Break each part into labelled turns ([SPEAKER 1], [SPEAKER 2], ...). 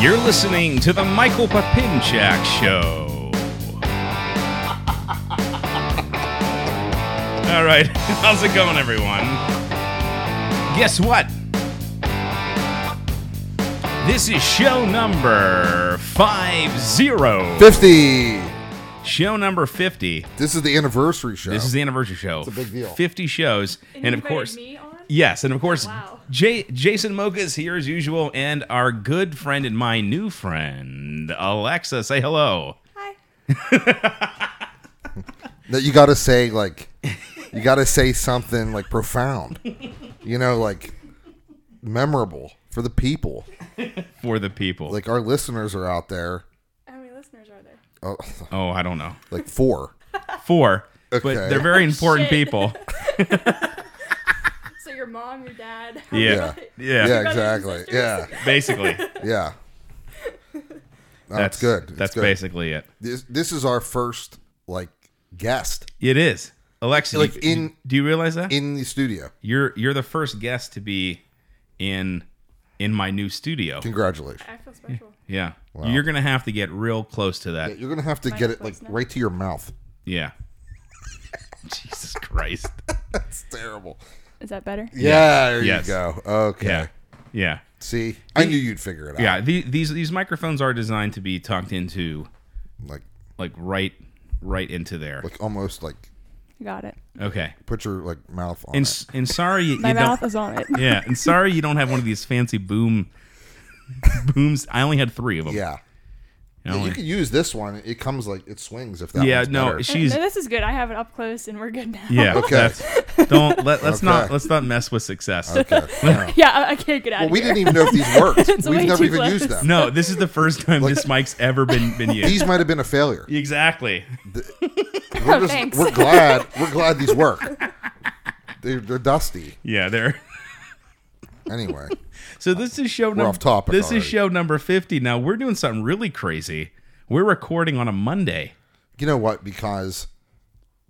[SPEAKER 1] You're listening to the Michael Papinchak Show. All right, how's it going, everyone? Guess what? This is show number five zero.
[SPEAKER 2] 50.
[SPEAKER 1] Show number fifty.
[SPEAKER 2] This is the anniversary show.
[SPEAKER 1] This is the anniversary show. It's
[SPEAKER 2] a big deal.
[SPEAKER 1] Fifty shows, and,
[SPEAKER 3] you
[SPEAKER 1] of
[SPEAKER 3] invited
[SPEAKER 1] course,
[SPEAKER 3] me on?
[SPEAKER 1] yes, and of course,
[SPEAKER 3] Wow.
[SPEAKER 1] J- Jason Mocha is here as usual, and our good friend and my new friend Alexa. Say hello.
[SPEAKER 3] Hi.
[SPEAKER 2] that you got to say like you got to say something like profound. You know, like memorable for the people.
[SPEAKER 1] for the people.
[SPEAKER 2] Like our listeners are out there.
[SPEAKER 3] How many listeners are there?
[SPEAKER 2] Oh,
[SPEAKER 1] oh, I don't know.
[SPEAKER 2] like four.
[SPEAKER 1] Four.
[SPEAKER 2] Okay.
[SPEAKER 1] But they're very important
[SPEAKER 3] Oh, Shit.
[SPEAKER 1] people.
[SPEAKER 3] So your mom, your dad.
[SPEAKER 1] Yeah.
[SPEAKER 2] Yeah.
[SPEAKER 1] Yeah.
[SPEAKER 2] Yeah,
[SPEAKER 3] brothers and
[SPEAKER 2] exactly. Yeah.
[SPEAKER 3] sisters?
[SPEAKER 1] Basically.
[SPEAKER 2] Yeah. No,
[SPEAKER 1] That's
[SPEAKER 2] it's good. It's
[SPEAKER 1] That's
[SPEAKER 2] good.
[SPEAKER 1] basically it.
[SPEAKER 2] This, this is our first like guest
[SPEAKER 1] It is. Alexa,
[SPEAKER 2] Like
[SPEAKER 1] do-
[SPEAKER 2] in-
[SPEAKER 1] do you realize that?
[SPEAKER 2] in the studio.
[SPEAKER 1] you're you're the first guest to be in in my new studio.
[SPEAKER 2] Congratulations.
[SPEAKER 3] I feel special.
[SPEAKER 1] Yeah. You're going to have to get real close to that.
[SPEAKER 2] You're going to have to get it like right to your mouth.
[SPEAKER 1] Yeah. Jesus Christ.
[SPEAKER 2] It's terrible.
[SPEAKER 3] Is that better?
[SPEAKER 2] Yeah, there
[SPEAKER 1] Yes.
[SPEAKER 2] you go. Okay.
[SPEAKER 1] Yeah. Yeah.
[SPEAKER 2] See, I knew you'd figure it out.
[SPEAKER 1] Yeah, the, these these microphones are designed to be tucked into
[SPEAKER 2] like
[SPEAKER 1] like right right into there.
[SPEAKER 2] like almost like
[SPEAKER 3] Got it.
[SPEAKER 1] Okay.
[SPEAKER 2] put your like mouth on.
[SPEAKER 1] And,
[SPEAKER 2] it.
[SPEAKER 1] s- and sorry you,
[SPEAKER 3] My
[SPEAKER 1] you
[SPEAKER 3] mouth
[SPEAKER 1] don't.
[SPEAKER 3] is on it.
[SPEAKER 1] Yeah, and sorry you don't have one of these fancy boom booms. I only had three of them.
[SPEAKER 2] yeah,
[SPEAKER 1] I
[SPEAKER 2] you
[SPEAKER 1] only-
[SPEAKER 2] can use this one. It comes like it swings if that.
[SPEAKER 1] yeah.
[SPEAKER 2] one's
[SPEAKER 1] No,
[SPEAKER 2] better.
[SPEAKER 1] she's
[SPEAKER 3] No, this is good. I have it up close and we're good now.
[SPEAKER 1] yeah.
[SPEAKER 2] Okay.
[SPEAKER 1] that's- don't let let's not
[SPEAKER 2] Okay.
[SPEAKER 1] let's not mess with success.
[SPEAKER 2] Okay. Yeah.
[SPEAKER 3] Yeah, I, I can't get out
[SPEAKER 2] Well,
[SPEAKER 3] of
[SPEAKER 2] we
[SPEAKER 3] here.
[SPEAKER 2] didn't even know if these worked.
[SPEAKER 3] It's
[SPEAKER 2] We've
[SPEAKER 3] way
[SPEAKER 2] never
[SPEAKER 3] too
[SPEAKER 2] even
[SPEAKER 3] close.
[SPEAKER 2] used them.
[SPEAKER 1] No, this is the first time this mic's ever been been used.
[SPEAKER 2] These might have been a failure.
[SPEAKER 1] Exactly.
[SPEAKER 2] We're,
[SPEAKER 3] Oh, thanks.
[SPEAKER 2] we're glad. We're glad these work. They're, they're dusty.
[SPEAKER 1] Yeah. There.
[SPEAKER 2] Anyway,
[SPEAKER 1] So this is show number.
[SPEAKER 2] off topic
[SPEAKER 1] This
[SPEAKER 2] already.
[SPEAKER 1] is show number fifty. Now we're doing something really crazy. We're recording on a Monday.
[SPEAKER 2] you know what? Because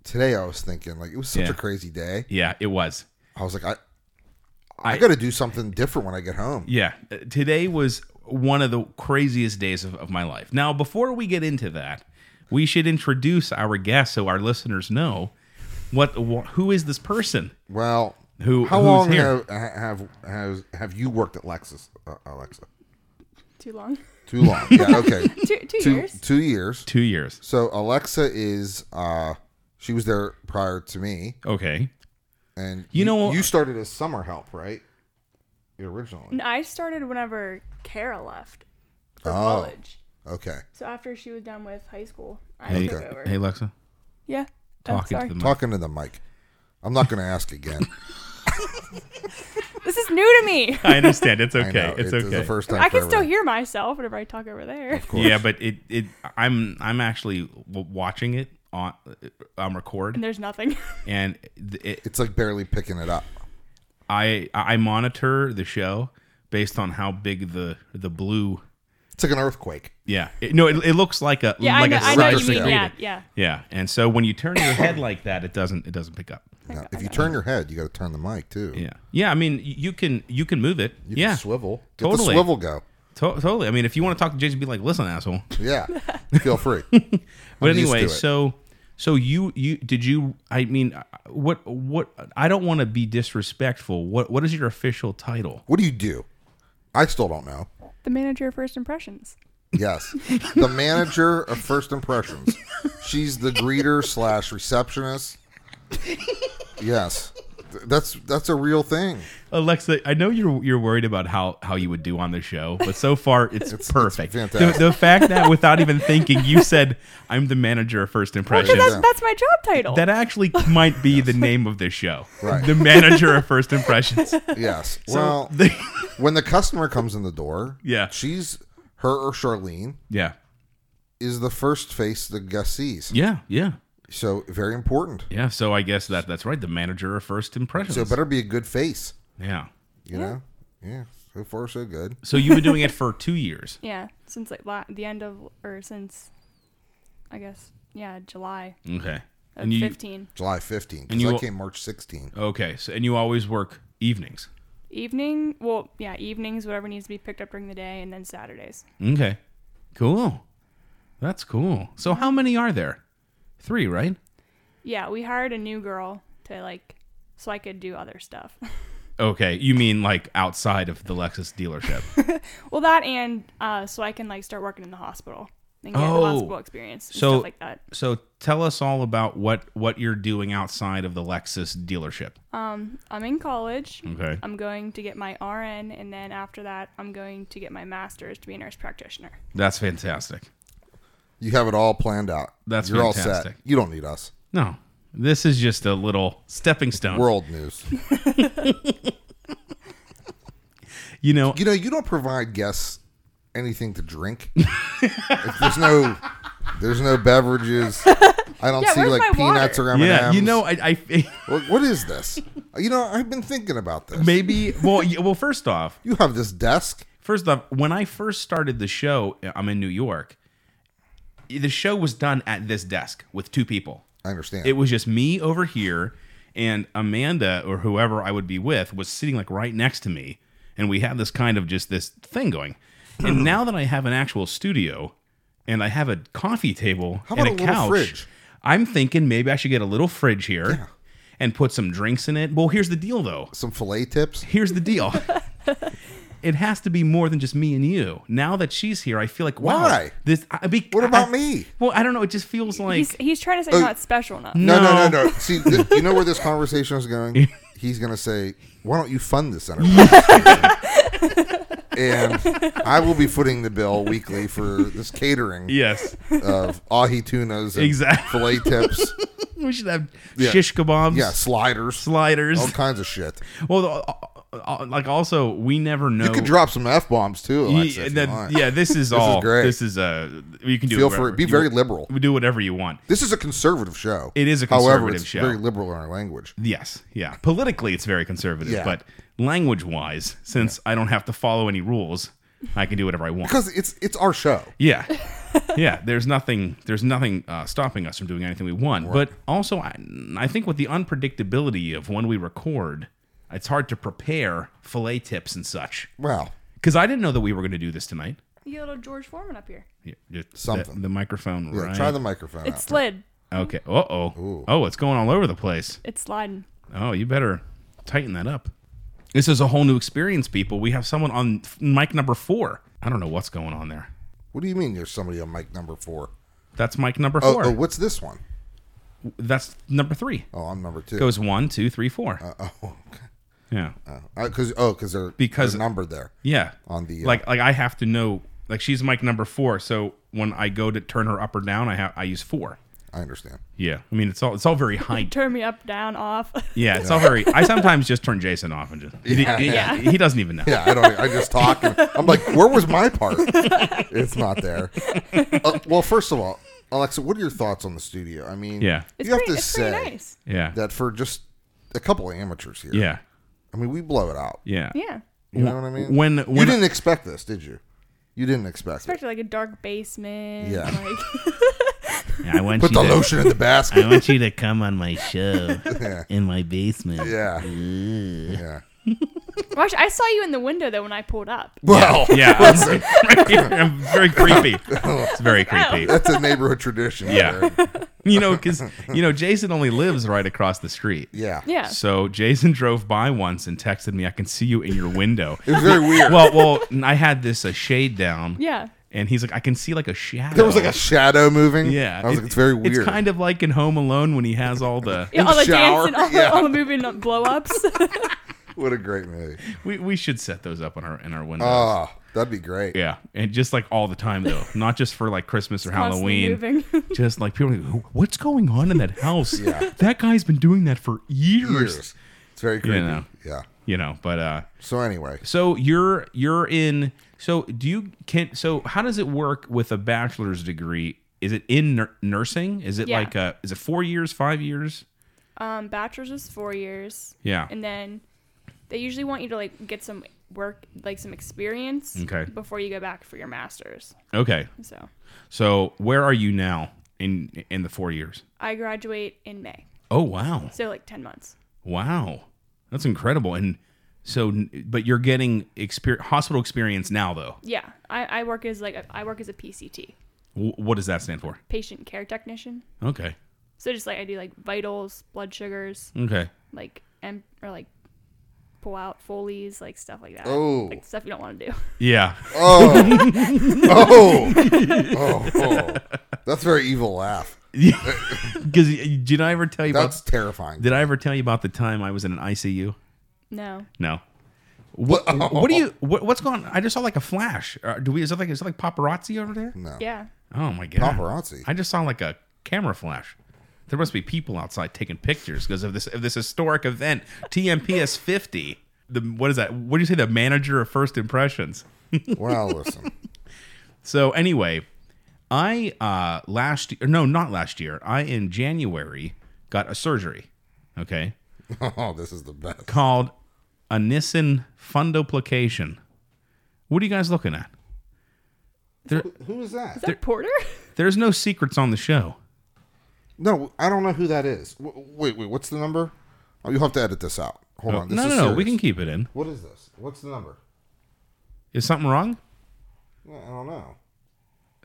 [SPEAKER 2] today I was thinking like it was such
[SPEAKER 1] Yeah.
[SPEAKER 2] a crazy day.
[SPEAKER 1] Yeah, it was.
[SPEAKER 2] I was like I. I, got to do something different when I get home.
[SPEAKER 1] Yeah, uh, today was one of the craziest days of, of my life. Now, before we get into that, we should introduce our guest so our listeners know what wh- who is this person.
[SPEAKER 2] Well,
[SPEAKER 1] Who-
[SPEAKER 2] How
[SPEAKER 1] who's
[SPEAKER 2] long
[SPEAKER 1] here?
[SPEAKER 2] Have, have has have you worked at Lexus, uh, Alexa?
[SPEAKER 3] Too long.
[SPEAKER 2] Too long. yeah. Okay.
[SPEAKER 3] Two, two,
[SPEAKER 2] two
[SPEAKER 3] years.
[SPEAKER 2] two years.
[SPEAKER 1] Two years.
[SPEAKER 2] So Alexa is uh she was there prior to me,
[SPEAKER 1] Okay.
[SPEAKER 2] and
[SPEAKER 1] You know-
[SPEAKER 2] you started as summer help, right? Originally.
[SPEAKER 3] And I started whenever Kara left for
[SPEAKER 2] Oh.
[SPEAKER 3] college.
[SPEAKER 2] Okay.
[SPEAKER 3] So after she was done with high school, I
[SPEAKER 1] Hey,
[SPEAKER 3] took over.
[SPEAKER 1] hey, Alexa.
[SPEAKER 3] yeah. I'm
[SPEAKER 1] Talking
[SPEAKER 3] sorry.
[SPEAKER 1] to the mic.
[SPEAKER 2] Talking to the mic. I'm not going to ask again.
[SPEAKER 3] This is new to me.
[SPEAKER 1] I understand. It's
[SPEAKER 2] I
[SPEAKER 1] okay.
[SPEAKER 2] know,
[SPEAKER 1] It's
[SPEAKER 2] it is
[SPEAKER 1] okay.
[SPEAKER 2] the first time.
[SPEAKER 3] I
[SPEAKER 2] for
[SPEAKER 3] can still
[SPEAKER 2] everything.
[SPEAKER 3] hear myself whenever I talk over there.
[SPEAKER 1] yeah, but it it I'm I'm actually w- watching it on uh, on record
[SPEAKER 3] And there's nothing.
[SPEAKER 1] and th- it,
[SPEAKER 2] It's like barely picking it up.
[SPEAKER 1] I I monitor the show based on how big the the blue
[SPEAKER 2] It's like an earthquake.
[SPEAKER 1] yeah it, no it, it looks like a
[SPEAKER 3] Yeah,
[SPEAKER 1] like a
[SPEAKER 3] I know. I know
[SPEAKER 1] slice
[SPEAKER 3] you
[SPEAKER 1] of
[SPEAKER 3] mean.
[SPEAKER 1] gravy.
[SPEAKER 3] Yeah, yeah.
[SPEAKER 1] Yeah, and so when you turn your head like that, it doesn't it doesn't pick up.
[SPEAKER 2] Now, if you turn your head, you got to turn the mic too.
[SPEAKER 1] Yeah, yeah. I mean, y- you can you can move it.
[SPEAKER 2] You
[SPEAKER 1] yeah,
[SPEAKER 2] Can swivel. Get
[SPEAKER 1] Totally.
[SPEAKER 2] the swivel go.
[SPEAKER 1] to- totally. I mean, if you want to talk to Jason, be like, listen, asshole.
[SPEAKER 2] Yeah. Feel free.
[SPEAKER 1] But
[SPEAKER 2] I'm used
[SPEAKER 1] anyway,
[SPEAKER 2] to it.
[SPEAKER 1] so so you you did you? I mean, uh, what what? I don't want to be disrespectful. What what is your official title?
[SPEAKER 2] What do you do? I still don't know.
[SPEAKER 3] The manager of first impressions.
[SPEAKER 2] Yes, the manager of first impressions. She's the greeter slash receptionist. Yes, Th- that's that's a real thing.
[SPEAKER 1] Alexa, I know you're you're worried about how how you would do on the show, but so far it's, perfect. The-
[SPEAKER 2] fantastic.
[SPEAKER 1] the, fact that without even thinking, you said, "I'm the manager of first impressions."
[SPEAKER 3] That's,
[SPEAKER 2] Yeah.
[SPEAKER 3] that's my job title.
[SPEAKER 1] That actually might be the name of this show.
[SPEAKER 2] Right.
[SPEAKER 1] The manager of first impressions.
[SPEAKER 2] Yes. well,
[SPEAKER 1] the-
[SPEAKER 2] when the customer comes in the door,
[SPEAKER 1] Yeah.
[SPEAKER 2] she's her or Charlene
[SPEAKER 1] yeah.
[SPEAKER 2] is the first face the guest sees.
[SPEAKER 1] Yeah. Yeah.
[SPEAKER 2] So very important.
[SPEAKER 1] Yeah. So I guess that that's right. The manager of first impressions.
[SPEAKER 2] So it better be a good face.
[SPEAKER 1] yeah.
[SPEAKER 2] You know. Yeah. So far so good.
[SPEAKER 1] So you've been doing it for two years.
[SPEAKER 3] yeah, since like la- the end of, or since, I guess, yeah, July
[SPEAKER 1] Okay.
[SPEAKER 3] of
[SPEAKER 1] And you
[SPEAKER 3] 15.
[SPEAKER 2] July fifteenth.
[SPEAKER 1] And you
[SPEAKER 2] I
[SPEAKER 1] al-
[SPEAKER 2] came March sixteenth.
[SPEAKER 1] okay. So and you always work evenings.
[SPEAKER 3] Evening, well, yeah, evenings, whatever needs to be picked up during the day, and then Saturdays.
[SPEAKER 1] Okay. Cool. That's cool. So how many are there? Three, right?
[SPEAKER 3] Yeah, we hired a new girl to like, so I could do other stuff.
[SPEAKER 1] Okay. You mean like outside of the Lexus dealership?
[SPEAKER 3] well, that and uh, so I can like start working in the hospital and get
[SPEAKER 1] Oh.
[SPEAKER 3] the hospital experience and
[SPEAKER 1] So-
[SPEAKER 3] stuff like that.
[SPEAKER 1] so tell us all about what what you're doing outside of the Lexus dealership.
[SPEAKER 3] Um, I'm in college.
[SPEAKER 1] Okay.
[SPEAKER 3] I'm going to get my RN, and then after that, I'm going to get my master's to be a nurse practitioner.
[SPEAKER 1] That's fantastic.
[SPEAKER 2] You have it all planned out.
[SPEAKER 1] That's
[SPEAKER 2] You're all set.
[SPEAKER 1] fantastic.
[SPEAKER 2] You don't need us.
[SPEAKER 1] No. This is just a little stepping stone.
[SPEAKER 2] World news.
[SPEAKER 1] you know,
[SPEAKER 2] You know, you don't provide guests anything to drink. if there's no, there's no beverages. I don't
[SPEAKER 3] Yeah,
[SPEAKER 2] see
[SPEAKER 3] where's
[SPEAKER 2] like
[SPEAKER 3] my
[SPEAKER 2] peanuts or M&Ms.
[SPEAKER 1] yeah, you know, I, I
[SPEAKER 2] What- what is this? You know, I've been thinking about this.
[SPEAKER 1] maybe well, yeah, well, first off,
[SPEAKER 2] You have this desk.
[SPEAKER 1] First off, when I first started the show, uh, I'm in New York. The show was done at this desk with two people.
[SPEAKER 2] I understand.
[SPEAKER 1] It was just me over here, and Amanda or whoever I would be with was sitting like right next to me, and we had this kind of just this thing going. And now that I have an actual studio, and I have a coffee table
[SPEAKER 2] How
[SPEAKER 1] and a,
[SPEAKER 2] about a little
[SPEAKER 1] couch,
[SPEAKER 2] fridge?
[SPEAKER 1] I'm thinking maybe I should get a little fridge here and put some drinks in it. Well, here's the deal though
[SPEAKER 2] Some fillet tips.
[SPEAKER 1] here's the deal. it has to be more than just me and you. Now that she's here, I feel like wow,
[SPEAKER 2] Why?
[SPEAKER 1] This I, be,
[SPEAKER 2] What about
[SPEAKER 1] I-
[SPEAKER 2] me?
[SPEAKER 1] Well, I don't know. It just feels like
[SPEAKER 3] he's he's trying to say
[SPEAKER 2] Oh.
[SPEAKER 3] you're not special enough.
[SPEAKER 2] No, no,
[SPEAKER 1] No.
[SPEAKER 2] no, no. See, th- you know where this conversation is going? He's going to say, why don't you fund this enterprise? and I will be footing the bill weekly for this catering
[SPEAKER 1] yes,
[SPEAKER 2] of ahi tunas and
[SPEAKER 1] Exactly.
[SPEAKER 2] filet tips.
[SPEAKER 1] we should have
[SPEAKER 2] Yeah.
[SPEAKER 1] shish kebabs,
[SPEAKER 2] Yeah, sliders.
[SPEAKER 1] sliders.
[SPEAKER 2] All kinds of shit.
[SPEAKER 1] Well, uh, uh, like also we never know.
[SPEAKER 2] You could drop some F bombs too,
[SPEAKER 1] Ye-
[SPEAKER 2] Alexa. if you
[SPEAKER 1] that-
[SPEAKER 2] want.
[SPEAKER 1] yeah, this is all.
[SPEAKER 2] great.
[SPEAKER 1] This is uh, you can do.
[SPEAKER 2] Feel
[SPEAKER 1] whatever
[SPEAKER 2] free. Be
[SPEAKER 1] you
[SPEAKER 2] very
[SPEAKER 1] want.
[SPEAKER 2] liberal.
[SPEAKER 1] Do whatever you want.
[SPEAKER 2] This is a conservative show.
[SPEAKER 1] It is a
[SPEAKER 2] However,
[SPEAKER 1] conservative
[SPEAKER 2] it's
[SPEAKER 1] show.
[SPEAKER 2] very liberal in our language.
[SPEAKER 1] Yes, yeah. Politically, it's very conservative,
[SPEAKER 2] Yeah.
[SPEAKER 1] but language-wise, since I don't have to follow any rules, I can do whatever I want.
[SPEAKER 2] Because it's it's our show.
[SPEAKER 1] Yeah. yeah, there's nothing there's nothing uh, stopping us from doing anything we want. But also I, I think with the unpredictability of when we record, it's hard to prepare fillet tips and such.
[SPEAKER 2] Wow.
[SPEAKER 1] Cuz I didn't know that we were going to do this tonight.
[SPEAKER 3] You get a little George Foreman up here.
[SPEAKER 1] Yeah, just the- The,
[SPEAKER 2] Something.
[SPEAKER 1] microphone
[SPEAKER 2] Yeah,
[SPEAKER 1] right.
[SPEAKER 2] Try the microphone.
[SPEAKER 3] It
[SPEAKER 2] out.
[SPEAKER 3] slid.
[SPEAKER 1] okay. Uh-oh. Oh, it's going all over the place.
[SPEAKER 3] It's sliding.
[SPEAKER 1] Oh, you better tighten that up. This is a whole new experience, people. We have someone on f- mic number 4. I don't know what's going on there.
[SPEAKER 2] What do you mean there's somebody on mic number four?
[SPEAKER 1] That's mic number
[SPEAKER 2] Oh,
[SPEAKER 1] four.
[SPEAKER 2] oh, what's this one?
[SPEAKER 1] That's number three.
[SPEAKER 2] Oh, I'm number two.
[SPEAKER 1] Goes one, two, three, four.
[SPEAKER 2] oh, okay.
[SPEAKER 1] yeah.
[SPEAKER 2] Because oh, because they're
[SPEAKER 1] Because-
[SPEAKER 2] they're numbered there.
[SPEAKER 1] Yeah.
[SPEAKER 2] On the, uh,
[SPEAKER 1] like like I have to know like she's mic number four, so when I go to turn her up or down, I have I use four.
[SPEAKER 2] I understand.
[SPEAKER 1] Yeah. I mean it's all it's all very high.
[SPEAKER 3] Turn me up, down, off.
[SPEAKER 1] Yeah, it's all very I sometimes just turn Jason off and just he, he-
[SPEAKER 3] Yeah.
[SPEAKER 1] he doesn't even know.
[SPEAKER 2] Yeah, I don't. I just talk. And I'm like, where was my part? it's not there. Uh, well, first of all, Alexa, what are your thoughts on the studio? I mean,
[SPEAKER 1] Yeah.
[SPEAKER 3] It's
[SPEAKER 2] you have
[SPEAKER 3] pretty,
[SPEAKER 2] to
[SPEAKER 3] it's pretty
[SPEAKER 2] say
[SPEAKER 3] nice.
[SPEAKER 1] Yeah.
[SPEAKER 2] that for just a couple of amateurs here.
[SPEAKER 1] Yeah.
[SPEAKER 2] I mean, we blow it out.
[SPEAKER 1] Yeah.
[SPEAKER 3] Yeah.
[SPEAKER 2] You know what I mean?
[SPEAKER 1] When
[SPEAKER 2] you
[SPEAKER 1] when
[SPEAKER 2] didn't expect this, did you? You didn't expect it.
[SPEAKER 3] Especially like a dark basement.
[SPEAKER 2] Yeah.
[SPEAKER 3] Like,
[SPEAKER 1] I want
[SPEAKER 2] Put
[SPEAKER 1] you
[SPEAKER 2] the
[SPEAKER 1] to,
[SPEAKER 2] lotion in the
[SPEAKER 4] I
[SPEAKER 2] basket.
[SPEAKER 4] want you to come on my show
[SPEAKER 2] Yeah.
[SPEAKER 4] in my basement.
[SPEAKER 2] Yeah. Yeah.
[SPEAKER 3] well, actually, I saw you in the window though when I pulled up.
[SPEAKER 2] Well,
[SPEAKER 1] Yeah. I'm very creepy. It's very creepy.
[SPEAKER 2] that's a neighborhood tradition.
[SPEAKER 1] Yeah.
[SPEAKER 2] there.
[SPEAKER 1] You know, because you know, Jason only lives right across the street.
[SPEAKER 2] Yeah.
[SPEAKER 3] Yeah.
[SPEAKER 1] So Jason drove by once and texted me, "I can see you in your window."
[SPEAKER 2] It was very weird.
[SPEAKER 1] well, well, and I had this a shade down.
[SPEAKER 3] Yeah.
[SPEAKER 1] And he's like, "I can see like a shadow."
[SPEAKER 2] There was like a shadow moving.
[SPEAKER 1] yeah.
[SPEAKER 2] I was
[SPEAKER 1] it-
[SPEAKER 2] like, it's very weird.
[SPEAKER 1] It's kind of like in Home Alone when he has all the.
[SPEAKER 3] Yeah, all the
[SPEAKER 2] shower,
[SPEAKER 3] dancing, all,
[SPEAKER 2] yeah.
[SPEAKER 3] all the moving uh, up blow ups.
[SPEAKER 2] what a great movie.
[SPEAKER 1] we, we should set those up on our in our windows.
[SPEAKER 2] Oh, that'd be great.
[SPEAKER 1] yeah, and just like all the time though, not just for like Christmas or
[SPEAKER 3] Constantly
[SPEAKER 1] Halloween.
[SPEAKER 3] moving.
[SPEAKER 1] Just like people, are like, what's going on in that house?
[SPEAKER 2] Yeah.
[SPEAKER 1] That guy's been doing that for years.
[SPEAKER 2] Years. It's very creepy.
[SPEAKER 1] know.
[SPEAKER 2] Yeah.
[SPEAKER 1] You know, but uh,
[SPEAKER 2] So anyway,
[SPEAKER 1] So you're you're in. So do you can? So how does it work with a bachelor's degree? Is it in nur- nursing? Is it
[SPEAKER 3] Yeah.
[SPEAKER 1] like a? Is it four years? Five years?
[SPEAKER 3] um, bachelor's is four years.
[SPEAKER 1] Yeah.
[SPEAKER 3] And then they usually want you to like get some work, like some experience
[SPEAKER 1] Okay.
[SPEAKER 3] before you go back for your master's.
[SPEAKER 1] Okay.
[SPEAKER 3] So
[SPEAKER 1] So where are you now in in the four years?
[SPEAKER 3] I graduate in May.
[SPEAKER 1] Oh wow,
[SPEAKER 3] So like 10 months.
[SPEAKER 1] wow, that's incredible. And So, n- but you're getting exper- hospital experience now, though.
[SPEAKER 3] Yeah, I, I work as like a, I work as a PCT,
[SPEAKER 1] W- what does that stand for?
[SPEAKER 3] patient care technician.
[SPEAKER 1] Okay.
[SPEAKER 3] So just like I do like vitals, blood sugars,
[SPEAKER 1] Okay.
[SPEAKER 3] like em- or like pull out Foley's, like stuff like that.
[SPEAKER 2] Oh.
[SPEAKER 3] like stuff you don't want to do.
[SPEAKER 1] Yeah.
[SPEAKER 2] Oh, oh, oh. that's a very evil laugh.
[SPEAKER 1] Because uh, did I ever tell you
[SPEAKER 2] That's
[SPEAKER 1] about?
[SPEAKER 2] terrifying.
[SPEAKER 1] Did I ever tell you about the time I was in an ICU?
[SPEAKER 3] No,
[SPEAKER 1] No. What?
[SPEAKER 2] Oh,
[SPEAKER 1] What do you? What, what's going? on? I just saw like a flash. Uh, do we? Is that like? Is that like paparazzi over there?
[SPEAKER 2] No.
[SPEAKER 3] yeah,
[SPEAKER 1] Oh my god.
[SPEAKER 2] Paparazzi?
[SPEAKER 1] I just saw like a camera flash. There must be people outside taking pictures because of this of this historic event. TMPS fifty. The what is that? What do you say? The manager of first impressions.
[SPEAKER 2] Well, listen.
[SPEAKER 1] So anyway, I uh last or no, not last year. I in January got a surgery. Okay,
[SPEAKER 2] Oh, this is the best.
[SPEAKER 1] called a Nissen fundoplication. What are you guys looking at?
[SPEAKER 2] Who is that?
[SPEAKER 3] is that Porter?
[SPEAKER 1] There's no secrets on the show.
[SPEAKER 2] No, I don't know who that is. W- Wait, wait. What's the number? Oh, you'll have to edit this out. Hold on. This
[SPEAKER 1] no,
[SPEAKER 2] is
[SPEAKER 1] no, no. We
[SPEAKER 2] serious.
[SPEAKER 1] can keep it in.
[SPEAKER 2] What is this? What's the number?
[SPEAKER 1] Is something wrong?
[SPEAKER 2] Well, I don't know.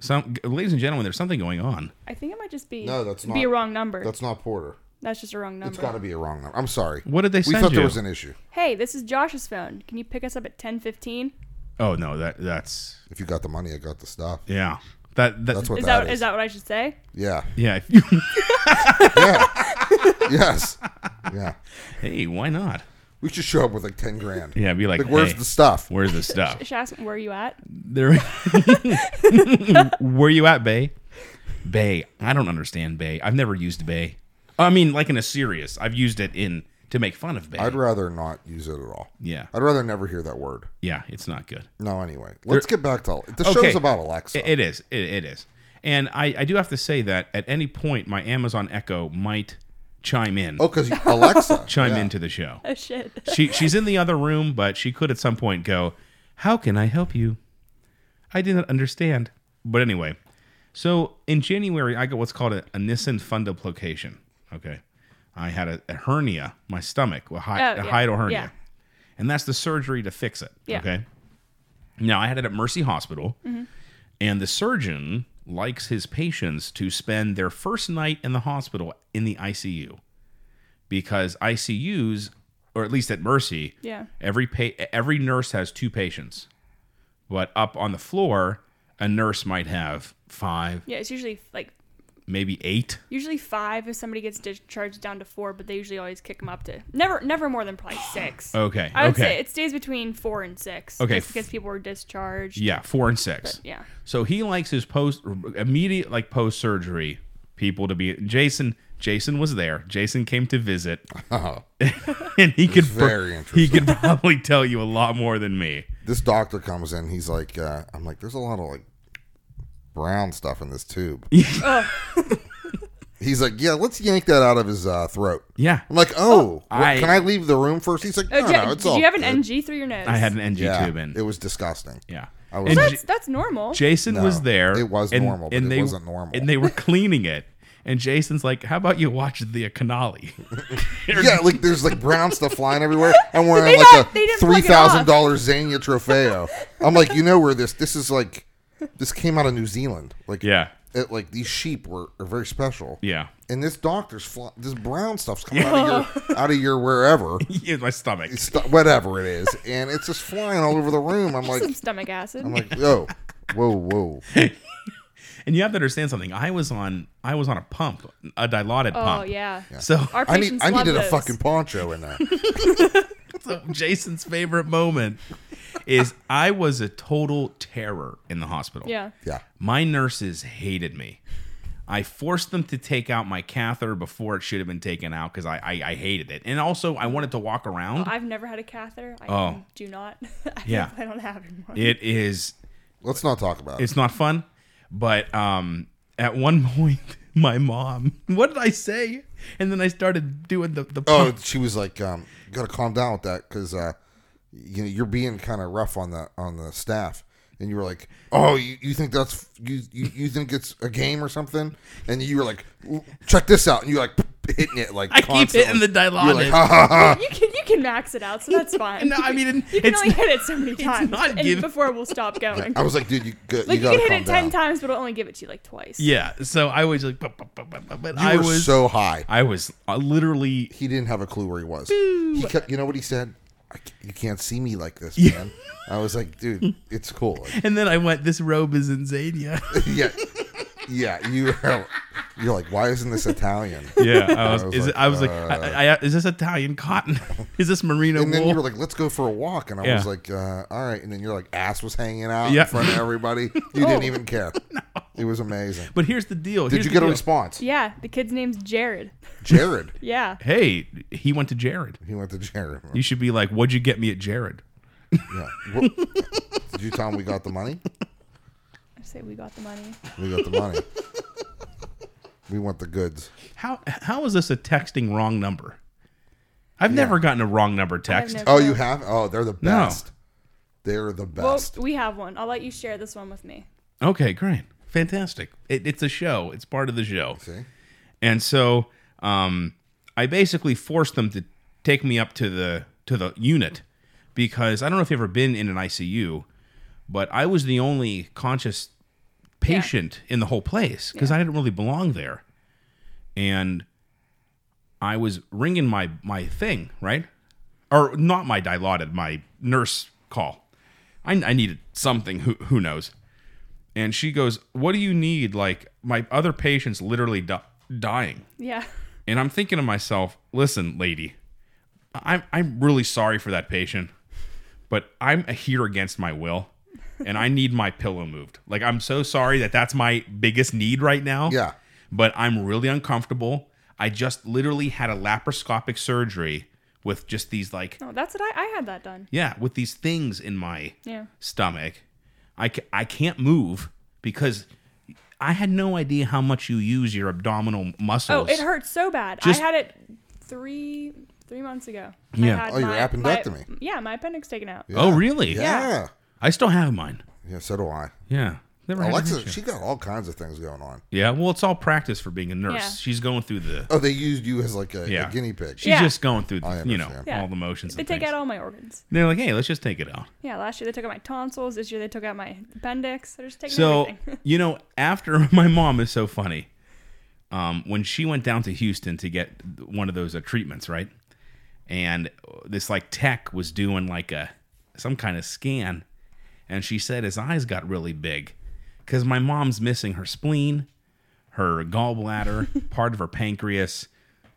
[SPEAKER 1] Some, ladies and gentlemen, there's something going on.
[SPEAKER 3] I think it might just be
[SPEAKER 2] No, that's not.
[SPEAKER 3] be a wrong number. That's,
[SPEAKER 2] That's not Porter.
[SPEAKER 3] just a wrong
[SPEAKER 2] It's
[SPEAKER 3] number.
[SPEAKER 2] got to be a wrong number. I'm sorry.
[SPEAKER 1] What did they
[SPEAKER 2] We
[SPEAKER 1] send
[SPEAKER 2] thought
[SPEAKER 1] you?
[SPEAKER 2] there was an issue.
[SPEAKER 3] hey, this is Josh's phone. Can you pick us up at ten fifteen?
[SPEAKER 1] Oh no, that that's
[SPEAKER 2] If you got the money, I got the stuff.
[SPEAKER 1] yeah. That, that
[SPEAKER 2] That's what
[SPEAKER 3] Is
[SPEAKER 2] that
[SPEAKER 3] that
[SPEAKER 2] is.
[SPEAKER 3] is that what I should say?
[SPEAKER 2] Yeah.
[SPEAKER 1] Yeah.
[SPEAKER 2] Yeah. yes. Yeah.
[SPEAKER 1] hey, why not?
[SPEAKER 2] We should show up with like ten grand.
[SPEAKER 1] Yeah, be like,
[SPEAKER 2] Like, where's
[SPEAKER 1] hey,
[SPEAKER 2] the stuff?
[SPEAKER 1] where's the stuff?
[SPEAKER 3] Should I ask where you at?
[SPEAKER 1] There, where you at, Bay? Bay, I don't understand Bay. I've never used Bay. I mean, like in a serious. I've used it in to make fun of Bay.
[SPEAKER 2] I'd rather not use it at all.
[SPEAKER 1] yeah,
[SPEAKER 2] I'd rather never hear that word.
[SPEAKER 1] yeah, it's not good.
[SPEAKER 2] No, anyway. Let's get back to the
[SPEAKER 1] Okay.
[SPEAKER 2] show's about Alexa.
[SPEAKER 1] It- it is. It, it is. And I, I do have to say that at any point, my Amazon Echo might chime in,
[SPEAKER 2] oh, because Alexa.
[SPEAKER 1] chime
[SPEAKER 2] Yeah.
[SPEAKER 1] into the show.
[SPEAKER 3] Oh shit.
[SPEAKER 1] She she's in the other room, but she could at some point go, "How can I help you?" I didn't understand. But anyway, so in January I got what's called a, a Nissen fundoplication. Okay, I had a, a hernia, my stomach, a, hy-
[SPEAKER 3] Oh,
[SPEAKER 1] a
[SPEAKER 3] yeah.
[SPEAKER 1] hiatal hernia,
[SPEAKER 3] Yeah.
[SPEAKER 1] and that's the surgery to fix it.
[SPEAKER 3] Yeah.
[SPEAKER 1] Okay. Now I had it at Mercy Hospital, and the surgeon likes his patients to spend their first night in the hospital in the ICU because ICUs, or at least at Mercy,
[SPEAKER 3] Yeah.
[SPEAKER 1] every pa- every nurse has two patients, but up on the floor, a nurse might have five,
[SPEAKER 3] Yeah, it's usually like
[SPEAKER 1] maybe eight.
[SPEAKER 3] usually five if somebody gets discharged down to four, but they usually always kick them up to never never more than probably six.
[SPEAKER 1] Okay,
[SPEAKER 3] I would
[SPEAKER 1] Oh, okay.
[SPEAKER 3] say it stays between four and six.
[SPEAKER 1] Okay.
[SPEAKER 3] Just because people were discharged.
[SPEAKER 1] Yeah, four and six.
[SPEAKER 3] But, yeah.
[SPEAKER 1] So he likes his post immediate like post surgery people to be Jason. Jason was there. Jason came to visit, and he could pro-
[SPEAKER 2] Uh-huh. very
[SPEAKER 1] he could probably tell you a lot more than me.
[SPEAKER 2] This doctor comes in. He's like, uh, I'm like, there's a lot of like brown stuff in this tube.
[SPEAKER 3] Oh.
[SPEAKER 2] he's like, yeah, let's yank that out of his uh, throat.
[SPEAKER 1] Yeah,
[SPEAKER 2] I'm like, oh, well,
[SPEAKER 1] I-
[SPEAKER 2] can I leave the room first? He's like,
[SPEAKER 3] Oh,
[SPEAKER 2] no,
[SPEAKER 3] Ja-
[SPEAKER 2] no, it's
[SPEAKER 3] did
[SPEAKER 2] all.
[SPEAKER 3] you have an
[SPEAKER 2] good."
[SPEAKER 3] NG through your nose?
[SPEAKER 1] I had an NG
[SPEAKER 2] Yeah,
[SPEAKER 1] tube in.
[SPEAKER 2] it was disgusting.
[SPEAKER 1] yeah,
[SPEAKER 2] I was-
[SPEAKER 1] And
[SPEAKER 3] That's
[SPEAKER 1] J-
[SPEAKER 3] that's normal.
[SPEAKER 1] Jason
[SPEAKER 2] No,
[SPEAKER 1] was there.
[SPEAKER 2] it was
[SPEAKER 1] and,
[SPEAKER 2] normal, but
[SPEAKER 1] and
[SPEAKER 2] it
[SPEAKER 1] they,
[SPEAKER 2] wasn't normal.
[SPEAKER 1] And they were cleaning it. And Jason's like, "How about you watch the Canali?"
[SPEAKER 2] Yeah, like there's like brown stuff flying everywhere. I'm wearing
[SPEAKER 3] they
[SPEAKER 2] like
[SPEAKER 3] not- they
[SPEAKER 2] a
[SPEAKER 3] didn't
[SPEAKER 2] three
[SPEAKER 3] plug it off.
[SPEAKER 2] thousand dollar Zania Trofeo. I'm like, you know where this? This is like, this came out of New Zealand. Like,
[SPEAKER 1] Yeah.
[SPEAKER 2] it, like these sheep were are very special.
[SPEAKER 1] yeah,
[SPEAKER 2] and this doctor's fly, this brown stuff's coming out of your out of your wherever,
[SPEAKER 1] in my stomach.
[SPEAKER 2] it's stu- whatever it is, and it's just flying all over the room. I'm like,
[SPEAKER 3] Some stomach acid.
[SPEAKER 2] I'm like, yo, whoa, whoa,
[SPEAKER 1] And you have to understand something. I was on I was on a pump, a dilaudid
[SPEAKER 3] oh
[SPEAKER 1] pump.
[SPEAKER 3] yeah.
[SPEAKER 1] So
[SPEAKER 3] Our
[SPEAKER 2] I need
[SPEAKER 3] patients
[SPEAKER 2] I
[SPEAKER 3] love
[SPEAKER 2] needed a
[SPEAKER 3] those.
[SPEAKER 2] fucking poncho in there.
[SPEAKER 1] So Jason's favorite moment is I was a total terror in the hospital.
[SPEAKER 3] Yeah.
[SPEAKER 2] Yeah,
[SPEAKER 1] My nurses hated me. I forced them to take out my catheter before it should have been taken out because I, I I hated it. And also I wanted to walk around.
[SPEAKER 3] I've never had a catheter. I do not. I
[SPEAKER 1] Oh. Yeah.
[SPEAKER 3] I don't have one.
[SPEAKER 1] It is
[SPEAKER 2] let's not talk about it.
[SPEAKER 1] it's not fun. But um, at one point, my mom, what did I say? And then I started doing the the
[SPEAKER 2] Oh,
[SPEAKER 1] pump.
[SPEAKER 2] she was like, um, you gotta calm down with that because uh, you know you're being kind of rough on the on the staff. And you were like, "Oh, you, you think that's you, you you think it's a game or something?" And you were like, "Check this out!" And you like hitting it like
[SPEAKER 1] I keep hitting the
[SPEAKER 2] constantly.
[SPEAKER 1] dilaudid.
[SPEAKER 2] You were like, ha ha ha!
[SPEAKER 3] You can you can max it out, so that's fine.
[SPEAKER 1] No, I mean, it-
[SPEAKER 3] you can
[SPEAKER 1] it's
[SPEAKER 3] only hit it so many times
[SPEAKER 1] not
[SPEAKER 3] and
[SPEAKER 1] give-
[SPEAKER 3] before we'll stop going.
[SPEAKER 2] I was like, dude, you, go,
[SPEAKER 3] like
[SPEAKER 2] you
[SPEAKER 3] you,
[SPEAKER 2] gotta
[SPEAKER 3] can
[SPEAKER 2] calm
[SPEAKER 3] hit it
[SPEAKER 2] down.
[SPEAKER 3] ten times, but it'll only give it to you like twice.
[SPEAKER 1] yeah. So I was like, but, but, but, but, but, but
[SPEAKER 2] You
[SPEAKER 1] I
[SPEAKER 2] were
[SPEAKER 1] was,
[SPEAKER 2] so high.
[SPEAKER 1] I was uh, literally
[SPEAKER 2] He didn't have a clue where he was. He kept, you know what he said? I ca- you can't see me like this, man. I was like, dude, it's cool. Like,
[SPEAKER 1] And then I went, this robe is in Zania.
[SPEAKER 2] yeah, yeah. You, you're like, why isn't this Italian?
[SPEAKER 1] Yeah, I was.
[SPEAKER 2] was
[SPEAKER 1] is
[SPEAKER 2] like, "Uh."
[SPEAKER 1] it- I was like, I, I, I- is this Italian cotton? is this merino
[SPEAKER 2] And then you
[SPEAKER 1] wool?
[SPEAKER 2] were like, let's go for a walk, and I
[SPEAKER 1] Yeah.
[SPEAKER 2] was like, uh, all right. And then your like ass was hanging out
[SPEAKER 1] Yeah.
[SPEAKER 2] in front of everybody. You
[SPEAKER 3] Oh.
[SPEAKER 2] didn't even care. It was amazing.
[SPEAKER 1] but here's the deal.
[SPEAKER 2] Did
[SPEAKER 1] here's
[SPEAKER 2] you
[SPEAKER 1] the
[SPEAKER 2] get a
[SPEAKER 1] deal.
[SPEAKER 2] response?
[SPEAKER 3] Yeah, the kid's name's Jared.
[SPEAKER 2] Jared.
[SPEAKER 3] Yeah.
[SPEAKER 1] Hey, he went to Jared.
[SPEAKER 2] He went to Jared.
[SPEAKER 1] You should be like, what'd you get me at Jared?
[SPEAKER 2] Yeah. Well, did you tell him we got the money?
[SPEAKER 3] I say we got the money.
[SPEAKER 2] We got the money. we want the goods.
[SPEAKER 1] How how is this a texting wrong number? I've never gotten a wrong number text.
[SPEAKER 3] never-
[SPEAKER 2] Oh, you have? Oh, they're the
[SPEAKER 1] No.
[SPEAKER 2] best. They're the best.
[SPEAKER 3] Well, we have one. I'll let you share this one with me.
[SPEAKER 1] Okay, great, fantastic. It, it's a show. It's part of the show.
[SPEAKER 2] See?
[SPEAKER 1] And so um, I basically forced them to take me up to the to the unit because I don't know if you've ever been in an ICU, but I was the only conscious patient in the whole place because I didn't really belong there, and I was ringing my my thing right, or not my dilaudid my nurse call. I, I needed something. Who who knows? And she goes, "What do you need? Like my other patients literally di- dying."
[SPEAKER 3] Yeah.
[SPEAKER 1] And I'm thinking to myself, listen, lady, I'm I'm really sorry for that patient, but I'm here against my will, and I need my pillow moved. Like I'm so sorry that that's my biggest need right now.
[SPEAKER 2] Yeah.
[SPEAKER 1] But I'm really uncomfortable. I just literally had a laparoscopic surgery with just these like
[SPEAKER 3] No, that's what I, I had that done.
[SPEAKER 1] yeah with these things in my
[SPEAKER 3] Yeah.
[SPEAKER 1] stomach. I, ca- I can't move because I had no idea how much you use your abdominal muscles.
[SPEAKER 3] Oh, it hurt so bad.
[SPEAKER 1] Just-
[SPEAKER 3] I had it three three months ago.
[SPEAKER 1] Yeah.
[SPEAKER 3] I had
[SPEAKER 2] Oh, your
[SPEAKER 3] my-
[SPEAKER 2] appendectomy.
[SPEAKER 3] my- yeah, my appendix taken out.
[SPEAKER 1] Oh, really?
[SPEAKER 2] Yeah. yeah.
[SPEAKER 3] Yeah.
[SPEAKER 1] I still have mine.
[SPEAKER 2] so do I.
[SPEAKER 1] Yeah. Never had an
[SPEAKER 2] Alexa,
[SPEAKER 1] issue.
[SPEAKER 2] she got all kinds of things going on.
[SPEAKER 1] yeah, well, it's all practice for being a nurse.
[SPEAKER 3] Yeah.
[SPEAKER 1] She's going through the.
[SPEAKER 2] Oh, they used you as like a, a
[SPEAKER 1] Yeah.
[SPEAKER 2] guinea pig.
[SPEAKER 1] She's
[SPEAKER 3] Yeah.
[SPEAKER 1] just going through, the,
[SPEAKER 2] I
[SPEAKER 1] you know,
[SPEAKER 2] understand.
[SPEAKER 3] Yeah.
[SPEAKER 1] all the motions.
[SPEAKER 3] They
[SPEAKER 1] and
[SPEAKER 3] take
[SPEAKER 1] things.
[SPEAKER 3] out all my organs.
[SPEAKER 1] They're like, hey, let's just take it out.
[SPEAKER 3] Yeah, last year they took out my tonsils. This year they took out my appendix. They're just taking
[SPEAKER 1] So
[SPEAKER 3] everything.
[SPEAKER 1] you know, after my mom is so funny. Um, when she went down to Houston to get one of those uh, treatments, right? And this like tech was doing like a some kind of scan, and she said his eyes got really big because my mom's missing her spleen, her gallbladder, part of her pancreas,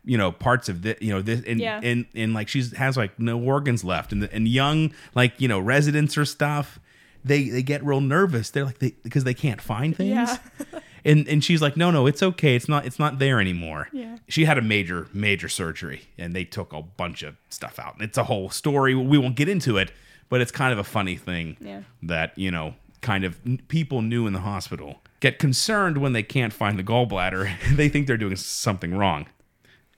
[SPEAKER 1] you know, parts of the, you know, this, and,
[SPEAKER 3] Yeah.
[SPEAKER 1] and, and like she's has like no organs left. And, the, and young, like, you know, residents or stuff, they, they get real nervous. They're like, they, because they can't find things.
[SPEAKER 3] Yeah.
[SPEAKER 1] and, and she's like, no, no, it's okay. It's not, it's not there anymore.
[SPEAKER 3] Yeah.
[SPEAKER 1] She had a major, major surgery and they took a bunch of stuff out. It's a whole story. We won't get into it, but it's kind of a funny thing
[SPEAKER 3] Yeah.
[SPEAKER 1] that you know kind of n- people new in the hospital get concerned when they can't find the gallbladder they think they're doing something wrong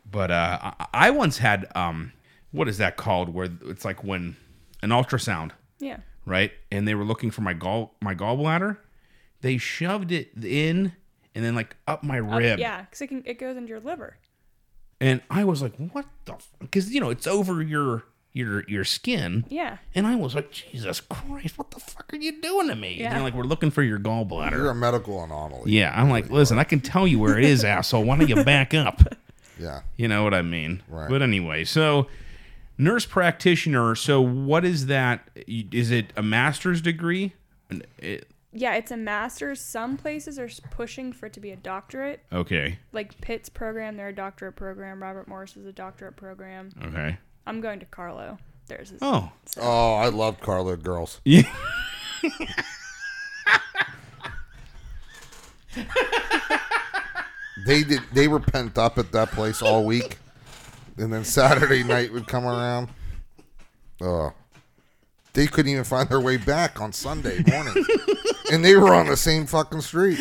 [SPEAKER 1] but uh, I-, I once had um, what is that called where it's like when an ultrasound
[SPEAKER 3] yeah.
[SPEAKER 1] right and they were looking for my gall my gallbladder they shoved it in and then like up my rib
[SPEAKER 3] Yeah, because it, can- it goes into your liver.
[SPEAKER 1] and i was like what the because you know it's over your your your skin
[SPEAKER 3] Yeah.
[SPEAKER 1] and I was like, Jesus Christ, what the fuck are you doing to me? And
[SPEAKER 3] Yeah.
[SPEAKER 1] they're like, we're looking for your gallbladder.
[SPEAKER 2] You're a medical anomaly.
[SPEAKER 1] yeah, I'm like, listen, I can tell you where it is, asshole. Why don't you back up?
[SPEAKER 2] Yeah.
[SPEAKER 1] You know what I mean?
[SPEAKER 2] Right.
[SPEAKER 1] But anyway, so nurse practitioner. So what is that? Is it a master's degree? An- it-
[SPEAKER 3] Yeah, it's a master's. Some places are s- pushing for it to be a doctorate.
[SPEAKER 1] okay.
[SPEAKER 3] Like Pitt's program, they're a doctorate program. Robert Morris is a doctorate program.
[SPEAKER 1] Okay.
[SPEAKER 3] I'm going to Carlo. There's his.
[SPEAKER 1] Oh,
[SPEAKER 2] Oh, I loved Carla girls. they did. They were pent up at that place all week, and then Saturday night would come around. Oh, they couldn't even find their way back on Sunday morning, and they were on the same fucking street.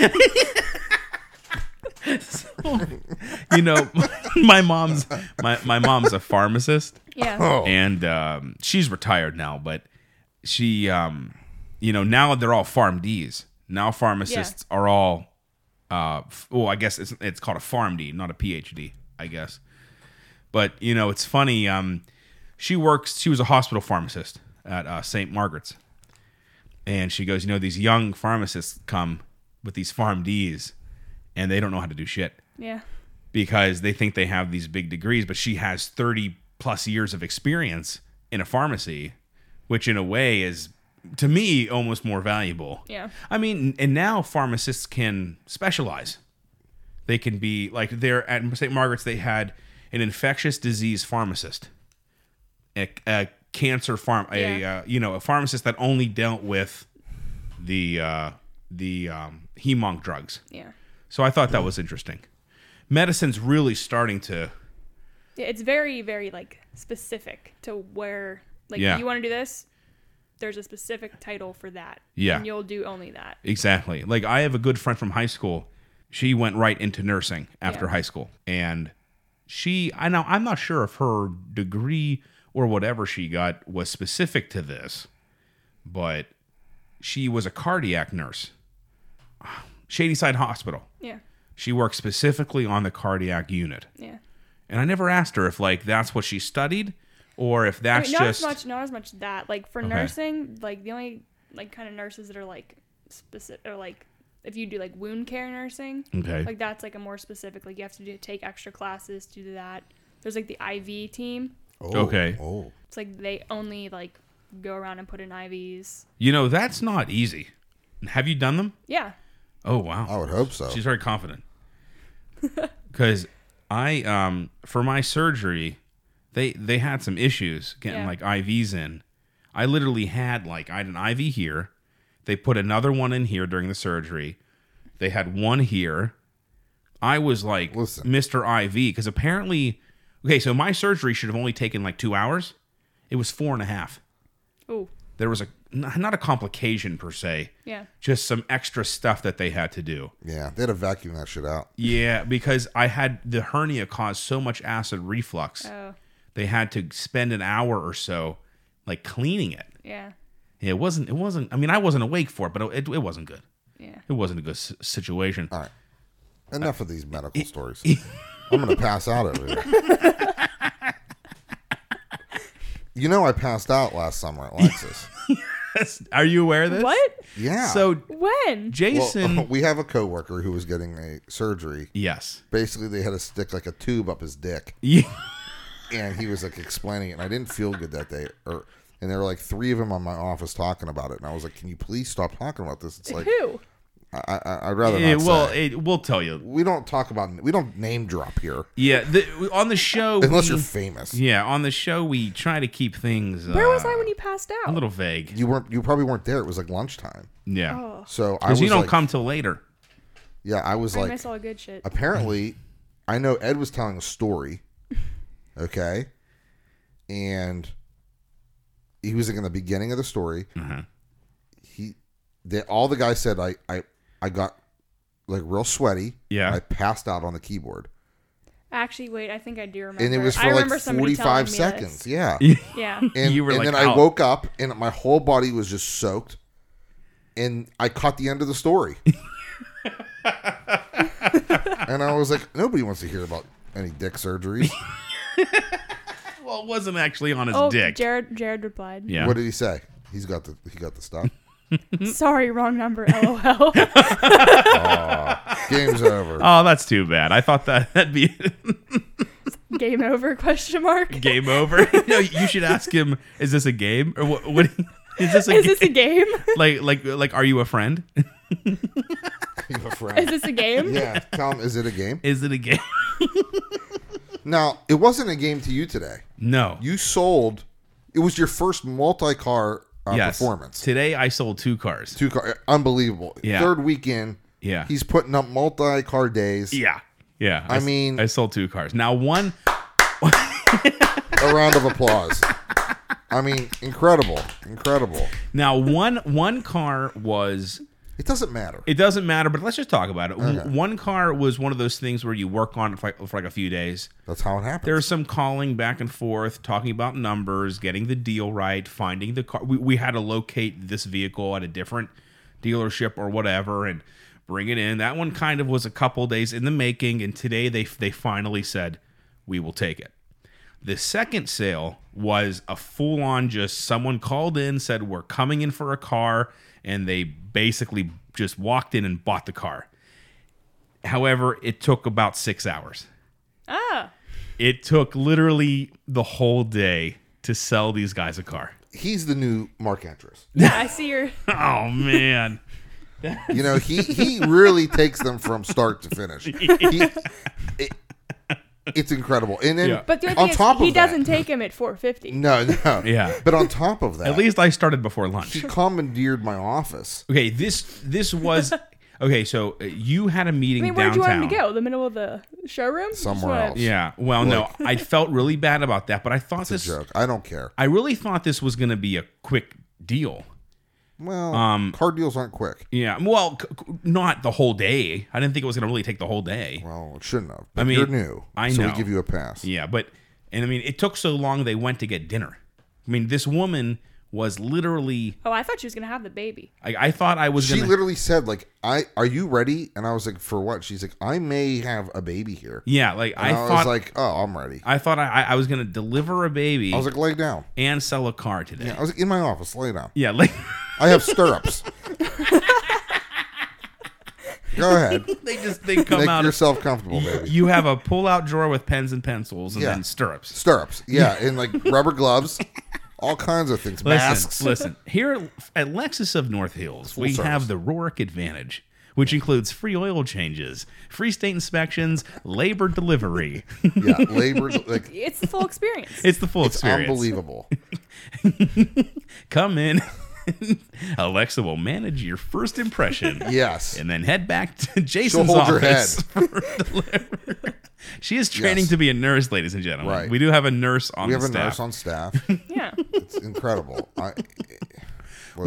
[SPEAKER 1] you know, my mom's my, my mom's a pharmacist.
[SPEAKER 3] Yeah.
[SPEAKER 2] Oh,
[SPEAKER 1] and um, she's retired now, but she, um, you know, now they're all PharmDs. Now pharmacists are all, uh, f- well, I guess it's it's called a PharmD, not a PhD, I guess. But you know, it's funny. Um, she works. She was a hospital pharmacist at uh, St. Margaret's, and she goes, you know, these young pharmacists come with these PharmDs, and they don't know how to do shit
[SPEAKER 3] Yeah.
[SPEAKER 1] because they think they have these big degrees, but she has 30 plus years of experience in a pharmacy, which in a way is to me almost more valuable.
[SPEAKER 3] Yeah.
[SPEAKER 1] I mean, and now pharmacists can specialize. They can be like there at St. Margaret's, they had an infectious disease pharmacist, a, a cancer farm, a
[SPEAKER 3] Yeah.
[SPEAKER 1] uh, you know a pharmacist that only dealt with the uh, the um, hemonc drugs.
[SPEAKER 3] Yeah.
[SPEAKER 1] So I thought that was interesting. Medicine's really starting to.
[SPEAKER 3] Yeah, it's very, very like specific to where like
[SPEAKER 1] Yeah.
[SPEAKER 3] you want to do this. There's a specific title for that.
[SPEAKER 1] Yeah.
[SPEAKER 3] and you'll do only that.
[SPEAKER 1] Exactly. Like I have a good friend from high school. She went right into nursing after
[SPEAKER 3] Yeah.
[SPEAKER 1] high school, and she. I know I'm not sure if her degree or whatever she got was specific to this, but she was a cardiac nurse, Shadyside Hospital.
[SPEAKER 3] Yeah,
[SPEAKER 1] She worked specifically on the cardiac unit,
[SPEAKER 3] yeah.
[SPEAKER 1] and I never asked her if like that's what she studied or if
[SPEAKER 3] I
[SPEAKER 1] that's
[SPEAKER 3] mean, not
[SPEAKER 1] just
[SPEAKER 3] as much, not as much that. Like for nursing, like the only like kind of nurses that are like specific or like if you do like wound care nursing,
[SPEAKER 1] okay.
[SPEAKER 3] like that's like a more specific. Like you have to do, take extra classes to do that. There's like the IV team.
[SPEAKER 2] Oh,
[SPEAKER 1] Okay.
[SPEAKER 2] Oh.
[SPEAKER 3] It's like they only like go around and put in IVs.
[SPEAKER 1] You know, that's not easy. Have you done them?
[SPEAKER 3] Yeah,
[SPEAKER 1] Oh wow.
[SPEAKER 2] I would hope so.
[SPEAKER 1] She's very confident. Cuz I um for my surgery, they they had some issues getting
[SPEAKER 3] Yeah.
[SPEAKER 1] like IVs in. I literally had like I had an IV here. They put another one in here during the surgery. They had one here. I was like
[SPEAKER 2] Listen.
[SPEAKER 1] Mr. IV cuz apparently okay, so my surgery should have only taken like 2 hours. It was four and a half.
[SPEAKER 3] oh
[SPEAKER 1] There was a n- not a complication per se,
[SPEAKER 3] yeah,
[SPEAKER 1] just some extra stuff that they had to do.
[SPEAKER 2] Yeah, they had to vacuum that shit out.
[SPEAKER 1] Yeah, because I had the hernia caused so much acid reflux,
[SPEAKER 3] oh
[SPEAKER 1] they had to spend an hour or so like cleaning it.
[SPEAKER 3] yeah,
[SPEAKER 1] It wasn't. It wasn't. I mean, I wasn't awake for it, but it, it wasn't good.
[SPEAKER 3] yeah.
[SPEAKER 1] It wasn't a good s- situation.
[SPEAKER 2] All right. Enough of these medical stories. I'm going to pass out over here. you know, I passed out last summer at Lexus.
[SPEAKER 1] Are you aware of this?
[SPEAKER 3] What?
[SPEAKER 2] Yeah.
[SPEAKER 1] So
[SPEAKER 3] When?
[SPEAKER 2] well,
[SPEAKER 1] Jason.
[SPEAKER 2] we have a coworker who was getting a surgery.
[SPEAKER 1] yes.
[SPEAKER 2] Basically, they had to stick like a tube up his dick,
[SPEAKER 1] Yeah.
[SPEAKER 2] and he was like explaining it. And I didn't feel good that day, or and there were like three of them on my office talking about it. And I was like, "Can you please stop talking about this?" It's like
[SPEAKER 3] Who?
[SPEAKER 2] I, I, I'd rather
[SPEAKER 1] Eh,
[SPEAKER 2] not.
[SPEAKER 1] well,
[SPEAKER 2] say.
[SPEAKER 1] it, we'll tell you.
[SPEAKER 2] we don't talk about we don't name drop here
[SPEAKER 1] Yeah. The, on the show.
[SPEAKER 2] unless
[SPEAKER 1] we-
[SPEAKER 2] you're famous.
[SPEAKER 1] Yeah, on the show we try to keep things.
[SPEAKER 3] Where was
[SPEAKER 1] uh,
[SPEAKER 3] I when you passed
[SPEAKER 1] A
[SPEAKER 3] out?
[SPEAKER 1] little vague.
[SPEAKER 2] You weren't. You probably weren't there. It was like lunchtime.
[SPEAKER 1] Yeah.
[SPEAKER 3] oh,
[SPEAKER 2] So I was
[SPEAKER 1] Because you don't
[SPEAKER 2] like,
[SPEAKER 1] come till later.
[SPEAKER 2] Yeah, I was
[SPEAKER 3] I
[SPEAKER 2] like,
[SPEAKER 3] miss all the good shit.
[SPEAKER 2] apparently, I know Ed was telling a story, okay, and he was like in the beginning of the story.
[SPEAKER 1] Mhm.
[SPEAKER 2] He, they, all the guys said, I, I, I got like real sweaty.
[SPEAKER 1] Yeah.
[SPEAKER 2] I passed out on the keyboard,
[SPEAKER 3] Actually, wait, I think I do remember.
[SPEAKER 2] and it was
[SPEAKER 3] Oh I
[SPEAKER 2] for
[SPEAKER 3] remember
[SPEAKER 2] like
[SPEAKER 3] somebody
[SPEAKER 2] forty-five
[SPEAKER 3] telling me
[SPEAKER 2] seconds.
[SPEAKER 3] This.
[SPEAKER 2] Yeah,
[SPEAKER 3] Yeah.
[SPEAKER 2] and,
[SPEAKER 1] You were
[SPEAKER 2] and
[SPEAKER 1] like, "Oh."
[SPEAKER 2] then I
[SPEAKER 1] "Ow."
[SPEAKER 2] woke up and my whole body was just soaked, and I caught the end of the story. and I was like, nobody wants to hear about any dick surgeries.
[SPEAKER 1] Well, it wasn't actually on his
[SPEAKER 3] Oh,
[SPEAKER 1] dick.
[SPEAKER 3] Jared. Jared replied.
[SPEAKER 1] yeah.
[SPEAKER 2] What did he say? He's got the he got the stuff.
[SPEAKER 3] Mm-hmm. Sorry, wrong number. LOL.
[SPEAKER 2] Game's over.
[SPEAKER 1] Oh, that's too bad. I thought that that'd be
[SPEAKER 3] Game over? Question mark.
[SPEAKER 1] game over. no, you should ask him. Is this a game or what? what is this a game?
[SPEAKER 3] Is this a game?
[SPEAKER 1] like like like? Are you a friend?
[SPEAKER 2] You have a
[SPEAKER 3] Is
[SPEAKER 2] friend.
[SPEAKER 3] this a game?
[SPEAKER 2] Yeah, tell him. Is it a game?
[SPEAKER 1] Is it a game?
[SPEAKER 2] Now, it wasn't a game to you today.
[SPEAKER 1] No.
[SPEAKER 2] You sold. It was your first multi-car uh,
[SPEAKER 1] yes.
[SPEAKER 2] performance.
[SPEAKER 1] Today I sold two cars.
[SPEAKER 2] Two car, unbelievable.
[SPEAKER 1] Yeah.
[SPEAKER 2] Third weekend.
[SPEAKER 1] Yeah.
[SPEAKER 2] He's putting up multi-car days
[SPEAKER 1] Yeah. Yeah.
[SPEAKER 2] I
[SPEAKER 1] s-
[SPEAKER 2] mean-
[SPEAKER 1] I sold two cars. Now one.
[SPEAKER 2] a round of applause. I mean, incredible, incredible.
[SPEAKER 1] Now one one car was.
[SPEAKER 2] It doesn't matter.
[SPEAKER 1] It doesn't matter, but let's just talk about it. W- One car was one of those things where you work on it for like, for like a few days.
[SPEAKER 2] That's how it happens.
[SPEAKER 1] There's some calling back and forth, talking about numbers, getting the deal right, finding the car. We, we had to locate this vehicle at a different dealership or whatever and bring it in. That one kind of was a couple days in the making, and today they they finally said we will take it. The second sale was a full on just someone called in, said, We're coming in for a car, and they basically just walked in and bought the car. However, it took about six hours.
[SPEAKER 3] Ah,
[SPEAKER 1] It took literally the whole day to sell these guys a car.
[SPEAKER 2] He's the new Mark Andrews.
[SPEAKER 3] yeah, I see your.
[SPEAKER 1] Oh, man.
[SPEAKER 2] You know, he he really takes them from start to finish. He, it, it's incredible. And then
[SPEAKER 1] Yeah.
[SPEAKER 3] But the only
[SPEAKER 2] on
[SPEAKER 3] thing
[SPEAKER 2] top
[SPEAKER 3] is, he
[SPEAKER 2] of that-
[SPEAKER 3] doesn't take him at 450.
[SPEAKER 2] No, no.
[SPEAKER 1] Yeah.
[SPEAKER 2] But on top of that,
[SPEAKER 1] At least I started before lunch.
[SPEAKER 2] he commandeered my office.
[SPEAKER 1] Okay, this this was okay. So uh, you had a meeting
[SPEAKER 3] I mean, where'd
[SPEAKER 1] downtown.
[SPEAKER 3] you want him to go? The middle of the showroom? Just
[SPEAKER 2] Somewhere
[SPEAKER 3] wanna-
[SPEAKER 2] else.
[SPEAKER 1] Yeah. Well, no, I felt really bad about that, but I thought
[SPEAKER 2] It's
[SPEAKER 1] this.
[SPEAKER 2] a joke. I don't care.
[SPEAKER 1] I really thought this was going to be a quick deal.
[SPEAKER 2] Well,
[SPEAKER 1] Um,
[SPEAKER 2] car deals aren't quick.
[SPEAKER 1] Yeah. Well, c- c- not the whole day. I didn't think it was going to really take the whole day.
[SPEAKER 2] Well, it shouldn't have. But
[SPEAKER 1] mean,
[SPEAKER 2] you're new,
[SPEAKER 1] I
[SPEAKER 2] so
[SPEAKER 1] know.
[SPEAKER 2] we give you a pass.
[SPEAKER 1] Yeah, but and I mean, it took so long. They went to get dinner. I mean, this woman was literally.
[SPEAKER 3] Oh, I thought she was going to have the baby.
[SPEAKER 1] I, I thought I was
[SPEAKER 2] She
[SPEAKER 1] going. to...
[SPEAKER 2] literally said, "Like, I are you ready?" And I was like, "For what?" She's like, "I may have a baby here."
[SPEAKER 1] Yeah, like I,
[SPEAKER 2] And I, was
[SPEAKER 1] thought.
[SPEAKER 2] like, "Oh, I'm ready."
[SPEAKER 1] I thought I, I, I was going to deliver a baby
[SPEAKER 2] I was like, "Lay down."
[SPEAKER 1] and sell a car today.
[SPEAKER 2] I was like, "In my office, lay down."
[SPEAKER 1] yeah like.
[SPEAKER 2] I have stirrups. Go ahead.
[SPEAKER 1] they just they come
[SPEAKER 2] Make
[SPEAKER 1] out of
[SPEAKER 2] yourself comfortable, baby.
[SPEAKER 1] you have a pull-out drawer with pens and pencils and
[SPEAKER 2] Yeah.
[SPEAKER 1] then stirrups.
[SPEAKER 2] Stirrups. Yeah, and like rubber gloves, all kinds of things.
[SPEAKER 1] Listen,
[SPEAKER 2] Masks.
[SPEAKER 1] listen. Here at Lexus of North Hills, we
[SPEAKER 2] service.
[SPEAKER 1] have the Rorick Advantage, which includes free oil changes, free state inspections, labor delivery.
[SPEAKER 2] Yeah, labor. Like
[SPEAKER 3] It's the full experience.
[SPEAKER 1] it's the full
[SPEAKER 2] it's
[SPEAKER 1] experience.
[SPEAKER 2] unbelievable.
[SPEAKER 1] Come in. Alexa will manage your first impression.
[SPEAKER 2] Yes.
[SPEAKER 1] And then head back to Jason's
[SPEAKER 2] hold your
[SPEAKER 1] office. for delivery. she is training
[SPEAKER 2] Yes.
[SPEAKER 1] to be a nurse, ladies and gentlemen.
[SPEAKER 2] Right.
[SPEAKER 1] We do have a nurse on
[SPEAKER 2] we
[SPEAKER 1] the
[SPEAKER 2] have a
[SPEAKER 1] staff.
[SPEAKER 2] nurse on staff.
[SPEAKER 3] yeah.
[SPEAKER 2] It's incredible. I, listen,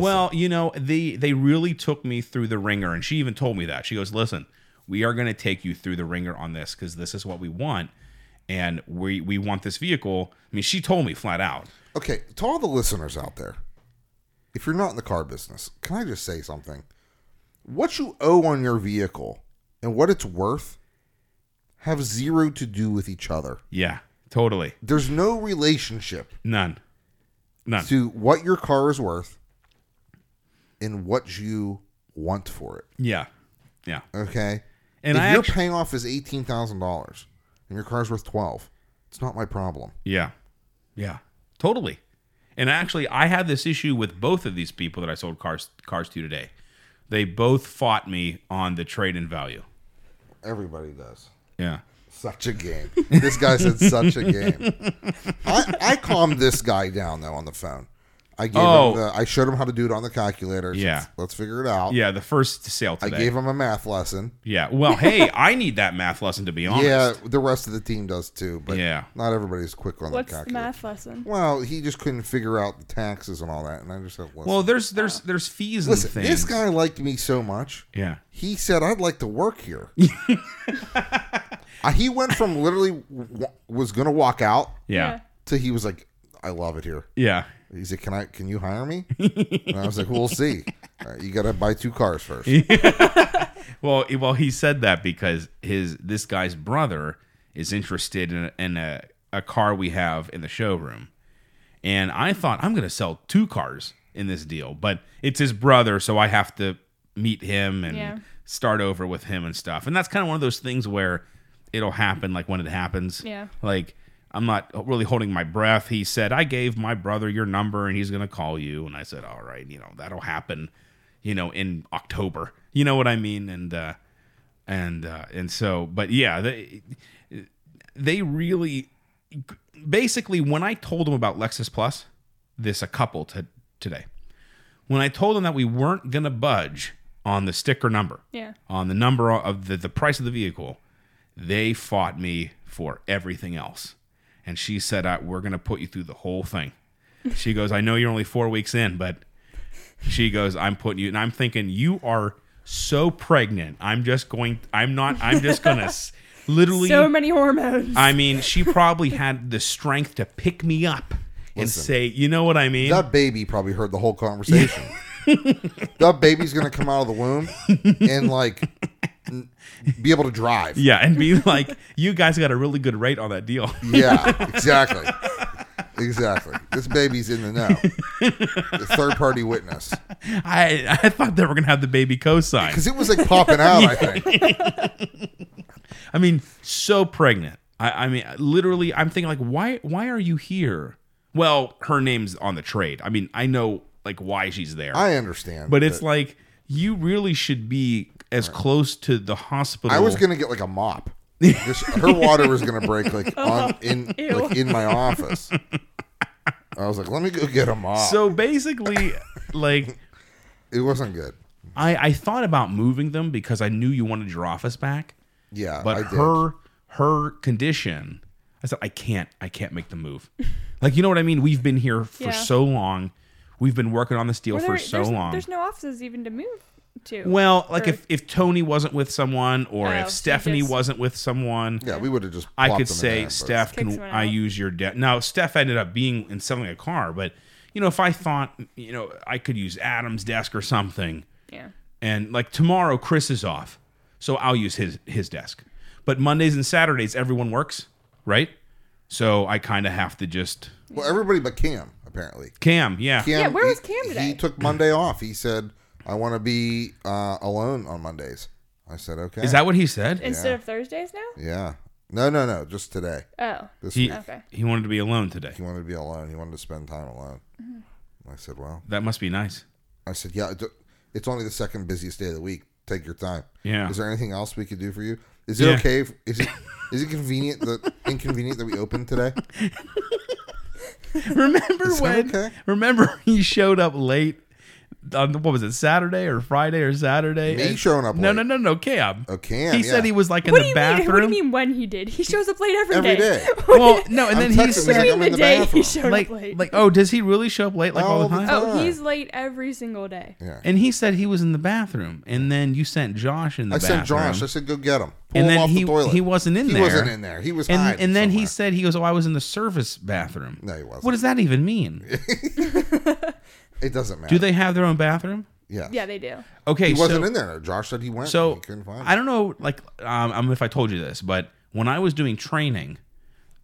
[SPEAKER 1] Well, you know, they they really took me through the ringer, and she even told me that. She goes, "Listen, we are going to take you through the ringer on this because this is what we want, and we we want this vehicle." I mean, she told me flat out.
[SPEAKER 2] okay, to all the listeners out there, if you're not in the car business, can I just say something? What you owe on your vehicle and what it's worth have zero to do with each other.
[SPEAKER 1] Yeah, totally,
[SPEAKER 2] There's no relationship
[SPEAKER 1] none, none.
[SPEAKER 2] to what your car is worth and what you want for it.
[SPEAKER 1] Yeah, yeah.
[SPEAKER 2] Okay.
[SPEAKER 1] And
[SPEAKER 2] if
[SPEAKER 1] I
[SPEAKER 2] your
[SPEAKER 1] actu-
[SPEAKER 2] payoff is eighteen thousand dollars and your car's worth twelve, it's not my problem.
[SPEAKER 1] Yeah. Yeah. Totally. And actually I had this issue with both of these people that I sold cars cars to today. They both fought me on the trade in value.
[SPEAKER 2] Everybody does.
[SPEAKER 1] Yeah.
[SPEAKER 2] Such a game. This guy said such a game. I, I calmed this guy down though on the phone. I gave
[SPEAKER 1] Oh.
[SPEAKER 2] him the, I showed him how to do it on the calculator.
[SPEAKER 1] Yeah.
[SPEAKER 2] Let's, let's figure it out.
[SPEAKER 1] Yeah, the first sale
[SPEAKER 2] I
[SPEAKER 1] today.
[SPEAKER 2] gave him a math lesson.
[SPEAKER 1] yeah. Well, hey, I need that math lesson to be honest.
[SPEAKER 2] Yeah, the rest of the team does too, but
[SPEAKER 1] Yeah.
[SPEAKER 2] not everybody's quick on
[SPEAKER 3] What's
[SPEAKER 2] the
[SPEAKER 3] the
[SPEAKER 2] calculator.
[SPEAKER 3] math lesson?
[SPEAKER 2] Well, he just couldn't figure out the taxes and all that, and I just said, "Listen,
[SPEAKER 1] Well, there's there's there's fees and
[SPEAKER 2] listen
[SPEAKER 1] things.
[SPEAKER 2] this guy liked me so much.
[SPEAKER 1] Yeah.
[SPEAKER 2] He said, I'd like to work here. Uh, he went from literally w- was going to walk out
[SPEAKER 1] Yeah.
[SPEAKER 2] to he was like, I love it here.
[SPEAKER 1] Yeah.
[SPEAKER 2] He said, "Can I? Can you hire me?" And I was like, "We'll see. All right, you got to buy two cars first.
[SPEAKER 1] Well, he- well, he said that because his this guy's brother is interested in, in a, a car we have in the showroom, and I thought I'm going to sell two cars in this deal, but it's his brother, so I have to meet him and
[SPEAKER 3] Yeah.
[SPEAKER 1] start over with him and stuff. And that's kind of one of those things where it'll happen, like when it happens.
[SPEAKER 3] Yeah.
[SPEAKER 1] Like I'm not really holding my breath. He said, "I gave my brother your number, and he's going to call you." And I said, "All right, you know that'll happen." you know, in October. You know what I mean? And uh, and uh, and so, but yeah, they they really basically when I told them about Lexus Plus, this a couple to today, when I told them that we weren't gonna budge on the sticker number,
[SPEAKER 3] Yeah.
[SPEAKER 1] on the number of the, the price of the vehicle, they fought me for everything else. And she said, I, We're going to put you through the whole thing. She goes, I know you're only four weeks in, but she goes, I'm putting you, and I'm thinking, You are so pregnant. I'm just going, I'm not, I'm just going to literally.
[SPEAKER 3] So many hormones.
[SPEAKER 1] I mean, she probably had the strength to pick me up and
[SPEAKER 2] Listen.
[SPEAKER 1] say, You know what I mean?
[SPEAKER 2] That baby probably heard the whole conversation. that baby's gonna come out of the womb in like be able to drive.
[SPEAKER 1] Yeah, and be like, you guys got a really good rate on that deal.
[SPEAKER 2] Yeah, exactly. exactly. This baby's in the know. The third party witness.
[SPEAKER 1] I I thought they were gonna have the baby cosign.
[SPEAKER 2] Because it was like popping out, I think.
[SPEAKER 1] I mean, so pregnant. I, I mean, literally, I'm thinking like, why why are you here? Well, her name's on the trade. I mean, I know like why she's there,
[SPEAKER 2] I understand.
[SPEAKER 1] but it's like you really should be as close to the hospital.
[SPEAKER 2] I was gonna get like a mop. Just, her water was gonna break like on in
[SPEAKER 3] Ew.
[SPEAKER 2] like in my office. I was like, let me go get a mop.
[SPEAKER 1] So basically, like
[SPEAKER 2] it wasn't good.
[SPEAKER 1] I I thought about moving them because I knew you wanted your office back.
[SPEAKER 2] Yeah,
[SPEAKER 1] but
[SPEAKER 2] I did.
[SPEAKER 1] her her condition i said i can't i can't make the move like you know what i mean we've been here for
[SPEAKER 3] Yeah.
[SPEAKER 1] so long we've been working on this deal
[SPEAKER 3] Well,
[SPEAKER 1] for
[SPEAKER 3] there-
[SPEAKER 1] so
[SPEAKER 3] there's,
[SPEAKER 1] long
[SPEAKER 3] There's no offices even to move to.
[SPEAKER 1] well like
[SPEAKER 3] or-
[SPEAKER 1] if if tony wasn't with someone or
[SPEAKER 3] Oh,
[SPEAKER 1] if
[SPEAKER 3] so
[SPEAKER 1] stephanie
[SPEAKER 3] just-
[SPEAKER 1] wasn't with someone
[SPEAKER 2] yeah, we would have just.
[SPEAKER 1] i
[SPEAKER 2] plopped
[SPEAKER 1] could
[SPEAKER 2] them in
[SPEAKER 1] say
[SPEAKER 2] there, but-
[SPEAKER 1] steph
[SPEAKER 3] Kick
[SPEAKER 1] can
[SPEAKER 3] someone
[SPEAKER 1] i
[SPEAKER 3] out.
[SPEAKER 1] use your debt now steph ended up being and selling a car but you know if i thought you know i could use adam's desk or something
[SPEAKER 3] yeah.
[SPEAKER 1] and like tomorrow chris is off so i'll use his his desk but mondays and saturdays everyone works right so i kind of have to just
[SPEAKER 2] Well, everybody but Cam apparently.
[SPEAKER 1] cam yeah
[SPEAKER 2] Cam,
[SPEAKER 3] Yeah, where
[SPEAKER 2] he-
[SPEAKER 3] was Cam
[SPEAKER 2] He
[SPEAKER 3] today?
[SPEAKER 2] took Monday off. He said, "I want to be uh, alone on Mondays." I said, "Okay."
[SPEAKER 1] is that what he said
[SPEAKER 3] Instead of Thursdays now?
[SPEAKER 2] Yeah. No, no, no. Just today.
[SPEAKER 3] Oh.
[SPEAKER 2] This
[SPEAKER 1] he,
[SPEAKER 2] week.
[SPEAKER 3] Okay.
[SPEAKER 1] he wanted to be alone today
[SPEAKER 2] He wanted to be alone. He wanted to spend time alone.
[SPEAKER 3] Mm-hmm.
[SPEAKER 2] And I said, "Well,"
[SPEAKER 1] that must be nice
[SPEAKER 2] I said, "Yeah, it- it's only the second busiest day of the week. Take your time."
[SPEAKER 1] Yeah.
[SPEAKER 2] Is there anything else we could do for you? Is it
[SPEAKER 1] Yeah.
[SPEAKER 2] okay? If, is it is it convenient that inconvenient that we open today?
[SPEAKER 1] remember
[SPEAKER 2] Is that
[SPEAKER 1] when
[SPEAKER 2] okay?
[SPEAKER 1] remember he showed up late on what was it saturday or friday or saturday
[SPEAKER 2] Me
[SPEAKER 1] And-
[SPEAKER 2] showing up
[SPEAKER 1] no
[SPEAKER 2] late.
[SPEAKER 1] no no no cam
[SPEAKER 2] Oh, Cam,
[SPEAKER 1] he
[SPEAKER 2] yeah.
[SPEAKER 1] said he was like in
[SPEAKER 3] What do
[SPEAKER 1] the
[SPEAKER 3] you
[SPEAKER 1] bathroom
[SPEAKER 3] mean? What do you mean when he did? He shows up late
[SPEAKER 2] Every day.
[SPEAKER 3] What do you-
[SPEAKER 1] well no and then
[SPEAKER 2] I'm
[SPEAKER 1] he
[SPEAKER 2] texting, he's like,
[SPEAKER 1] said
[SPEAKER 2] I'm
[SPEAKER 3] the
[SPEAKER 2] in the
[SPEAKER 3] day he
[SPEAKER 2] bathroom.
[SPEAKER 3] showed
[SPEAKER 1] like
[SPEAKER 3] up late.
[SPEAKER 1] like oh does he really show up late like all, the time
[SPEAKER 3] oh,
[SPEAKER 2] Yeah.
[SPEAKER 3] he's late every single day.
[SPEAKER 2] Yeah.
[SPEAKER 1] And he said he was in the bathroom, and then you sent Josh in the
[SPEAKER 2] I
[SPEAKER 1] bathroom.
[SPEAKER 2] sent Josh. I said, "Go get him." Pull
[SPEAKER 1] and
[SPEAKER 2] him
[SPEAKER 1] then
[SPEAKER 2] off
[SPEAKER 1] he
[SPEAKER 2] the toilet.
[SPEAKER 1] he wasn't in
[SPEAKER 2] He
[SPEAKER 1] there.
[SPEAKER 2] wasn't in there. He was
[SPEAKER 1] And,
[SPEAKER 2] hiding
[SPEAKER 1] and then he
[SPEAKER 2] somewhere.
[SPEAKER 1] said he goes, "Oh, I was in the service bathroom."
[SPEAKER 2] No, he wasn't.
[SPEAKER 1] What does that even mean?
[SPEAKER 2] It doesn't matter.
[SPEAKER 1] Do they have their own bathroom?
[SPEAKER 2] Yeah.
[SPEAKER 3] Yeah, they do.
[SPEAKER 1] Okay,
[SPEAKER 2] He wasn't
[SPEAKER 1] so,
[SPEAKER 2] in there. Josh said he went.
[SPEAKER 1] So
[SPEAKER 2] and he couldn't find.
[SPEAKER 1] I don't know, like um, I don't know if I told you this, but when I was doing training,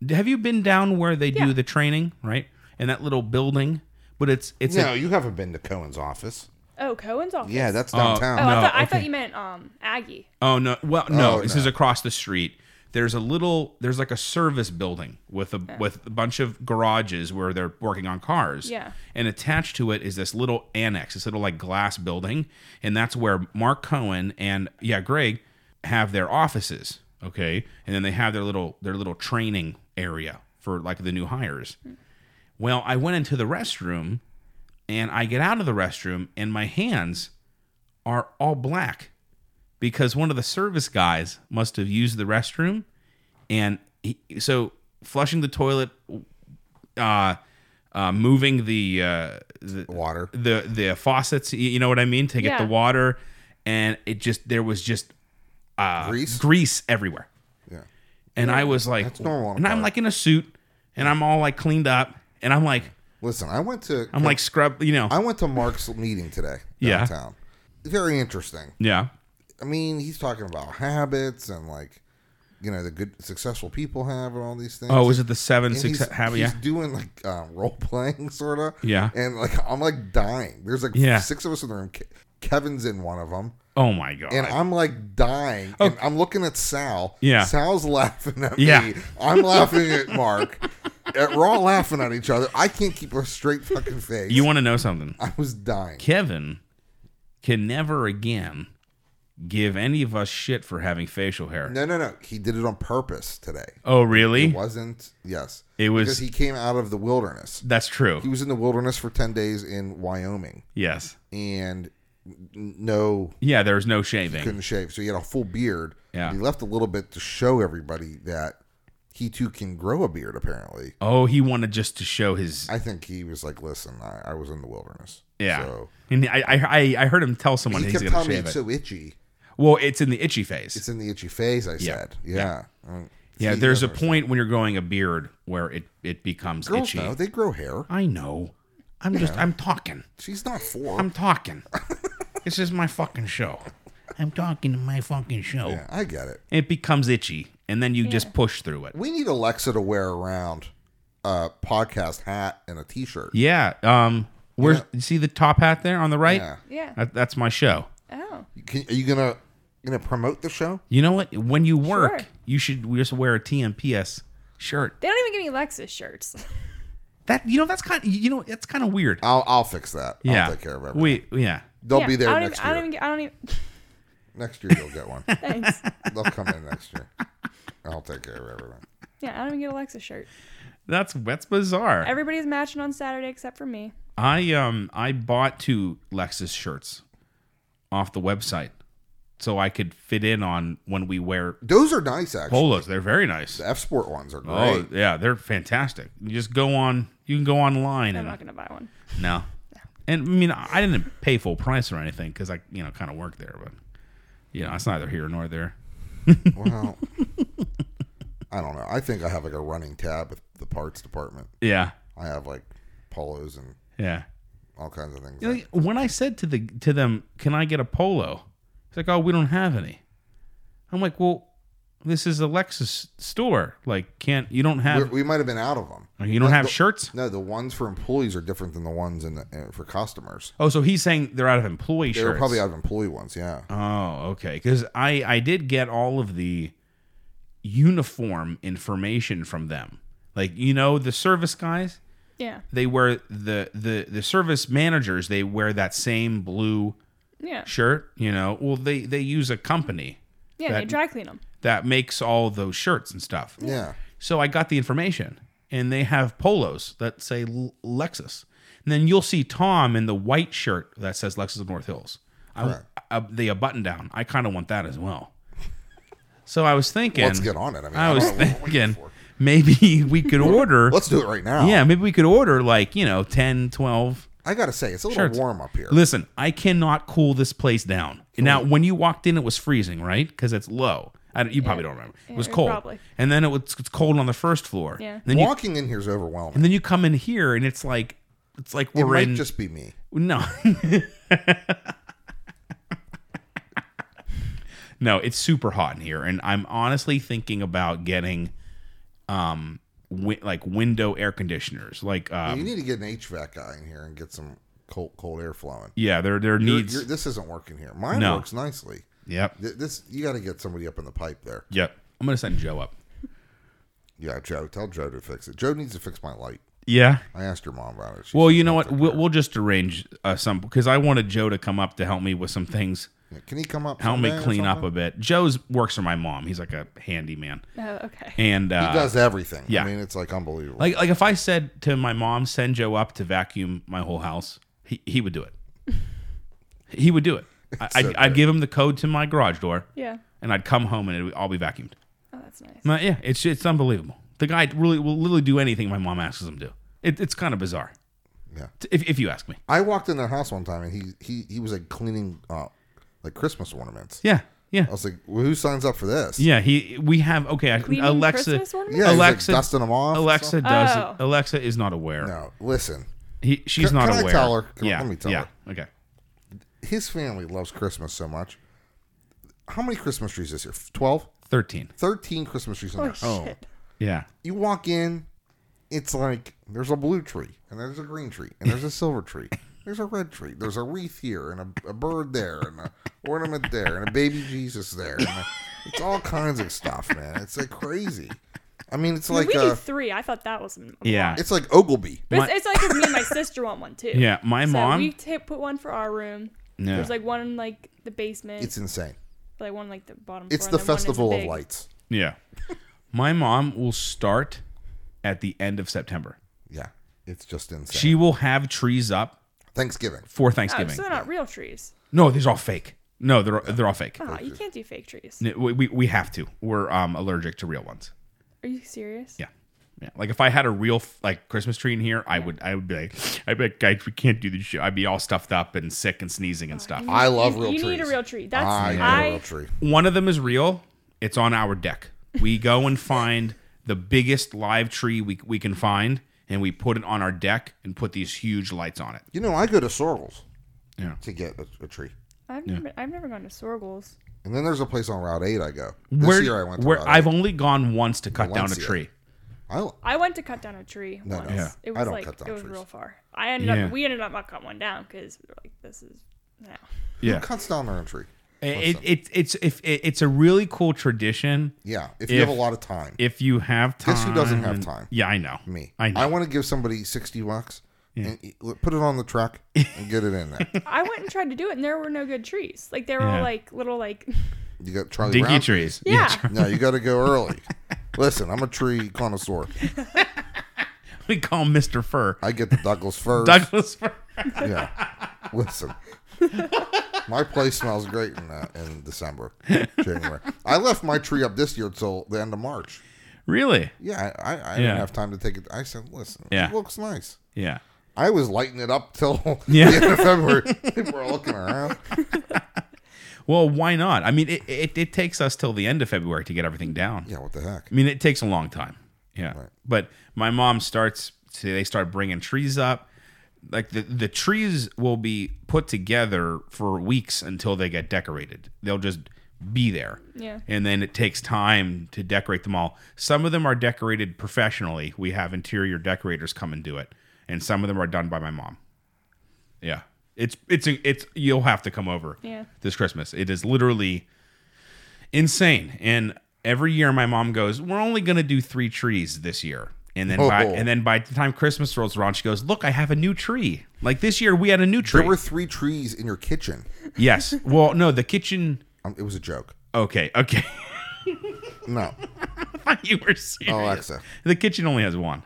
[SPEAKER 1] have you been down where they
[SPEAKER 3] Yeah.
[SPEAKER 1] do the training, right? In that little building, but it's it's
[SPEAKER 2] No,
[SPEAKER 1] a,
[SPEAKER 2] you haven't been to Cohen's office.
[SPEAKER 3] Oh, Cohen's office.
[SPEAKER 2] Yeah, that's
[SPEAKER 3] Oh,
[SPEAKER 2] downtown.
[SPEAKER 1] No,
[SPEAKER 3] I, thought, I
[SPEAKER 1] okay.
[SPEAKER 3] thought you meant um Aggie.
[SPEAKER 1] Oh no! Well, no,
[SPEAKER 2] Oh,
[SPEAKER 1] this
[SPEAKER 2] no.
[SPEAKER 1] is across the street. There's a little. There's like a service building with a with a bunch of garages where they're working on cars.
[SPEAKER 3] Yeah.
[SPEAKER 1] And attached to it is this little annex, this little like glass building, and that's where Mark Cohen and yeah Greg have their offices. Okay, and then they have their little their little training area for like the new hires. Well, I went into the restroom, and I get out of the restroom, and my hands are all black because one of the service guys must have used the restroom and he, so flushing the toilet uh uh moving the uh the
[SPEAKER 2] Water.
[SPEAKER 1] the, the faucets y- you know what i mean to get
[SPEAKER 3] Yeah.
[SPEAKER 1] the water and it just there was just uh
[SPEAKER 2] Grease?
[SPEAKER 1] grease everywhere
[SPEAKER 2] Yeah.
[SPEAKER 1] and i was like
[SPEAKER 2] that's normal on a
[SPEAKER 1] and i'm
[SPEAKER 2] car.
[SPEAKER 1] like in a suit and i'm all like cleaned up and i'm like
[SPEAKER 2] Listen, I went to.
[SPEAKER 1] i'm like scrub you know
[SPEAKER 2] I went to Mark's meeting today.
[SPEAKER 1] Yeah.
[SPEAKER 2] Downtown. Very interesting.
[SPEAKER 1] yeah
[SPEAKER 2] I mean, he's talking about habits and like, you know, the good successful people have and all these things.
[SPEAKER 1] oh is it the seven
[SPEAKER 2] And
[SPEAKER 1] six
[SPEAKER 2] he's,
[SPEAKER 1] habit
[SPEAKER 2] he's
[SPEAKER 1] yeah
[SPEAKER 2] doing like um, role playing sort of.
[SPEAKER 1] Yeah.
[SPEAKER 2] And like I'm like dying. There's like
[SPEAKER 1] Yeah.
[SPEAKER 2] six of us in the room. Ke- Kevin's in one of them,
[SPEAKER 1] oh my god
[SPEAKER 2] and I'm like dying. And I'm looking at Sal.
[SPEAKER 1] Oh. Yeah.
[SPEAKER 2] Sal's laughing at
[SPEAKER 1] Yeah.
[SPEAKER 2] me. I'm laughing at Mark. And We're all laughing at each other. I can't keep a straight fucking face.
[SPEAKER 1] you want to know something
[SPEAKER 2] I was dying.
[SPEAKER 1] Kevin can never again give any of us shit for having facial hair.
[SPEAKER 2] No, no, no. He did it on purpose today.
[SPEAKER 1] Oh, really?
[SPEAKER 2] Wasn't yes.
[SPEAKER 1] It was-
[SPEAKER 2] because he came out of the wilderness.
[SPEAKER 1] That's
[SPEAKER 2] He
[SPEAKER 1] true.
[SPEAKER 2] was in the wilderness for ten days in Wyoming,
[SPEAKER 1] Yes.
[SPEAKER 2] and n- no
[SPEAKER 1] Yeah, there's no shaving.
[SPEAKER 2] couldn't shave, so he had a full beard.
[SPEAKER 1] Yeah.
[SPEAKER 2] He left a little bit to show everybody that he too can grow a beard. Apparently,
[SPEAKER 1] Oh, he wanted just to show his.
[SPEAKER 2] I think he was like, "Listen, I, I was in the wilderness."
[SPEAKER 1] Yeah.
[SPEAKER 2] So
[SPEAKER 1] And I, I, I- I heard him tell someone
[SPEAKER 2] he
[SPEAKER 1] he's going
[SPEAKER 2] kept
[SPEAKER 1] to
[SPEAKER 2] telling me
[SPEAKER 1] shave
[SPEAKER 2] it's
[SPEAKER 1] it.
[SPEAKER 2] so itchy.
[SPEAKER 1] well, it's in the itchy phase.
[SPEAKER 2] It's in the itchy phase. I said, "Yeah." Mm.
[SPEAKER 1] yeah,
[SPEAKER 2] He
[SPEAKER 1] there's a
[SPEAKER 2] doesn't understand.
[SPEAKER 1] point when you're growing a beard where it, it becomes
[SPEAKER 2] Girls
[SPEAKER 1] itchy.
[SPEAKER 2] know they grow hair.
[SPEAKER 1] I know. I'm just, I'm talking.
[SPEAKER 2] She's not 4
[SPEAKER 1] I'm talking. this is my fucking show.
[SPEAKER 4] I'm talking to my fucking show.
[SPEAKER 2] Yeah, I get it.
[SPEAKER 1] It becomes itchy, and then you just push through it.
[SPEAKER 2] We need Alexa to wear around a podcast hat and a T-shirt.
[SPEAKER 1] Yeah. Um. Where you see the top hat there on the right?
[SPEAKER 2] Yeah.
[SPEAKER 3] Yeah.
[SPEAKER 1] That, that's my show.
[SPEAKER 3] Oh.
[SPEAKER 2] Can, are you gonna gonna promote the show?
[SPEAKER 1] You know what? When you work,
[SPEAKER 3] Sure.
[SPEAKER 1] you should just wear a TMPS shirt.
[SPEAKER 3] They don't even give me Lexus shirts.
[SPEAKER 1] That you know that's kind. you know that's kind of weird.
[SPEAKER 2] I'll I'll fix that.
[SPEAKER 1] yeah.
[SPEAKER 2] I'll take care of everything.
[SPEAKER 1] We yeah.
[SPEAKER 2] They'll
[SPEAKER 3] Yeah,
[SPEAKER 2] be there
[SPEAKER 3] I don't
[SPEAKER 2] next
[SPEAKER 3] even, I
[SPEAKER 2] year.
[SPEAKER 3] don't even. get- I don't even.
[SPEAKER 2] Next year you'll get one.
[SPEAKER 3] Thanks.
[SPEAKER 2] They'll come in next year. I'll take care of everyone.
[SPEAKER 3] yeah, I don't even get a Lexus shirt.
[SPEAKER 1] That's that's bizarre.
[SPEAKER 3] Everybody's matching on Saturday except for me.
[SPEAKER 1] I um I bought two Lexus shirts off the website so I could fit in on when we wear
[SPEAKER 2] Those are nice actually.
[SPEAKER 1] polos. They're very nice.
[SPEAKER 2] The F Sport ones are great.
[SPEAKER 1] Oh yeah, they're fantastic. You just go on. You can go online
[SPEAKER 3] I'm
[SPEAKER 1] and
[SPEAKER 3] not gonna buy one.
[SPEAKER 1] no, and I mean I didn't pay full price or anything because I you know kind of worked there, but you know it's neither here nor there.
[SPEAKER 2] Well, I don't know. I think I have like a running tab with the parts department.
[SPEAKER 1] Yeah,
[SPEAKER 2] I have like polos and
[SPEAKER 1] yeah.
[SPEAKER 2] all kinds of things.
[SPEAKER 1] You know, when I said to the to them, "Can I get a polo?" It's like, "Oh, we don't have any." I'm like, "Well, this is a Lexus store. Like, can't you don't
[SPEAKER 2] we
[SPEAKER 1] have
[SPEAKER 2] we might have been out of them.
[SPEAKER 1] you don't have shirts?"
[SPEAKER 2] No, the ones for employees are different than the ones in the, uh, for customers.
[SPEAKER 1] Oh, so he's saying they're out of employee
[SPEAKER 2] They
[SPEAKER 1] shirts.
[SPEAKER 2] were probably out of employee ones. Yeah.
[SPEAKER 1] Oh, okay. Because I I did get all of the uniform information from them. Like you know the service guys,
[SPEAKER 3] Yeah.
[SPEAKER 1] they wear the the the service managers. They wear that same blue
[SPEAKER 3] Yeah.
[SPEAKER 1] shirt. You know, well they they use a company
[SPEAKER 3] Yeah.
[SPEAKER 1] That-
[SPEAKER 3] they dry clean them.
[SPEAKER 1] that makes all those shirts and stuff.
[SPEAKER 2] Yeah.
[SPEAKER 1] So I got the information, and they have polos that say L- Lexus. And then you'll see Tom in the white shirt that says Lexus of North Hills. I,
[SPEAKER 2] Correct.
[SPEAKER 1] uh, the uh, button down. I kind of want that as well. So I was thinking.
[SPEAKER 2] Let's get on it. I mean,
[SPEAKER 1] I
[SPEAKER 2] I
[SPEAKER 1] was
[SPEAKER 2] don't know what we're waiting
[SPEAKER 1] thinking
[SPEAKER 2] for.
[SPEAKER 1] maybe we could order.
[SPEAKER 2] Let's do it right now.
[SPEAKER 1] yeah, maybe we could order like, you know, 10, 12.
[SPEAKER 2] I gotta say, it's a little
[SPEAKER 1] Shirts.
[SPEAKER 2] warm up here.
[SPEAKER 1] Listen, I cannot cool this place down. Now, when you walked in, it was freezing, right? Because it's low. I don't, you probably don't remember. It
[SPEAKER 3] Yeah,
[SPEAKER 1] was
[SPEAKER 3] it
[SPEAKER 1] cold.
[SPEAKER 3] probably.
[SPEAKER 1] And then it was it's cold on the first floor.
[SPEAKER 3] Yeah.
[SPEAKER 1] And then you
[SPEAKER 2] Walking in here is overwhelming.
[SPEAKER 1] and then you come in here and it's like it's like
[SPEAKER 2] It
[SPEAKER 1] we're
[SPEAKER 2] might
[SPEAKER 1] in
[SPEAKER 2] just be me.
[SPEAKER 1] no. no, it's super hot in here and I'm honestly thinking about getting um wi- like window air conditioners. Like
[SPEAKER 2] you
[SPEAKER 1] um
[SPEAKER 2] need to get an HVAC guy in here and get some cold cold air flowing.
[SPEAKER 1] yeah, there there
[SPEAKER 2] You're-
[SPEAKER 1] needs
[SPEAKER 2] you're- this isn't working here. Mine
[SPEAKER 1] No.
[SPEAKER 2] works nicely.
[SPEAKER 1] Yep.
[SPEAKER 2] Th- This you got to get somebody up in the pipe there.
[SPEAKER 1] Yep. I'm going to send Joe up.
[SPEAKER 2] Yeah, Joe, tell Joe to fix it. Joe needs to fix my light.
[SPEAKER 1] Yeah.
[SPEAKER 2] I asked your mom about it. She
[SPEAKER 1] Well,
[SPEAKER 2] said,
[SPEAKER 1] you know what? We'll, we'll just arrange uh, some because I wanted Joe to come up to help me with some things,
[SPEAKER 2] yeah, can he come up?
[SPEAKER 1] help me
[SPEAKER 2] someday or
[SPEAKER 1] clean up a
[SPEAKER 2] something?
[SPEAKER 1] bit. Joe's works for my mom. He's like a handyman,
[SPEAKER 3] Oh, okay.
[SPEAKER 1] and uh,
[SPEAKER 2] He does everything.
[SPEAKER 1] yeah.
[SPEAKER 2] I mean, it's like unbelievable.
[SPEAKER 1] like like if I said to my mom, send Joe up to vacuum my whole house, he, he would do it. he would do it. I, I'd,
[SPEAKER 2] so
[SPEAKER 1] I'd give him the code to my garage door,
[SPEAKER 3] Yeah.
[SPEAKER 1] and I'd come home and it would all be vacuumed.
[SPEAKER 3] Oh, that's nice.
[SPEAKER 1] Uh, yeah, it's it's unbelievable. The guy really will literally do anything my mom asks him to. do. It, it's kind of bizarre,
[SPEAKER 2] yeah,
[SPEAKER 1] t- if if you ask me.
[SPEAKER 2] I walked in their house one time and he he he was like cleaning uh like Christmas ornaments.
[SPEAKER 1] Yeah, yeah.
[SPEAKER 2] I was like, well, who signs up for this?
[SPEAKER 1] Yeah, he we have okay. I-
[SPEAKER 3] Cleaning
[SPEAKER 1] Alexa,
[SPEAKER 3] Christmas ornaments?
[SPEAKER 2] yeah. he's, like,
[SPEAKER 1] Alexa-
[SPEAKER 2] dusting them off. and
[SPEAKER 1] Alexa
[SPEAKER 2] stuff.
[SPEAKER 1] does.
[SPEAKER 3] Oh.
[SPEAKER 1] It. Alexa is not aware.
[SPEAKER 2] No, listen.
[SPEAKER 1] He, she's
[SPEAKER 2] Can-
[SPEAKER 1] not
[SPEAKER 2] can I
[SPEAKER 1] aware.
[SPEAKER 2] tell her? Can-
[SPEAKER 1] yeah,
[SPEAKER 2] let me tell
[SPEAKER 1] yeah. Okay.
[SPEAKER 2] His family loves Christmas so much. How many Christmas trees this year? 12?
[SPEAKER 1] Thirteen.
[SPEAKER 2] 13 Christmas trees in
[SPEAKER 3] Oh
[SPEAKER 2] their home.
[SPEAKER 3] shit.
[SPEAKER 1] Yeah.
[SPEAKER 2] you walk in, it's like there's a blue tree, and there's a green tree, and there's a silver tree, there's a red tree, there's a wreath here, and a, a bird there, and a ornament there, and a baby Jesus there. And a- it's all kinds of stuff, man. It's like crazy. I mean, it's like
[SPEAKER 3] we do
[SPEAKER 2] uh,
[SPEAKER 3] three. I thought that was. a lot.
[SPEAKER 1] Yeah.
[SPEAKER 2] it's like Ogilby.
[SPEAKER 3] But
[SPEAKER 1] My-
[SPEAKER 3] it's, it's like 'cause me and my sister want one too.
[SPEAKER 1] Yeah. My
[SPEAKER 3] So
[SPEAKER 1] mom.
[SPEAKER 3] we t- put one for our room.
[SPEAKER 1] Yeah.
[SPEAKER 3] There's like one in like the basement.
[SPEAKER 2] It's insane.
[SPEAKER 3] like one in, like the bottom.
[SPEAKER 2] It's the
[SPEAKER 3] floor, and then one in
[SPEAKER 2] festival of
[SPEAKER 3] big-
[SPEAKER 2] lights.
[SPEAKER 1] yeah. My mom will start at the end of September.
[SPEAKER 2] Yeah, it's just insane.
[SPEAKER 1] She will have trees up
[SPEAKER 2] Thanksgiving.
[SPEAKER 1] for
[SPEAKER 3] Oh,
[SPEAKER 1] Thanksgiving.
[SPEAKER 3] so they're not real trees.
[SPEAKER 1] no, these are all fake. No, they're they're all fake.
[SPEAKER 3] Oh, you can't do fake trees.
[SPEAKER 1] N- We, we we have to. We're um allergic to real ones.
[SPEAKER 3] Are you serious?
[SPEAKER 1] Yeah. Yeah. Like if I had a real f- like Christmas tree in here, I would I would be like, I bet guys we can't do this shit. I'd be all stuffed up and sick and sneezing
[SPEAKER 3] Oh,
[SPEAKER 1] and stuff.
[SPEAKER 2] I love
[SPEAKER 3] you,
[SPEAKER 2] real
[SPEAKER 3] you
[SPEAKER 2] trees.
[SPEAKER 3] need a real tree. That's
[SPEAKER 2] I
[SPEAKER 3] I,
[SPEAKER 2] love a real tree.
[SPEAKER 1] One of them is real. It's on our deck. We go and find the biggest live tree we we can find and we put it on our deck and put these huge lights on it.
[SPEAKER 2] You know, I go to Sorrel's
[SPEAKER 1] Yeah.
[SPEAKER 2] to get a, a tree.
[SPEAKER 3] I've never, I've never gone to Sorgles.
[SPEAKER 2] And then there's a place on Route 8 I go. This
[SPEAKER 1] where
[SPEAKER 2] year I went to
[SPEAKER 1] where
[SPEAKER 2] Route
[SPEAKER 1] I've only gone once to cut down a
[SPEAKER 2] Valencia.
[SPEAKER 1] tree.
[SPEAKER 2] I,
[SPEAKER 3] I went to cut down a tree
[SPEAKER 2] No, no.
[SPEAKER 3] once.
[SPEAKER 2] Yeah.
[SPEAKER 3] It
[SPEAKER 2] I
[SPEAKER 3] was
[SPEAKER 2] don't
[SPEAKER 3] like
[SPEAKER 2] cut down
[SPEAKER 3] it was
[SPEAKER 2] trees.
[SPEAKER 3] real far. I ended
[SPEAKER 1] Yeah.
[SPEAKER 3] up we ended up not cutting one down because we were like this is no.
[SPEAKER 1] Yeah,
[SPEAKER 2] cuts down their own tree.
[SPEAKER 1] it, it, it's if it, it's a really cool tradition.
[SPEAKER 2] Yeah, if, you have a
[SPEAKER 1] If-
[SPEAKER 2] lot of time.
[SPEAKER 1] If you have time,
[SPEAKER 2] Guess who doesn't have time?
[SPEAKER 1] Yeah, I know.
[SPEAKER 2] me.
[SPEAKER 1] I know.
[SPEAKER 2] want to give somebody 60 bucks and e- put it on the truck and get it in there.
[SPEAKER 3] I went and tried to do it and there were no good trees. Like there were
[SPEAKER 1] Yeah.
[SPEAKER 3] all like little like
[SPEAKER 2] You got Charlie
[SPEAKER 1] Dinky
[SPEAKER 2] Brown.
[SPEAKER 1] trees.
[SPEAKER 3] yeah.
[SPEAKER 2] No, you got to go early. Listen, I'm a tree connoisseur.
[SPEAKER 1] we call him Mr. Fur.
[SPEAKER 2] I get the Douglas firs.
[SPEAKER 1] Douglas Fir.
[SPEAKER 2] Yeah. Listen. My place smells great in uh, in December, January. I left my tree up this year till the end of March.
[SPEAKER 1] really?
[SPEAKER 2] Yeah, I, I, I
[SPEAKER 1] Yeah.
[SPEAKER 2] didn't have time to take it. I said, listen,
[SPEAKER 1] Yeah.
[SPEAKER 2] it looks nice.
[SPEAKER 1] Yeah.
[SPEAKER 2] I was lighting it up till
[SPEAKER 1] Yeah.
[SPEAKER 2] the end of February. People were looking around.
[SPEAKER 1] Well, why not? I mean, it, it, it takes us till the end of February to get everything down.
[SPEAKER 2] Yeah, what the heck?
[SPEAKER 1] I mean, it takes a long time. Yeah. But my mom starts, see, they start bringing trees up. Like the, the trees will be put together for weeks until they get decorated. They'll just be there.
[SPEAKER 3] Yeah.
[SPEAKER 1] And then it takes time to decorate them all. Some of them are decorated professionally. We have interior decorators come and do it. And some of them are done by my mom. Yeah. It's it's it's you'll have to come over.
[SPEAKER 3] Yeah.
[SPEAKER 1] This Christmas. It is literally insane. And every year my mom goes, "We're only going to do 3 trees this year." And then by
[SPEAKER 2] Oh.
[SPEAKER 1] and then by the time Christmas rolls around, she goes, "Look, I have a new tree." Like this year we had a new tree.
[SPEAKER 2] There were three trees in your kitchen.
[SPEAKER 1] yes. Well, no, the kitchen
[SPEAKER 2] Um, it was a joke.
[SPEAKER 1] Okay, okay.
[SPEAKER 2] No,
[SPEAKER 1] you were serious.
[SPEAKER 2] Alexa,
[SPEAKER 1] The kitchen only has one.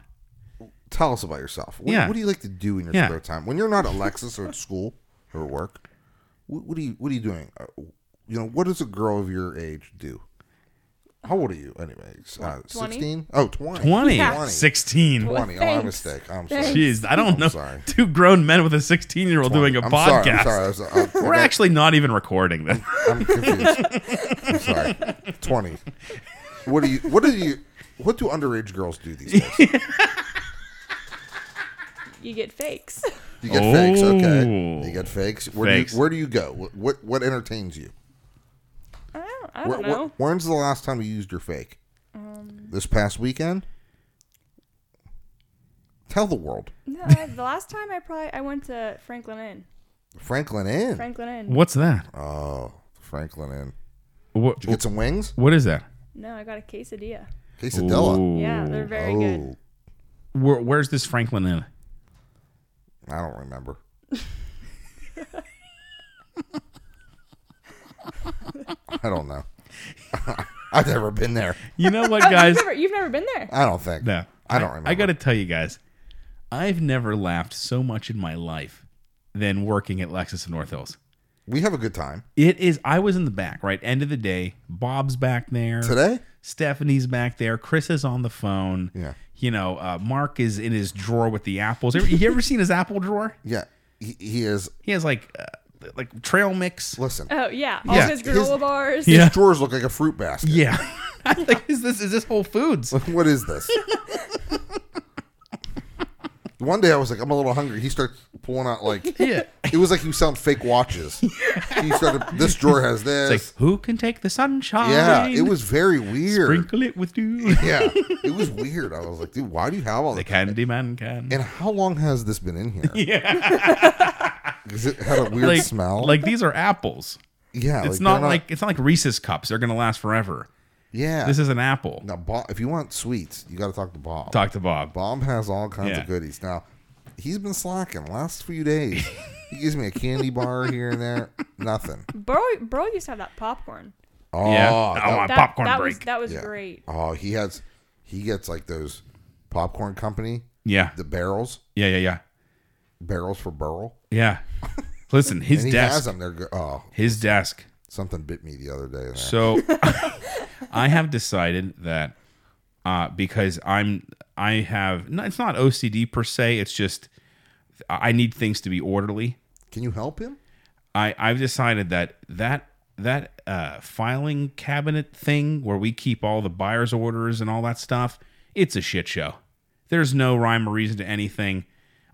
[SPEAKER 2] tell us about yourself. What,
[SPEAKER 1] Yeah.
[SPEAKER 2] what do you like to do in your
[SPEAKER 1] Yeah.
[SPEAKER 2] spare time when you're not at Lexus or at school or work? What, what are you What are you doing? Uh, You know, what does a girl of your age do? How old are you, anyways? Uh,
[SPEAKER 3] 20?
[SPEAKER 2] 16? Oh, 20.
[SPEAKER 1] 20.
[SPEAKER 3] Yeah.
[SPEAKER 2] 20.
[SPEAKER 1] 16.
[SPEAKER 2] 20. Oh, my
[SPEAKER 3] Thanks.
[SPEAKER 2] mistake. I'm sorry.
[SPEAKER 3] Thanks.
[SPEAKER 1] Jeez, I don't know.
[SPEAKER 2] sorry.
[SPEAKER 1] Two grown men with a 16 year old doing a
[SPEAKER 2] I'm
[SPEAKER 1] podcast.
[SPEAKER 2] Sorry, I'm sorry. I was, uh, I
[SPEAKER 1] We're
[SPEAKER 2] got-
[SPEAKER 1] actually not even recording this.
[SPEAKER 2] I'm confused. I'm sorry. 20. What do you, what do you, what do underage girls do these days?
[SPEAKER 3] You get fakes.
[SPEAKER 2] You get fakes, okay.
[SPEAKER 1] Oh.
[SPEAKER 2] You get fakes. Where do
[SPEAKER 1] Fakes.
[SPEAKER 2] you, where do you go? What what, what entertains you?
[SPEAKER 3] I don't, I
[SPEAKER 2] Where,
[SPEAKER 3] don't
[SPEAKER 2] where-
[SPEAKER 3] know. Um,
[SPEAKER 2] when's the last time you used your fake? this past weekend. Tell the world,
[SPEAKER 3] No, I, the last time I probably I went to Franklin Inn.
[SPEAKER 2] Franklin Inn.
[SPEAKER 3] Franklin Inn.
[SPEAKER 1] What's that?
[SPEAKER 2] oh, Franklin Inn.
[SPEAKER 1] What,
[SPEAKER 2] Did you get some wings?
[SPEAKER 1] what is that?
[SPEAKER 3] No, I got a quesadilla.
[SPEAKER 2] Quesadilla.
[SPEAKER 3] Yeah, they're very
[SPEAKER 2] oh,
[SPEAKER 3] good.
[SPEAKER 1] Where, where's this Franklin in?
[SPEAKER 2] I don't remember. I don't know. I've never been there.
[SPEAKER 1] You know what,
[SPEAKER 3] Oh,
[SPEAKER 1] guys?
[SPEAKER 3] you've never, you've never been there.
[SPEAKER 2] I don't think.
[SPEAKER 1] No,
[SPEAKER 2] I don't remember.
[SPEAKER 1] I got to tell you guys, I've never laughed so much in my life than working at Lexus of North Hills.
[SPEAKER 2] We have a good time
[SPEAKER 1] It is. I was in the back, right? End of the day. Bob's back there.
[SPEAKER 2] today.
[SPEAKER 1] Stephanie's back there. Chris is on the phone.
[SPEAKER 2] Yeah.
[SPEAKER 1] You know, uh, Mark is in his drawer with the apples. Ever- You ever seen his apple drawer?
[SPEAKER 2] Yeah, he, he is.
[SPEAKER 1] He has like, uh, like trail mix.
[SPEAKER 2] Listen,
[SPEAKER 3] Oh yeah, all
[SPEAKER 1] Yeah.
[SPEAKER 3] those
[SPEAKER 2] His-
[SPEAKER 3] granola bars.
[SPEAKER 1] Yeah.
[SPEAKER 2] his drawers look like a fruit basket.
[SPEAKER 1] Yeah. I think is this is this Whole Foods.
[SPEAKER 2] What is this? One day I was like, I'm a little hungry. He starts pulling out like
[SPEAKER 1] Yeah.
[SPEAKER 2] it was like he was selling fake watches. He started. This drawer has
[SPEAKER 1] It's
[SPEAKER 2] this.
[SPEAKER 1] like who can take the sunshine?
[SPEAKER 2] yeah, it was very weird.
[SPEAKER 1] sprinkle it with dew.
[SPEAKER 2] Yeah, it was weird. I was like, dude, why do you have all
[SPEAKER 1] the
[SPEAKER 2] this?
[SPEAKER 1] Candyman can.
[SPEAKER 2] And how long has this been in here? Yeah, because it had a weird
[SPEAKER 1] like,
[SPEAKER 2] smell.
[SPEAKER 1] like these are apples.
[SPEAKER 2] yeah,
[SPEAKER 1] It's
[SPEAKER 2] they're
[SPEAKER 1] not like it's not like Reese's cups. They're gonna last forever.
[SPEAKER 2] yeah.
[SPEAKER 1] This is an apple.
[SPEAKER 2] now, Bob, if you want sweets, you got to talk to Bob.
[SPEAKER 1] Talk to Bob.
[SPEAKER 2] Bob has all kinds
[SPEAKER 1] Yeah.
[SPEAKER 2] of goodies. Now, he's been slacking last few days. he gives me a candy bar here and there. Nothing.
[SPEAKER 3] Bro, bro used to have that popcorn.
[SPEAKER 2] Oh,
[SPEAKER 1] Yeah.
[SPEAKER 2] that-
[SPEAKER 1] Oh, A
[SPEAKER 3] That,
[SPEAKER 1] popcorn
[SPEAKER 3] that
[SPEAKER 1] break.
[SPEAKER 3] Was, that was
[SPEAKER 2] yeah.
[SPEAKER 3] great.
[SPEAKER 2] Oh, he has. He gets like those popcorn company,
[SPEAKER 1] Yeah.
[SPEAKER 2] the barrels,
[SPEAKER 1] Yeah. Yeah. Yeah.
[SPEAKER 2] barrels for barrel.
[SPEAKER 1] Yeah. Listen, his
[SPEAKER 2] And he
[SPEAKER 1] desk.
[SPEAKER 2] has them. They're go- oh,
[SPEAKER 1] His desk.
[SPEAKER 2] something bit me the other day. there.
[SPEAKER 1] So I have decided that uh, because I'm I have no, it's not OCD per se. It's just I I need things to be orderly.
[SPEAKER 2] Can you help him?
[SPEAKER 1] I I've decided that that that uh, filing cabinet thing where we keep all the buyer's orders and all that stuff, it's a shit show. There's no rhyme or reason to anything.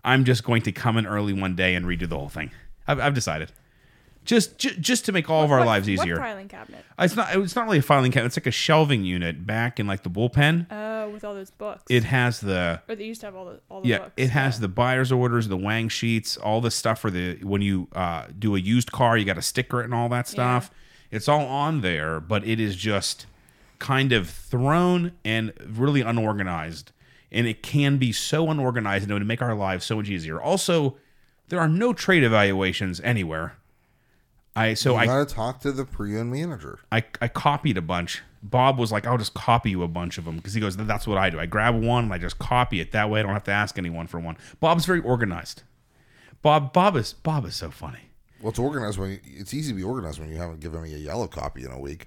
[SPEAKER 1] I'm just going to come in early one day and redo the whole thing. I've, I've decided. Just j- just to make all of our
[SPEAKER 3] What-
[SPEAKER 1] lives
[SPEAKER 3] what
[SPEAKER 1] easier.
[SPEAKER 3] filing cabinet?
[SPEAKER 1] It's not it's not really a filing cabinet. It's like a shelving unit back in like the bullpen.
[SPEAKER 3] Oh, with all those books.
[SPEAKER 1] It has the
[SPEAKER 3] or they used to have all the all the
[SPEAKER 1] yeah,
[SPEAKER 3] books.
[SPEAKER 1] it has the buyer's orders, the Wang sheets, all the stuff for the when you uh, do a used car, you got a sticker and all that stuff. It's all on there, but it is just kind of thrown and really unorganized. And it can be so unorganized and it would make our lives so much easier. Also, there are no trade evaluations anywhere. I so
[SPEAKER 2] I
[SPEAKER 1] Oh, I
[SPEAKER 2] gotta talk to the pre-owned manager.
[SPEAKER 1] I, I copied a bunch. Bob was like, I'll just copy you a bunch of them because he goes, That's what I do. I grab one and I just copy it. That way I don't have to ask anyone for one. Bob's very organized. Bob Bob is Bob is so funny.
[SPEAKER 2] Well, it's organized when you, it's easy to be organized when you haven't given me a yellow copy in a week.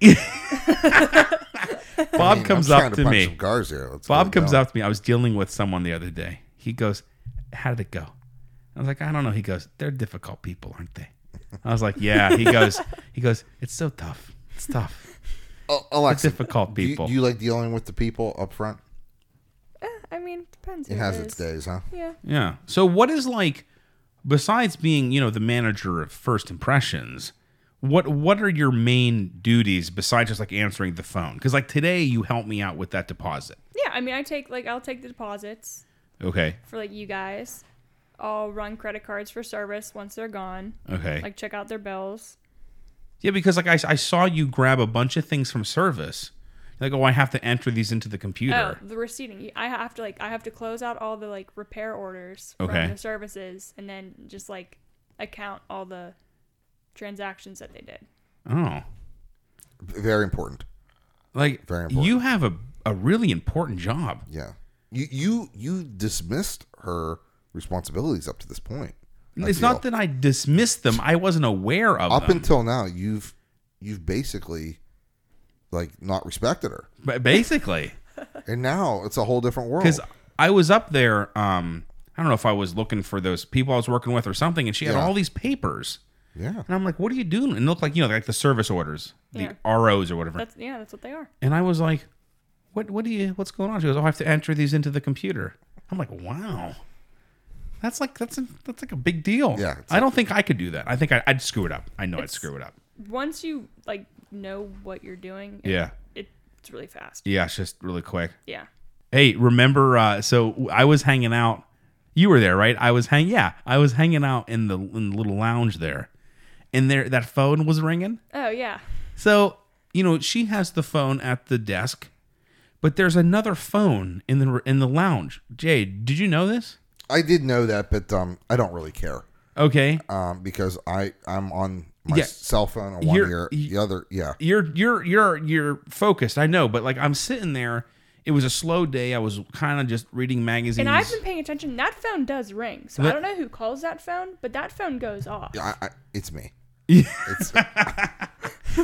[SPEAKER 1] Bob comes
[SPEAKER 2] I'm
[SPEAKER 1] up
[SPEAKER 2] trying
[SPEAKER 1] to
[SPEAKER 2] punch
[SPEAKER 1] me.
[SPEAKER 2] Some cars here. Let's
[SPEAKER 1] Bob
[SPEAKER 2] go
[SPEAKER 1] comes
[SPEAKER 2] down.
[SPEAKER 1] up to me. I was dealing with someone the other day. He goes, How did it go? I was like, I don't know. He goes, They're difficult people, aren't they? I was like, Yeah. He goes, he goes, It's so tough. It's tough.
[SPEAKER 2] Oh, Alexa,
[SPEAKER 1] difficult
[SPEAKER 2] do you-
[SPEAKER 1] people.
[SPEAKER 2] Do you, like dealing with the people up front?
[SPEAKER 3] Eh, I mean, depends.
[SPEAKER 2] It
[SPEAKER 3] who
[SPEAKER 2] has
[SPEAKER 3] is.
[SPEAKER 2] its days, huh?
[SPEAKER 3] Yeah.
[SPEAKER 1] Yeah. So what is like besides being, you know, the manager of first impressions, what what are your main duties besides just like answering the phone? Cuz like today you helped me out with that deposit.
[SPEAKER 3] Yeah, I mean, I take like I'll take the deposits
[SPEAKER 1] Okay.
[SPEAKER 3] for like you guys. I'll run credit cards for service once they're gone.
[SPEAKER 1] Okay.
[SPEAKER 3] Like check out their bills.
[SPEAKER 1] yeah, because like I, I saw you grab a bunch of things from service. Like, oh, I have to enter these into the computer.
[SPEAKER 3] Oh, the receipting. I have to like I have to close out all the like repair orders
[SPEAKER 1] Okay.
[SPEAKER 3] from the services and then just like account all the transactions that they did.
[SPEAKER 1] Oh.
[SPEAKER 2] Very important.
[SPEAKER 1] Like
[SPEAKER 2] Very important.
[SPEAKER 1] you have a a really important job.
[SPEAKER 2] Yeah. You you you dismissed her responsibilities up to this point. I
[SPEAKER 1] it's
[SPEAKER 2] feel.
[SPEAKER 1] not that I dismissed them. I wasn't aware of
[SPEAKER 2] up
[SPEAKER 1] them.
[SPEAKER 2] until now you've you've basically like not respected her
[SPEAKER 1] But basically.
[SPEAKER 2] and now it's a whole different world
[SPEAKER 1] because I was up there. Um, I don't know if I was looking for those people I was working with or something, and she had
[SPEAKER 2] Yeah.
[SPEAKER 1] all these papers,
[SPEAKER 2] yeah
[SPEAKER 1] and I'm like, "What are you doing?" And it looked like you know, like the service orders,
[SPEAKER 3] Yeah.
[SPEAKER 1] the ROs or whatever.
[SPEAKER 3] That's yeah, that's what they are.
[SPEAKER 1] and I was like, "What? What do you? What's going on?" She goes, "Oh, I have to enter these into the computer." I'm like, "Wow." That's like that's a, that's like a big deal.
[SPEAKER 2] Yeah, it's
[SPEAKER 1] I don't think I could do that. I think I, I'd screw it up. I know I'd
[SPEAKER 3] It's-
[SPEAKER 1] screw it up.
[SPEAKER 3] Once you like know what you're doing, it-
[SPEAKER 1] Yeah,
[SPEAKER 3] it, it's really fast.
[SPEAKER 1] yeah. It's just really quick.
[SPEAKER 3] Yeah.
[SPEAKER 1] Hey, remember? Uh, so I was hanging out. You were there, right? I was hang. Yeah, I was hanging out in the in the little lounge there, and there that phone was ringing.
[SPEAKER 3] Oh yeah.
[SPEAKER 1] So you know she has the phone at the desk, but there's another phone in the in the lounge. Jay, did you know this?
[SPEAKER 2] i did know that but um i don't really care
[SPEAKER 1] Okay,
[SPEAKER 2] um because i i'm on my
[SPEAKER 1] Yeah.
[SPEAKER 2] cell phone on one
[SPEAKER 1] You're-
[SPEAKER 2] ear
[SPEAKER 1] you-
[SPEAKER 2] the other yeah
[SPEAKER 1] you're you're you're you're focused. I know, but like I'm sitting there. It was a slow day. I was kind of just reading magazines.
[SPEAKER 3] And I've been paying attention. That phone does ring. So
[SPEAKER 1] That-
[SPEAKER 3] I don't know who calls that phone, but that phone goes off.
[SPEAKER 2] I, I, it's me it's,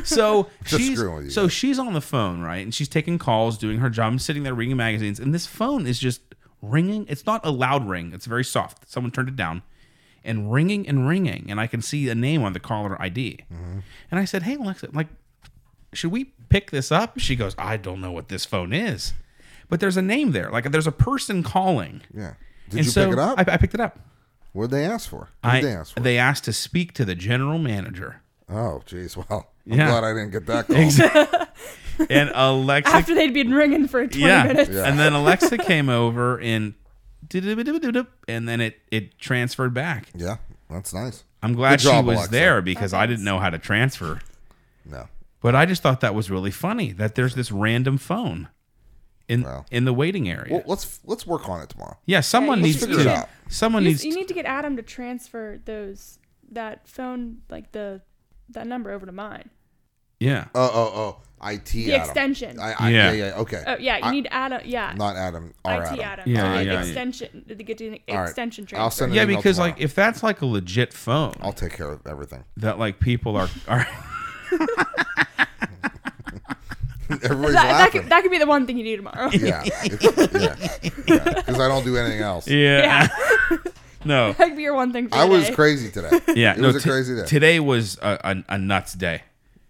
[SPEAKER 1] So
[SPEAKER 2] Just
[SPEAKER 1] she's
[SPEAKER 2] screwing with you
[SPEAKER 1] so
[SPEAKER 2] guys.
[SPEAKER 1] she's on the phone, right? And she's taking calls, doing her job. I'm sitting there reading magazines, and this phone is just ringing. It's not a loud ring. It's very soft. Someone turned it down, and ringing and ringing. And I can see a name on the caller ID.
[SPEAKER 2] Mm-hmm.
[SPEAKER 1] And I said, "Hey Alexa, like, should we pick this up?" She goes, "I don't know what this phone is, but there's a name there. Like, there's a person calling."
[SPEAKER 2] yeah did
[SPEAKER 1] and
[SPEAKER 2] you
[SPEAKER 1] so
[SPEAKER 2] pick it up
[SPEAKER 1] I, I picked it up.
[SPEAKER 2] what did they ask for what
[SPEAKER 1] I,
[SPEAKER 2] did they ask for
[SPEAKER 1] they asked to speak to the general manager.
[SPEAKER 2] oh jeez well i'm
[SPEAKER 1] Yeah.
[SPEAKER 2] glad i didn't get that call
[SPEAKER 1] And Alexa
[SPEAKER 3] After they'd been ringing for 20 minutes.
[SPEAKER 2] Yeah.
[SPEAKER 1] And then Alexa came over and did-a-bit-a-bit-a-bit, and then it it transferred back.
[SPEAKER 2] yeah that's nice
[SPEAKER 1] I'm glad
[SPEAKER 2] Good job,
[SPEAKER 1] she was
[SPEAKER 2] Alexa.
[SPEAKER 1] there because
[SPEAKER 3] Oh,
[SPEAKER 1] I
[SPEAKER 3] thanks.
[SPEAKER 1] didn't know how to transfer.
[SPEAKER 2] no
[SPEAKER 1] But I just thought that was really funny that there's this random phone in
[SPEAKER 2] Wow.
[SPEAKER 1] in the waiting area.
[SPEAKER 2] well let's let's work on it tomorrow
[SPEAKER 1] yeah, someone
[SPEAKER 3] Yeah, you
[SPEAKER 1] needs
[SPEAKER 2] should- you should-
[SPEAKER 1] to someone
[SPEAKER 3] You,
[SPEAKER 1] needs
[SPEAKER 3] you need to get Adam to transfer those that phone like the that number over to mine.
[SPEAKER 1] yeah.
[SPEAKER 2] oh oh oh it
[SPEAKER 3] The
[SPEAKER 2] adam.
[SPEAKER 3] extension.
[SPEAKER 2] I, I, yeah.
[SPEAKER 1] Yeah.
[SPEAKER 2] yeah okay
[SPEAKER 3] oh yeah, you
[SPEAKER 2] I-
[SPEAKER 3] need Adam. Yeah.
[SPEAKER 2] not adam
[SPEAKER 3] IT
[SPEAKER 2] our
[SPEAKER 3] Adam.
[SPEAKER 2] adam.
[SPEAKER 1] Yeah,
[SPEAKER 3] Uh,
[SPEAKER 1] yeah, yeah.
[SPEAKER 3] extension to get an
[SPEAKER 2] All right.
[SPEAKER 3] extension
[SPEAKER 2] I'll
[SPEAKER 3] transfer.
[SPEAKER 2] send an
[SPEAKER 1] Yeah,
[SPEAKER 2] email
[SPEAKER 1] because
[SPEAKER 2] tomorrow.
[SPEAKER 1] like if that's like a legit phone
[SPEAKER 2] I'll take care of everything.
[SPEAKER 1] that like people are are
[SPEAKER 2] Everybody's
[SPEAKER 3] that, that,
[SPEAKER 2] laughing.
[SPEAKER 3] could, that could be the one thing you do tomorrow.
[SPEAKER 2] yeah, it's- yeah, yeah. Because I don't do anything else.
[SPEAKER 1] yeah. no.
[SPEAKER 3] that could be your one thing for
[SPEAKER 2] I was
[SPEAKER 3] today.
[SPEAKER 2] crazy today.
[SPEAKER 1] Yeah,
[SPEAKER 2] it
[SPEAKER 1] no,
[SPEAKER 2] was a
[SPEAKER 1] t-
[SPEAKER 2] crazy day.
[SPEAKER 1] Today was a, a, a nuts day.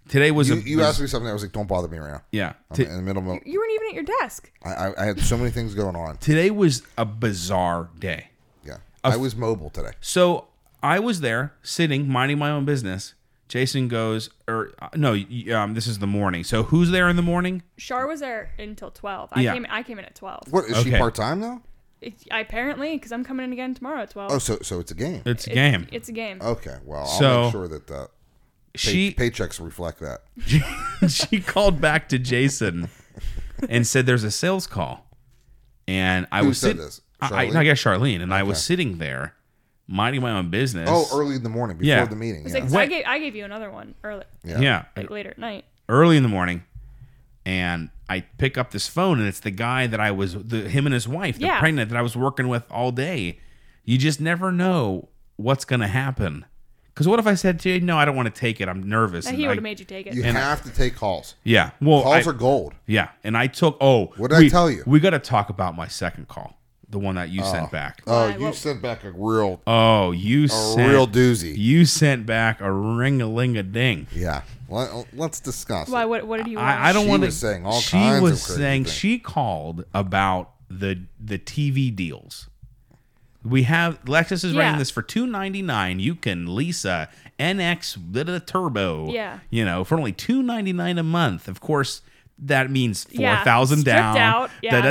[SPEAKER 1] Today was
[SPEAKER 2] you,
[SPEAKER 1] a
[SPEAKER 2] you
[SPEAKER 1] was-
[SPEAKER 2] asked me something. I was like, "Don't bother me right now."
[SPEAKER 1] yeah.
[SPEAKER 2] I'm
[SPEAKER 1] T-
[SPEAKER 2] in the middle of.
[SPEAKER 3] You weren't even at your desk.
[SPEAKER 2] I, I- I had so many things going on.
[SPEAKER 1] today was a bizarre day.
[SPEAKER 2] Yeah, I was mobile today.
[SPEAKER 1] So I was there sitting, minding my own business, Jason goes, or uh, no, y- um, this is the morning. So who's there in the morning?
[SPEAKER 3] Char was there until twelve. I
[SPEAKER 1] Yeah.
[SPEAKER 3] came. I came in at twelve.
[SPEAKER 2] What is she
[SPEAKER 1] Okay.
[SPEAKER 2] part time now?
[SPEAKER 3] It, I, apparently, because I'm coming in again tomorrow at twelve.
[SPEAKER 2] Oh, so so it's a game.
[SPEAKER 1] It's a
[SPEAKER 3] It-
[SPEAKER 1] game.
[SPEAKER 3] It's a game.
[SPEAKER 2] Okay, well I'll
[SPEAKER 1] So-
[SPEAKER 2] make sure that the pay-
[SPEAKER 1] she
[SPEAKER 2] paychecks reflect that.
[SPEAKER 1] she called back to Jason and said, "There's a sales call." And I
[SPEAKER 2] Who
[SPEAKER 1] was
[SPEAKER 2] said
[SPEAKER 1] sit-
[SPEAKER 2] this?
[SPEAKER 1] I, I,
[SPEAKER 2] Charlene?
[SPEAKER 1] no, I guess Charlene and I was sitting there, minding my own business.
[SPEAKER 2] Oh, early in the morning before
[SPEAKER 1] Yeah.
[SPEAKER 2] the meeting.
[SPEAKER 3] It's
[SPEAKER 2] Yeah.
[SPEAKER 3] like, 'cause I
[SPEAKER 1] Wait.
[SPEAKER 3] gave I gave you another one early,
[SPEAKER 2] er-,
[SPEAKER 1] yeah.
[SPEAKER 3] like later at night.
[SPEAKER 1] early in the morning, and I pick up this phone, and it's the guy that I was, the, him and his wife, the
[SPEAKER 3] Yeah.
[SPEAKER 1] pregnant that I was working with all day. You just never know what's gonna happen. Because what if I said to you, "No, I don't want to take it. I'm nervous."
[SPEAKER 3] Now,
[SPEAKER 1] and
[SPEAKER 3] he
[SPEAKER 1] I-
[SPEAKER 3] would have made you take it.
[SPEAKER 2] You
[SPEAKER 1] And I-
[SPEAKER 2] have to take calls.
[SPEAKER 1] Yeah. Well, I-
[SPEAKER 2] Calls are gold.
[SPEAKER 1] Yeah, and I took. Oh,
[SPEAKER 2] What did I
[SPEAKER 1] we-
[SPEAKER 2] tell you?
[SPEAKER 1] We got to talk about my second call, the one that you sent back.
[SPEAKER 2] Oh,
[SPEAKER 3] Why,
[SPEAKER 2] you
[SPEAKER 3] what-
[SPEAKER 2] sent back a real
[SPEAKER 1] Oh, you
[SPEAKER 2] a
[SPEAKER 1] sent
[SPEAKER 2] real doozy.
[SPEAKER 1] You sent back a ring a ling a ding.
[SPEAKER 2] Yeah. Let, us discuss.
[SPEAKER 3] Why?
[SPEAKER 2] it.
[SPEAKER 3] What? What did he want?
[SPEAKER 1] I, I don't
[SPEAKER 2] She
[SPEAKER 1] want to.
[SPEAKER 2] was saying all
[SPEAKER 1] She
[SPEAKER 2] kinds of
[SPEAKER 1] was
[SPEAKER 2] crazy
[SPEAKER 1] saying
[SPEAKER 2] things.
[SPEAKER 1] she called about the the TV deals. We have Lexus is
[SPEAKER 3] Yeah.
[SPEAKER 1] running this for two ninety nine. You can lease a NX bit of the turbo.
[SPEAKER 3] Yeah.
[SPEAKER 1] you know for only two ninety nine a month. Of course, that means
[SPEAKER 3] Yeah,
[SPEAKER 1] four thousand
[SPEAKER 3] stripped
[SPEAKER 1] down.
[SPEAKER 3] out. Yeah,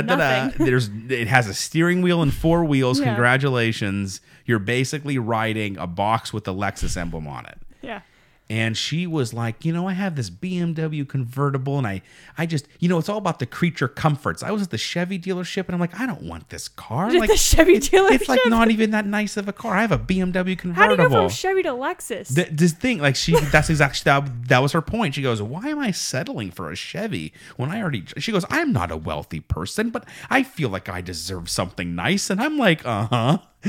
[SPEAKER 3] nothing.
[SPEAKER 1] There's it has a steering wheel and four wheels.
[SPEAKER 3] Yeah.
[SPEAKER 1] Congratulations, you're basically riding a box with the Lexus emblem on it
[SPEAKER 3] yeah.
[SPEAKER 1] and she was like you know i have this bmw convertible and i i just you know it's all about the creature comforts i was at the chevy dealership and i'm like i don't want this car like
[SPEAKER 3] the Chevy dealership.
[SPEAKER 1] it's like not even that nice of a car i have a bmw
[SPEAKER 3] How do you go
[SPEAKER 1] convertible
[SPEAKER 3] from Chevy to Lexus?
[SPEAKER 1] Th- this thing like she that's exactly that, that was her point she goes why am i settling for a chevy when i already she goes i'm not a wealthy person but i feel like i deserve something nice and i'm like uh-huh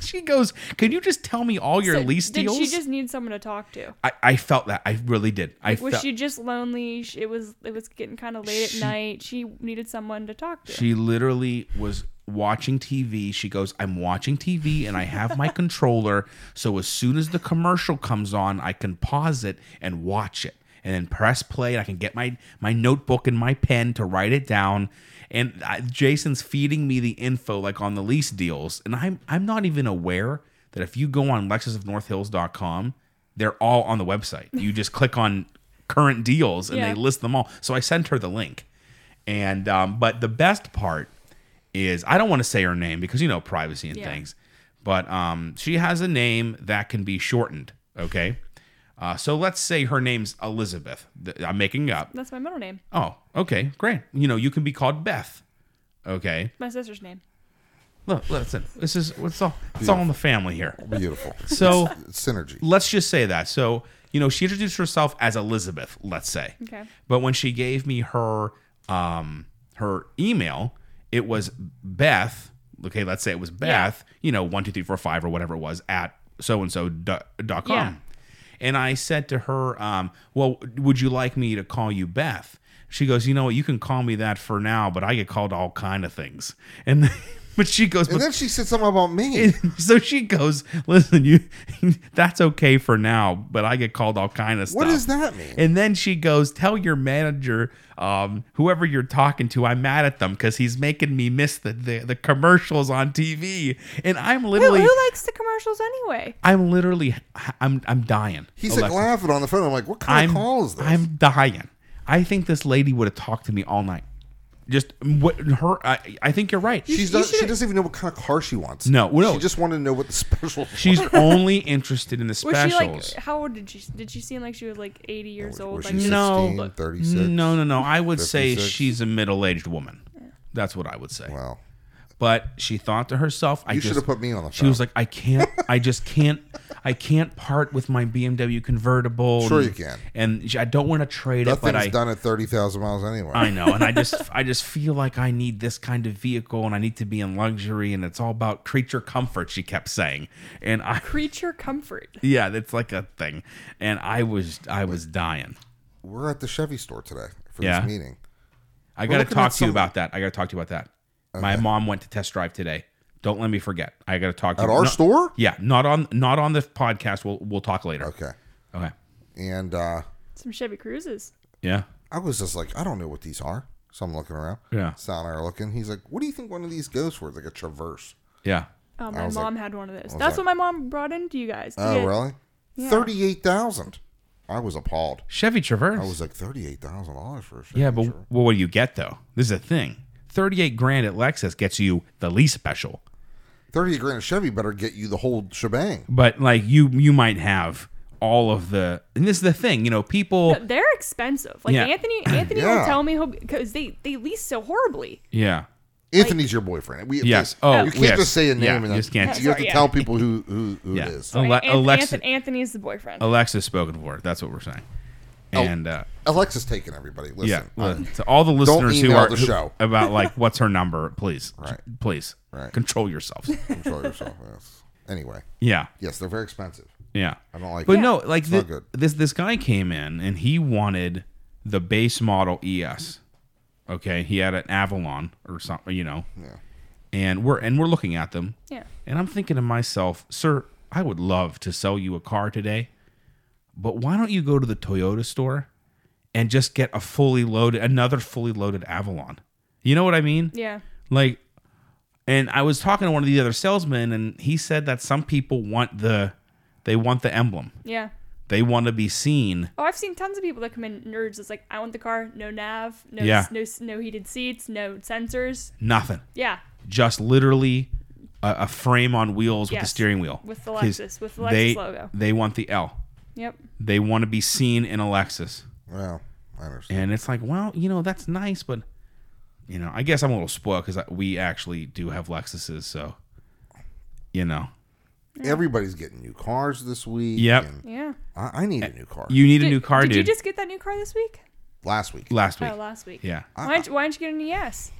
[SPEAKER 1] she goes can you just tell me all your
[SPEAKER 3] So,
[SPEAKER 1] lease
[SPEAKER 3] did
[SPEAKER 1] deals
[SPEAKER 3] she just need someone to talk to?
[SPEAKER 1] I, I felt that I really did. I
[SPEAKER 3] Was
[SPEAKER 1] felt,
[SPEAKER 3] she just lonely? She- It was it was getting kind of late
[SPEAKER 1] She-
[SPEAKER 3] at night. She needed someone to talk to.
[SPEAKER 1] She literally was watching TV. She goes, I'm watching TV and I have my controller. So as soon as the commercial comes on, I can pause it and watch it and then press play. And I can get my, my notebook and my pen to write it down. And I, Jason's feeding me the info like on the lease deals. And I'm, I'm not even aware that if you go on lexusofnorthhills.com, they're all on the website. You just click on current deals and
[SPEAKER 3] Yeah.
[SPEAKER 1] they list them all. So I sent her the link. And um, but the best part is I don't want to say her name because you know privacy and
[SPEAKER 3] Yeah.
[SPEAKER 1] things. But um, she has a name that can be shortened. Okay, uh, so let's say her name's Elizabeth. Th- I'm making up.
[SPEAKER 3] That's my middle name.
[SPEAKER 1] Oh, okay, great. You know you can be called Beth. Okay,
[SPEAKER 3] My sister's name.
[SPEAKER 1] look, listen. This is it's all it's all in the family here.
[SPEAKER 2] Beautiful.
[SPEAKER 1] So
[SPEAKER 2] It's synergy.
[SPEAKER 1] let's just say that. So you know she introduced herself as Elizabeth. Let's say.
[SPEAKER 3] Okay.
[SPEAKER 1] But when she gave me her um her email, it was Beth. Okay, let's say it was Beth. You know, one two three four five or whatever it was at so and so dot dot com.
[SPEAKER 3] Yeah.
[SPEAKER 1] And I said to her, um, "Well, would you like me to call you Beth?" She goes, "You know what? You can call me that for now, but I get called all kind of things." And but she goes,
[SPEAKER 2] And
[SPEAKER 1] "But
[SPEAKER 2] then she said something about me.
[SPEAKER 1] so she goes, listen, you that's okay for now, but I get called all kind of stuff.
[SPEAKER 2] What does that mean?
[SPEAKER 1] And then she goes, tell your manager, um, whoever you're talking to, I'm mad at them because he's making me miss the, the the commercials on TV. And I'm
[SPEAKER 3] Who,
[SPEAKER 1] literally,
[SPEAKER 3] who likes the commercials anyway?
[SPEAKER 1] I'm literally, I'm I'm dying.
[SPEAKER 2] He's
[SPEAKER 1] Alexa.
[SPEAKER 2] like laughing on the phone. I'm like, what kind
[SPEAKER 1] I'm
[SPEAKER 2] of call is this?
[SPEAKER 1] I'm dying. I think this lady would have talked to me all night. Just what her, I, I think you're right.
[SPEAKER 2] She's
[SPEAKER 3] sh-
[SPEAKER 2] not,
[SPEAKER 3] you
[SPEAKER 2] she
[SPEAKER 3] should've-
[SPEAKER 2] doesn't even know what kind of car she wants.
[SPEAKER 1] No, well, no.
[SPEAKER 2] she just wanted to know what the special.
[SPEAKER 1] She's only interested in the
[SPEAKER 3] Was
[SPEAKER 1] specials.
[SPEAKER 3] she like? How old did she? Did she seem like she was like 80 years
[SPEAKER 2] Was-
[SPEAKER 3] old?
[SPEAKER 2] was
[SPEAKER 3] like
[SPEAKER 2] she
[SPEAKER 3] just-
[SPEAKER 1] no,
[SPEAKER 2] 16,
[SPEAKER 1] but-
[SPEAKER 2] 36,
[SPEAKER 1] no, no, no. I would say
[SPEAKER 2] 56.
[SPEAKER 1] she's a middle-aged woman. That's what I would say.
[SPEAKER 2] Wow,
[SPEAKER 1] But she thought to herself, "I
[SPEAKER 2] you should
[SPEAKER 1] just."
[SPEAKER 2] have put me on the.
[SPEAKER 1] she was like, "I can't. I just can't. I can't part with my BMW convertible."
[SPEAKER 2] Sure
[SPEAKER 1] and-
[SPEAKER 2] you can.
[SPEAKER 1] And she- I don't want to trade it, but
[SPEAKER 2] nothing's
[SPEAKER 1] I.
[SPEAKER 2] done at thirty thousand miles anyway.
[SPEAKER 1] I know, and I just, I just feel like I need this kind of vehicle, and I need to be in luxury, and it's all about creature comfort. She kept saying, and I,
[SPEAKER 3] Creature comfort.
[SPEAKER 1] yeah, that's like a thing, and I was, I was dying.
[SPEAKER 2] We're at the Chevy store today for
[SPEAKER 1] Yeah.
[SPEAKER 2] this meeting.
[SPEAKER 1] I got to
[SPEAKER 2] looking
[SPEAKER 1] talk
[SPEAKER 2] at
[SPEAKER 1] to you
[SPEAKER 2] some-
[SPEAKER 1] about that. I got to talk to you about that. My mom went to test drive today. Don't let me forget. I got to talk to
[SPEAKER 2] At
[SPEAKER 1] you.
[SPEAKER 2] our
[SPEAKER 1] No-
[SPEAKER 2] store?
[SPEAKER 1] Yeah, not on not on the podcast. We'll we'll talk later. Okay.
[SPEAKER 2] Okay, and uh,
[SPEAKER 3] Some Chevy Cruises.
[SPEAKER 1] Yeah.
[SPEAKER 2] I was just like, I don't know what these are. So I'm looking around.
[SPEAKER 1] Yeah.
[SPEAKER 2] Sal and I are looking. He's like, what do you think one of these goes for? It's like a Traverse.
[SPEAKER 1] Yeah.
[SPEAKER 3] Oh, my
[SPEAKER 2] was like-
[SPEAKER 3] mom had one of those.
[SPEAKER 2] like-
[SPEAKER 3] That's what my mom brought into you guys.
[SPEAKER 2] Oh,
[SPEAKER 3] Yeah.
[SPEAKER 2] really?
[SPEAKER 3] Yeah.
[SPEAKER 2] Thirty-eight thousand. I was appalled.
[SPEAKER 1] Chevy Traverse.
[SPEAKER 2] I was like thirty-eight thousand dollars for a Chevy
[SPEAKER 1] yeah, but
[SPEAKER 2] Traverse.
[SPEAKER 1] well, what do you get though? This is a thing. Thirty-eight grand at Lexus gets you the least special,
[SPEAKER 2] thirty-eight grand a Chevy better get you the whole shebang.
[SPEAKER 1] but like you, you might have all of the. And this is the thing, you know, people.
[SPEAKER 3] But they're expensive. Like
[SPEAKER 1] Yeah.
[SPEAKER 3] Anthony, Anthony
[SPEAKER 2] Yeah.
[SPEAKER 3] will tell me because they they lease so horribly.
[SPEAKER 1] Yeah.
[SPEAKER 2] Anthony's your boyfriend. We,
[SPEAKER 1] Yes.
[SPEAKER 2] we-
[SPEAKER 1] Oh,
[SPEAKER 2] you can't
[SPEAKER 1] yes.
[SPEAKER 2] just say a name.
[SPEAKER 1] Yeah,
[SPEAKER 2] and
[SPEAKER 1] you
[SPEAKER 2] then-
[SPEAKER 1] just can't-
[SPEAKER 2] You have to
[SPEAKER 3] Yeah.
[SPEAKER 2] tell people who who, who
[SPEAKER 1] Yeah. Oh.
[SPEAKER 2] it is.
[SPEAKER 1] Ale-
[SPEAKER 3] Like, Anth-
[SPEAKER 1] Alexa,
[SPEAKER 3] Anth- Anthony's the boyfriend.
[SPEAKER 1] Alexa's spoken for. it. That's what we're saying.
[SPEAKER 2] Oh.
[SPEAKER 1] And uh,
[SPEAKER 2] Alexa's taking everybody.
[SPEAKER 1] yeah,
[SPEAKER 2] Listen,
[SPEAKER 1] li- to all the listeners who
[SPEAKER 2] email
[SPEAKER 1] are
[SPEAKER 2] the
[SPEAKER 1] who-
[SPEAKER 2] show.
[SPEAKER 1] about like what's her number, please,
[SPEAKER 2] Right.
[SPEAKER 1] please,
[SPEAKER 2] Right.
[SPEAKER 1] control yourselves.
[SPEAKER 2] control yourself. Yes. Anyway,
[SPEAKER 1] yeah,
[SPEAKER 2] yes, they're very expensive.
[SPEAKER 1] yeah.
[SPEAKER 2] I don't like.
[SPEAKER 1] But
[SPEAKER 2] it.
[SPEAKER 1] no, like
[SPEAKER 2] not
[SPEAKER 1] thi-
[SPEAKER 2] good.
[SPEAKER 1] this this guy came in and he wanted the base model ES. Okay, he had an Avalon or something, you know.
[SPEAKER 2] Yeah.
[SPEAKER 1] And we're and we're looking at them.
[SPEAKER 3] Yeah.
[SPEAKER 1] And I'm thinking to myself, sir, I would love to sell you a car today, but why don't you go to the Toyota store and just get a fully loaded, another fully loaded Avalon? You know what I mean?
[SPEAKER 3] Yeah.
[SPEAKER 1] Like, and I was talking to one of the other salesmen, and he said that some people want the, they want the emblem,
[SPEAKER 3] Yeah.
[SPEAKER 1] they want to be seen.
[SPEAKER 3] Oh, I've seen tons of people that come in nerds. It's like I want the car, no nav, no
[SPEAKER 1] Yeah.
[SPEAKER 3] no no heated seats, no sensors.
[SPEAKER 1] Nothing,
[SPEAKER 3] Yeah.
[SPEAKER 1] just literally a, a frame on wheels with the
[SPEAKER 3] Yes.
[SPEAKER 1] steering wheel,
[SPEAKER 3] With the
[SPEAKER 1] 'Cause
[SPEAKER 3] Lexus- with the Lexus
[SPEAKER 1] they,
[SPEAKER 3] logo.
[SPEAKER 1] They want the L.
[SPEAKER 3] Yep.
[SPEAKER 1] They want to be seen in a Lexus.
[SPEAKER 2] Well, I understand.
[SPEAKER 1] And it's like, well, you know, that's nice, but you know, I guess I'm a little spoiled because we actually do have Lexuses, so you know,
[SPEAKER 2] Everybody's getting new cars this week.
[SPEAKER 1] Yep.
[SPEAKER 2] and
[SPEAKER 3] Yeah.
[SPEAKER 2] I, I need a new car.
[SPEAKER 1] you need a
[SPEAKER 3] Did-
[SPEAKER 1] new car,
[SPEAKER 3] Did
[SPEAKER 1] dude.
[SPEAKER 3] you just get that new car this week?
[SPEAKER 2] last week.
[SPEAKER 1] last week,
[SPEAKER 3] Oh, last week.
[SPEAKER 1] yeah.
[SPEAKER 3] Why don't you, why don't you get an ES?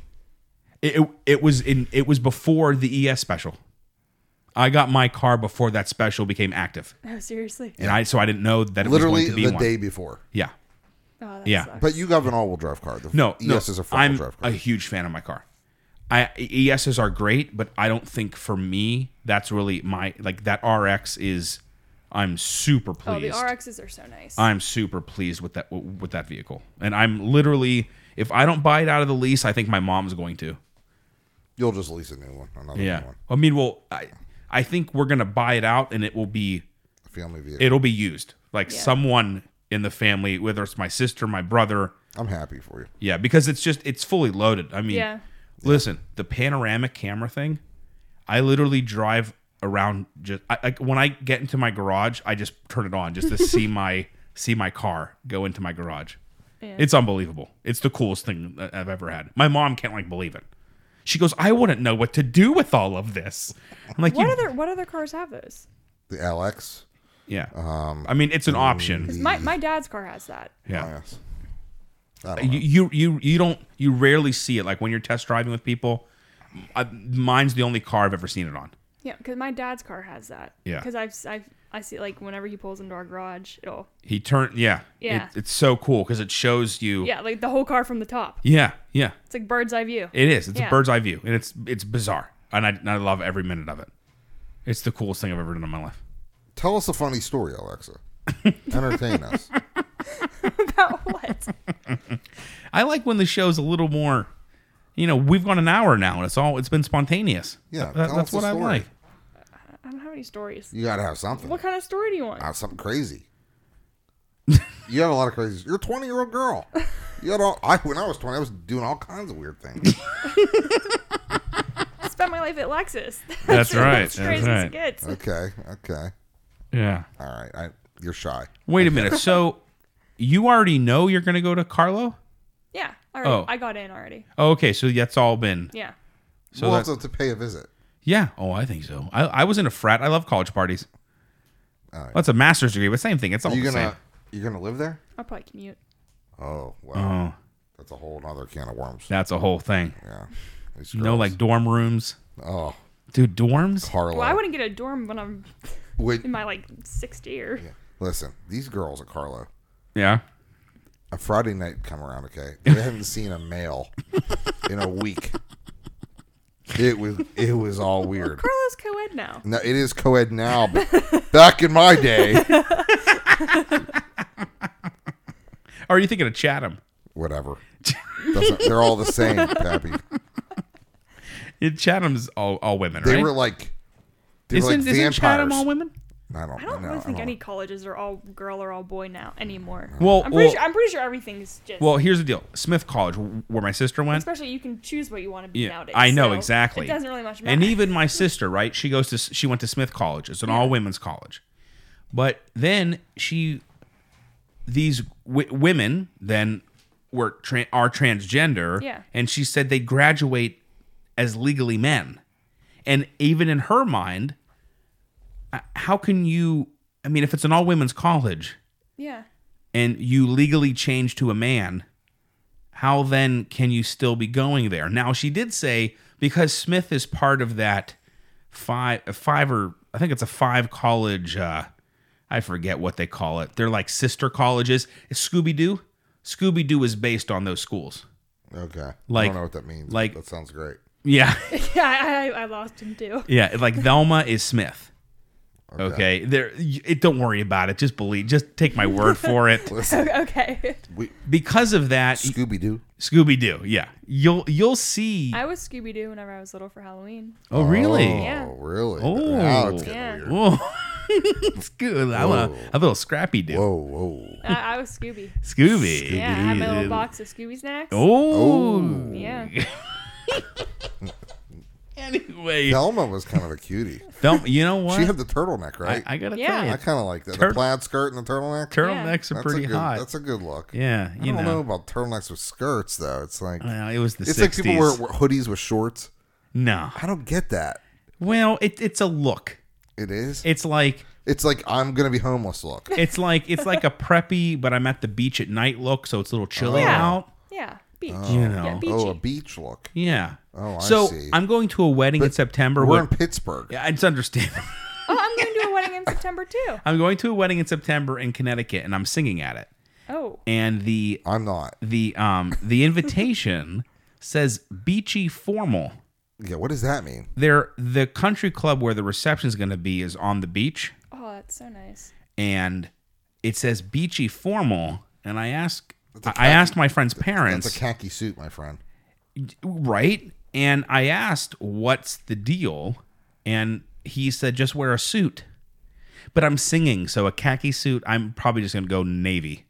[SPEAKER 1] It, it it was in it was before the ES special. I got my car before that special became active,
[SPEAKER 3] Oh, seriously.
[SPEAKER 1] and I so I didn't know that it was
[SPEAKER 2] Literally
[SPEAKER 1] going to be
[SPEAKER 2] the
[SPEAKER 1] one.
[SPEAKER 2] day before.
[SPEAKER 1] yeah,
[SPEAKER 3] Oh, that
[SPEAKER 1] Yeah.
[SPEAKER 3] sucks.
[SPEAKER 2] But you have an all-wheel drive car. The
[SPEAKER 1] no,
[SPEAKER 2] ES
[SPEAKER 1] no,
[SPEAKER 2] E is a
[SPEAKER 1] I'm
[SPEAKER 2] front-wheel drive car.
[SPEAKER 1] a huge fan of my car. I ESs are great, but I don't think for me that's really my like that RX is. I'm super
[SPEAKER 3] Oh, the
[SPEAKER 1] pleased.
[SPEAKER 3] RXs are so nice.
[SPEAKER 1] I'm super pleased with that with that vehicle, and I'm literally if I don't buy it out of the lease, I think my mom's going to.
[SPEAKER 2] You'll just lease a new one, another
[SPEAKER 1] Yeah,
[SPEAKER 2] new one,
[SPEAKER 1] I mean, well, I I think we're gonna buy it out, and it will be
[SPEAKER 2] a family vehicle.
[SPEAKER 1] it'll be used like
[SPEAKER 3] Yeah.
[SPEAKER 1] someone in the family, whether it's my sister, my brother,
[SPEAKER 2] I'm happy for you.
[SPEAKER 1] yeah, because it's just it's fully loaded. I mean,
[SPEAKER 3] Yeah.
[SPEAKER 1] listen, the panoramic camera thing, I literally drive around just I, like when I get into my garage, I just turn it on just to see my see my car go into my garage.
[SPEAKER 3] Yeah.
[SPEAKER 1] It's unbelievable. It's the coolest thing that I've ever had. My mom can't like believe it. She goes, "I wouldn't know what to do with all of this." I'm like,
[SPEAKER 3] what
[SPEAKER 1] you,
[SPEAKER 3] other what other cars have those?
[SPEAKER 2] The LX.
[SPEAKER 1] "Yeah." I mean, it's an option.
[SPEAKER 3] 'Cause My my dad's car has that.
[SPEAKER 1] Yeah.
[SPEAKER 2] Oh, Yes. I don't know.
[SPEAKER 1] you you you you don't you rarely see it like when you're test driving with people. I, mine's the only car I've ever seen it on.
[SPEAKER 3] Yeah, because my dad's car has that.
[SPEAKER 1] Yeah.
[SPEAKER 3] Because I've, I've I see like whenever he pulls into our garage, it'll
[SPEAKER 1] He turned yeah.
[SPEAKER 3] Yeah.
[SPEAKER 1] It, it's so cool because it shows you.
[SPEAKER 3] yeah like the whole car from the top.
[SPEAKER 1] Yeah. Yeah.
[SPEAKER 3] It's like bird's eye view.
[SPEAKER 1] It is. It's a
[SPEAKER 3] Yeah.
[SPEAKER 1] bird's eye view, and it's it's bizarre, and I, and I love every minute of it. It's the coolest thing I've ever done in my life.
[SPEAKER 2] Tell us a funny story, Alexa. Entertain us.
[SPEAKER 3] About what?
[SPEAKER 1] I like when the show's a little more. You know, we've gone an hour now, and it's all it's been spontaneous.
[SPEAKER 2] Yeah,
[SPEAKER 1] That-
[SPEAKER 2] tell us
[SPEAKER 1] that's
[SPEAKER 2] a
[SPEAKER 1] what I
[SPEAKER 2] story.
[SPEAKER 1] like.
[SPEAKER 3] I don't have any stories.
[SPEAKER 2] You got to have something.
[SPEAKER 3] What kind of story do you want?
[SPEAKER 2] Uh, something crazy. you have a lot of crazy. You're a 20 year old girl. You had all. I when I was 20, I was doing all kinds of weird things.
[SPEAKER 3] I spent my life at Lexus.
[SPEAKER 1] That's right.
[SPEAKER 3] That's crazy as it gets.
[SPEAKER 2] okay. Okay.
[SPEAKER 1] Yeah.
[SPEAKER 2] All right. I, you're shy.
[SPEAKER 1] Wait a minute. So, you already know you're going to go to Carlo?
[SPEAKER 3] Yeah. All right.
[SPEAKER 1] Oh.
[SPEAKER 3] I got in already.
[SPEAKER 1] Oh, okay, so that's all been.
[SPEAKER 3] Yeah.
[SPEAKER 1] So
[SPEAKER 2] we'll
[SPEAKER 1] that-
[SPEAKER 2] have to, to pay a visit.
[SPEAKER 1] yeah. Oh, I think so. I, I was in a frat. I love college parties.
[SPEAKER 2] All right.
[SPEAKER 1] That's a master's degree, but same thing. It's all
[SPEAKER 2] Are you
[SPEAKER 1] the
[SPEAKER 2] gonna you gonna live there?
[SPEAKER 3] I'll probably commute.
[SPEAKER 2] Oh
[SPEAKER 1] same.
[SPEAKER 2] wow,
[SPEAKER 1] Oh,
[SPEAKER 2] that's a whole other can of worms.
[SPEAKER 1] that's a whole thing.
[SPEAKER 2] Yeah. These
[SPEAKER 1] You know,
[SPEAKER 2] girls.
[SPEAKER 1] like dorm rooms.
[SPEAKER 2] oh
[SPEAKER 1] Dude, dorms?
[SPEAKER 2] Carlo.
[SPEAKER 3] Well, I wouldn't get a dorm when I'm
[SPEAKER 2] Wait,
[SPEAKER 3] in my like sixth year.
[SPEAKER 2] listen, these girls at Carlo.
[SPEAKER 1] Yeah.
[SPEAKER 2] A Friday night come around, okay? They hadn't seen a male in a week. It was it was all weird.
[SPEAKER 3] Carlos co-ed now.
[SPEAKER 2] No, it is co-ed now, but back in my day,
[SPEAKER 1] Or are you thinking of Chatham?
[SPEAKER 2] whatever. Doesn't- they're all the same, Pappy.
[SPEAKER 1] It, Chatham's all, all women,
[SPEAKER 2] They
[SPEAKER 1] right?
[SPEAKER 2] were like, they were
[SPEAKER 1] isn't
[SPEAKER 2] like
[SPEAKER 1] isn't
[SPEAKER 2] vampires.
[SPEAKER 1] Chatham all women?
[SPEAKER 2] I don't.
[SPEAKER 3] I don't
[SPEAKER 2] know.
[SPEAKER 3] really
[SPEAKER 2] I
[SPEAKER 3] think
[SPEAKER 2] don't-
[SPEAKER 3] any colleges are all girl or all boy now anymore.
[SPEAKER 1] Well,
[SPEAKER 3] I'm pretty
[SPEAKER 1] well-
[SPEAKER 3] sure I'm pretty sure everything's just
[SPEAKER 1] Well, here's the deal. Smith College, w- where my sister went.
[SPEAKER 3] especially you can choose what you want to be
[SPEAKER 1] Yeah,
[SPEAKER 3] nowadays.
[SPEAKER 1] I know
[SPEAKER 3] so
[SPEAKER 1] exactly.
[SPEAKER 3] It doesn't really much matter.
[SPEAKER 1] And even my sister, right? She goes to she went to Smith College. It's an all women's college. But then she these w- women then were tran are transgender
[SPEAKER 3] Yeah.
[SPEAKER 1] and she said they graduate as legally men. And even in her mind, uh, how can you I mean if it's an all women's college
[SPEAKER 3] yeah,
[SPEAKER 1] and you legally change to a man, how then can you still be going there? Now she did say because Smith is part of that five five or I think it's a five college uh I forget what they call it. They're like sister colleges. Scooby Doo. Scooby Doo is based on those schools.
[SPEAKER 2] Okay. I
[SPEAKER 1] Like-
[SPEAKER 2] don't know what that means. but
[SPEAKER 1] like-
[SPEAKER 2] that sounds great.
[SPEAKER 1] Yeah.
[SPEAKER 3] yeah, I, I lost him too.
[SPEAKER 1] Yeah, like Velma is Smith.
[SPEAKER 2] Okay.
[SPEAKER 1] Okay. There it don't worry about it. Just believe just take my word for it.
[SPEAKER 2] Listen,
[SPEAKER 3] okay,
[SPEAKER 1] Because of that
[SPEAKER 2] Scooby Doo.
[SPEAKER 1] Scooby Doo, yeah. You'll you'll see
[SPEAKER 3] I was Scooby Doo whenever I was little for Halloween.
[SPEAKER 1] Oh really?
[SPEAKER 2] Oh,
[SPEAKER 3] Yeah.
[SPEAKER 2] really?
[SPEAKER 1] Oh.
[SPEAKER 2] Now it's getting
[SPEAKER 3] Yeah.
[SPEAKER 2] weird.
[SPEAKER 1] Whoa. it's good. I'm a,
[SPEAKER 2] Oh. Whoa.
[SPEAKER 1] a little scrappy dude.
[SPEAKER 2] Whoa, whoa.
[SPEAKER 3] I, I was Scooby.
[SPEAKER 1] Scooby.
[SPEAKER 3] Yeah, I had my little box of Scooby snacks.
[SPEAKER 1] Oh.
[SPEAKER 3] Yeah,
[SPEAKER 1] Anyway,
[SPEAKER 2] Velma was kind of a cutie.
[SPEAKER 1] Thelma- you know what?
[SPEAKER 2] She had the turtleneck,
[SPEAKER 1] I,
[SPEAKER 2] right? I,
[SPEAKER 1] I gotta
[SPEAKER 3] Yeah.
[SPEAKER 1] tell you,
[SPEAKER 2] kind of like that.
[SPEAKER 1] Tur-
[SPEAKER 2] the plaid skirt and the turtleneck.
[SPEAKER 1] turtlenecks are
[SPEAKER 2] That's
[SPEAKER 1] pretty
[SPEAKER 2] a good,
[SPEAKER 1] hot.
[SPEAKER 2] That's a good look.
[SPEAKER 1] yeah,
[SPEAKER 2] I
[SPEAKER 1] you
[SPEAKER 2] don't know.
[SPEAKER 1] know. Uh,
[SPEAKER 2] about turtlenecks with skirts though. It's like
[SPEAKER 1] Well, it was the
[SPEAKER 2] it's
[SPEAKER 1] 60s.
[SPEAKER 2] like people wear, wear hoodies with shorts.
[SPEAKER 1] no.
[SPEAKER 2] I don't get that.
[SPEAKER 1] Well, it, it's a look.
[SPEAKER 2] It is.
[SPEAKER 1] It's like
[SPEAKER 2] It's like I'm gonna be homeless. Look.
[SPEAKER 1] it's like it's like a preppy, but I'm at the beach at night look, so it's a little chilly
[SPEAKER 3] Oh. Yeah.
[SPEAKER 1] out.
[SPEAKER 3] yeah, beach.
[SPEAKER 1] You
[SPEAKER 3] Yeah,
[SPEAKER 1] know.
[SPEAKER 3] beachy.
[SPEAKER 2] Oh, a beach look.
[SPEAKER 1] Yeah.
[SPEAKER 2] Oh, I
[SPEAKER 1] so
[SPEAKER 2] see.
[SPEAKER 1] I'm going to a wedding in September.
[SPEAKER 2] We're
[SPEAKER 1] where-
[SPEAKER 2] in Pittsburgh.
[SPEAKER 1] yeah, it's understandable.
[SPEAKER 3] oh, I'm going to a wedding in September too.
[SPEAKER 1] I'm going to a wedding in September in Connecticut, and I'm singing at it.
[SPEAKER 3] Oh,
[SPEAKER 1] And the
[SPEAKER 2] I'm not.
[SPEAKER 1] the um the invitation says beachy formal.
[SPEAKER 2] Yeah. What does that mean?
[SPEAKER 1] There, the country club where the reception is going to be is on the beach,
[SPEAKER 3] oh, that's so nice.
[SPEAKER 1] and it says beachy formal. And I ask, I I asked my friend's parents,
[SPEAKER 2] That's a khaki suit, my friend.
[SPEAKER 1] right? And I asked, "What's the deal?" And he said, "Just wear a suit." But I'm singing, so a khaki suit. I'm probably just gonna go navy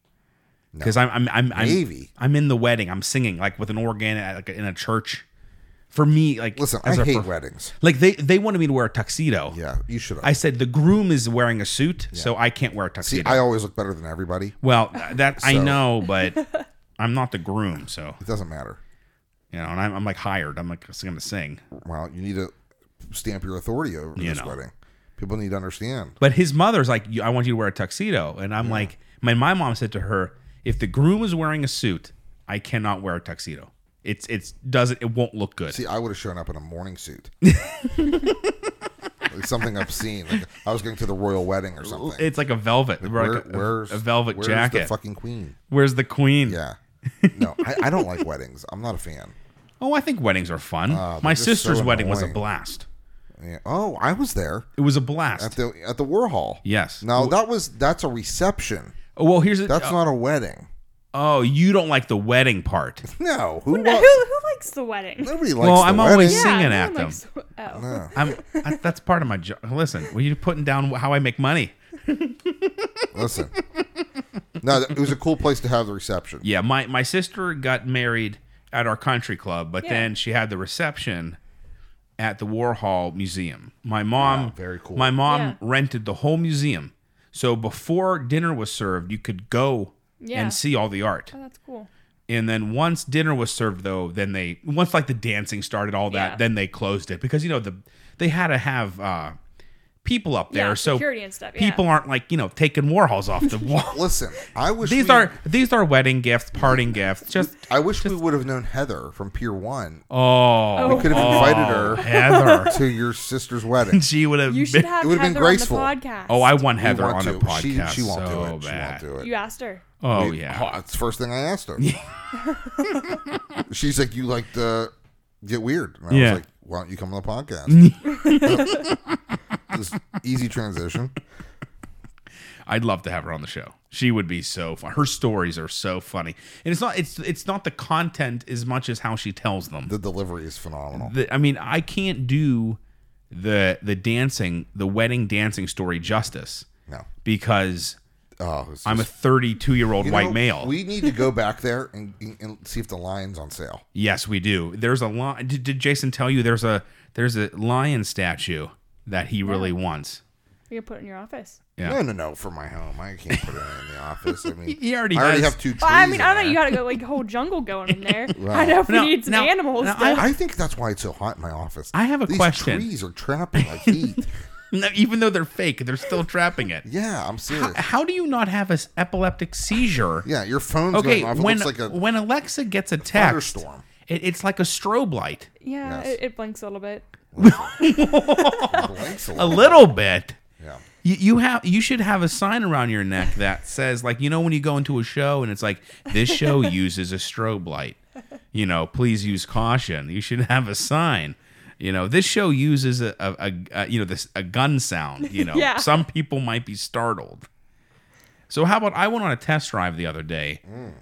[SPEAKER 1] because I'm I'm I'm I'm,
[SPEAKER 2] Navy?
[SPEAKER 1] I'm in the wedding. I'm singing like with an organ at, like, in a church. For me, like
[SPEAKER 2] Listen,
[SPEAKER 1] as
[SPEAKER 2] I
[SPEAKER 1] a
[SPEAKER 2] hate
[SPEAKER 1] per-
[SPEAKER 2] weddings.
[SPEAKER 1] like they they wanted me to wear a tuxedo.
[SPEAKER 2] Yeah, you should.
[SPEAKER 1] I
[SPEAKER 2] have
[SPEAKER 1] said the groom is wearing a suit, so I can't wear a
[SPEAKER 2] See,
[SPEAKER 1] tuxedo.
[SPEAKER 2] I always look better than everybody.
[SPEAKER 1] well, that I
[SPEAKER 2] So-
[SPEAKER 1] know, but I'm not the groom, so
[SPEAKER 2] It doesn't matter.
[SPEAKER 1] you know, and I'm, I'm like hired. I'm like going to sing.
[SPEAKER 2] Well, you need to stamp your authority over
[SPEAKER 1] You
[SPEAKER 2] this
[SPEAKER 1] know.
[SPEAKER 2] wedding. People need to understand.
[SPEAKER 1] But his mother's like, "You- I want you to wear a tuxedo. And I'm like, my, my mom said to her, if the groom is wearing a suit, I cannot wear a tuxedo. It's it's doesn't it won't look good.
[SPEAKER 2] See, I would have shown up in a morning suit. like something obscene. Like I was going to the royal wedding or something.
[SPEAKER 1] it's like a velvet, like
[SPEAKER 2] Where-
[SPEAKER 1] a- a, velvet
[SPEAKER 2] where's
[SPEAKER 1] jacket.
[SPEAKER 2] the fucking queen?
[SPEAKER 1] where's the queen?
[SPEAKER 2] Yeah. No, I, I don't like weddings. I'm not a fan.
[SPEAKER 1] Oh, I think weddings are fun.
[SPEAKER 2] Ah, they're
[SPEAKER 1] my
[SPEAKER 2] just so
[SPEAKER 1] sister's wedding was a
[SPEAKER 2] annoying.
[SPEAKER 1] blast.
[SPEAKER 2] Yeah. Oh, I was there
[SPEAKER 1] It was a
[SPEAKER 2] at
[SPEAKER 1] blast.
[SPEAKER 2] the at the Warhol.
[SPEAKER 1] Yes.
[SPEAKER 2] Now that was that's a reception.
[SPEAKER 1] Oh, well, here's the,
[SPEAKER 2] That's not a wedding.
[SPEAKER 1] oh, you don't like the wedding part.
[SPEAKER 2] No, who?
[SPEAKER 3] Who,
[SPEAKER 2] wa-
[SPEAKER 3] who likes the wedding?
[SPEAKER 2] Nobody likes.
[SPEAKER 1] Well, I'm
[SPEAKER 2] the
[SPEAKER 1] always
[SPEAKER 2] wedding.
[SPEAKER 1] singing
[SPEAKER 3] no
[SPEAKER 1] at
[SPEAKER 3] one
[SPEAKER 1] them.
[SPEAKER 3] likes the- oh.
[SPEAKER 2] No.
[SPEAKER 1] I'm I, that's part of my job. Listen, were you putting down how I make money?
[SPEAKER 2] Listen. No, it was a cool place to have the reception.
[SPEAKER 1] Yeah, my my sister got married at our country club, but
[SPEAKER 3] Yeah.
[SPEAKER 1] then she had the reception at the Warhol Museum. My mom
[SPEAKER 2] very cool.
[SPEAKER 1] My mom
[SPEAKER 3] Yeah.
[SPEAKER 1] rented the whole museum. So before dinner was served, you could go
[SPEAKER 3] Yeah.
[SPEAKER 1] and see all the art.
[SPEAKER 3] Oh, that's cool.
[SPEAKER 1] And then once dinner was served though, then they once like the dancing started all that,
[SPEAKER 3] Yeah.
[SPEAKER 1] then they closed it because you know the they had to have uh people up there
[SPEAKER 3] Yeah,
[SPEAKER 1] so
[SPEAKER 3] security and stuff, yeah.
[SPEAKER 1] people aren't like, you know, taking Warhols off the wall.
[SPEAKER 2] Listen, I wish
[SPEAKER 1] These
[SPEAKER 2] we-
[SPEAKER 1] are these are wedding gifts, parting gifts. Just
[SPEAKER 2] I wish we would have known Heather from Pier One.
[SPEAKER 1] Oh,
[SPEAKER 2] Could have invited
[SPEAKER 1] oh,
[SPEAKER 2] her
[SPEAKER 1] Heather.
[SPEAKER 2] to your sister's wedding.
[SPEAKER 1] she would have.
[SPEAKER 3] You should have
[SPEAKER 2] It
[SPEAKER 3] Heather
[SPEAKER 2] would've been graceful.
[SPEAKER 3] on the podcast.
[SPEAKER 1] oh, I want
[SPEAKER 2] We
[SPEAKER 1] Heather
[SPEAKER 2] want
[SPEAKER 1] on
[SPEAKER 2] to.
[SPEAKER 1] the podcast.
[SPEAKER 2] She, she
[SPEAKER 1] so
[SPEAKER 2] won't do it.
[SPEAKER 1] Bad.
[SPEAKER 2] She won't do it.
[SPEAKER 3] You asked her.
[SPEAKER 1] Oh
[SPEAKER 2] We-
[SPEAKER 1] yeah.
[SPEAKER 2] oh, that's the first thing I asked her. She's like, "You like to get weird?" And I
[SPEAKER 1] Yeah.
[SPEAKER 2] was like, "Why don't you come on the podcast?" Just easy transition.
[SPEAKER 1] I'd love to have her on the show. She would be so fun. Her stories are so funny, and it's not it's it's not the content as much as how she tells them.
[SPEAKER 2] The delivery is phenomenal.
[SPEAKER 1] The- I mean, I can't do the the dancing, the wedding dancing story justice
[SPEAKER 2] No.
[SPEAKER 1] because
[SPEAKER 2] Oh, it's
[SPEAKER 1] I'm a 32 year old
[SPEAKER 2] You
[SPEAKER 1] white
[SPEAKER 2] know,
[SPEAKER 1] male.
[SPEAKER 2] We need to go back there and, and see if the lion's on sale.
[SPEAKER 1] yes, we do. There's a lion. Did, did Jason tell you there's a there's a lion statue that he really wants?
[SPEAKER 3] We could put it in your office.
[SPEAKER 1] Yeah.
[SPEAKER 2] No, no, no, for my home. I can't put it in the office. I mean,
[SPEAKER 1] He already
[SPEAKER 2] I already
[SPEAKER 1] has-
[SPEAKER 2] have two trees.
[SPEAKER 3] Well, I mean,
[SPEAKER 2] in
[SPEAKER 3] I don't know. You
[SPEAKER 2] there.
[SPEAKER 3] gotta go like whole jungle going in there. I
[SPEAKER 2] Wow.
[SPEAKER 3] know if we
[SPEAKER 1] No,
[SPEAKER 3] need some
[SPEAKER 1] no,
[SPEAKER 3] animals.
[SPEAKER 1] no,
[SPEAKER 3] to-
[SPEAKER 2] I think that's why it's so hot in my office.
[SPEAKER 1] I have a
[SPEAKER 2] These
[SPEAKER 1] question.
[SPEAKER 2] Trees are trapping my heat.
[SPEAKER 1] No, even though they're fake, they're still trapping it.
[SPEAKER 2] yeah, I'm serious.
[SPEAKER 1] How do you not have an epileptic seizure?
[SPEAKER 2] Yeah, your phone's
[SPEAKER 1] Okay,
[SPEAKER 2] going off. It
[SPEAKER 1] when
[SPEAKER 2] looks like a
[SPEAKER 1] when Alexa gets a text,
[SPEAKER 2] thunderstorm.
[SPEAKER 1] it, it's like a strobe light.
[SPEAKER 3] yeah,
[SPEAKER 2] Yes.
[SPEAKER 3] it, it blinks a little bit.
[SPEAKER 2] blank
[SPEAKER 1] A
[SPEAKER 2] slate.
[SPEAKER 1] little bit.
[SPEAKER 2] Yeah.
[SPEAKER 1] You, you have you should have a sign around your neck that says like you know when you go into a show and it's like this show uses a strobe light. You know, please use caution. You should have a sign. You know, this show uses a, a, a, a you know this a gun sound. You know,
[SPEAKER 3] Yeah.
[SPEAKER 1] some people might be startled. So how about I went on a test drive the other day.
[SPEAKER 3] Mm.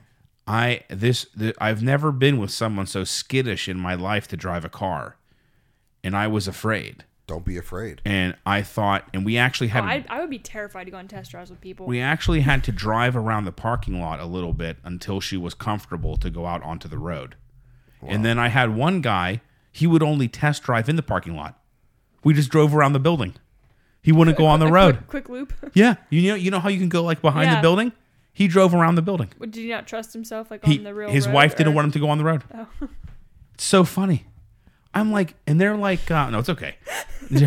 [SPEAKER 1] I this the, I've never been with someone so skittish in my life to drive a car, and I was afraid.
[SPEAKER 2] Don't be afraid.
[SPEAKER 1] And I thought, and we actually had
[SPEAKER 3] Oh, I, I would be terrified to go on test drives with people.
[SPEAKER 1] we actually had to drive around the parking lot a little bit until she was comfortable to go out onto the road. And then I had one guy, he would only test drive in the parking lot. We just drove around the building. He wouldn't go on the
[SPEAKER 3] A
[SPEAKER 1] road.
[SPEAKER 3] Quick, quick loop.
[SPEAKER 1] Yeah. You know you know how you can go like behind the
[SPEAKER 3] Yeah.
[SPEAKER 1] building? He drove around the building.
[SPEAKER 3] Did he not trust himself like
[SPEAKER 1] He,
[SPEAKER 3] on the real?
[SPEAKER 1] his
[SPEAKER 3] road,
[SPEAKER 1] wife didn't
[SPEAKER 3] or- Oh.
[SPEAKER 1] want him to go on the road. It's so funny. I'm like, and they're like, uh, no, it's okay.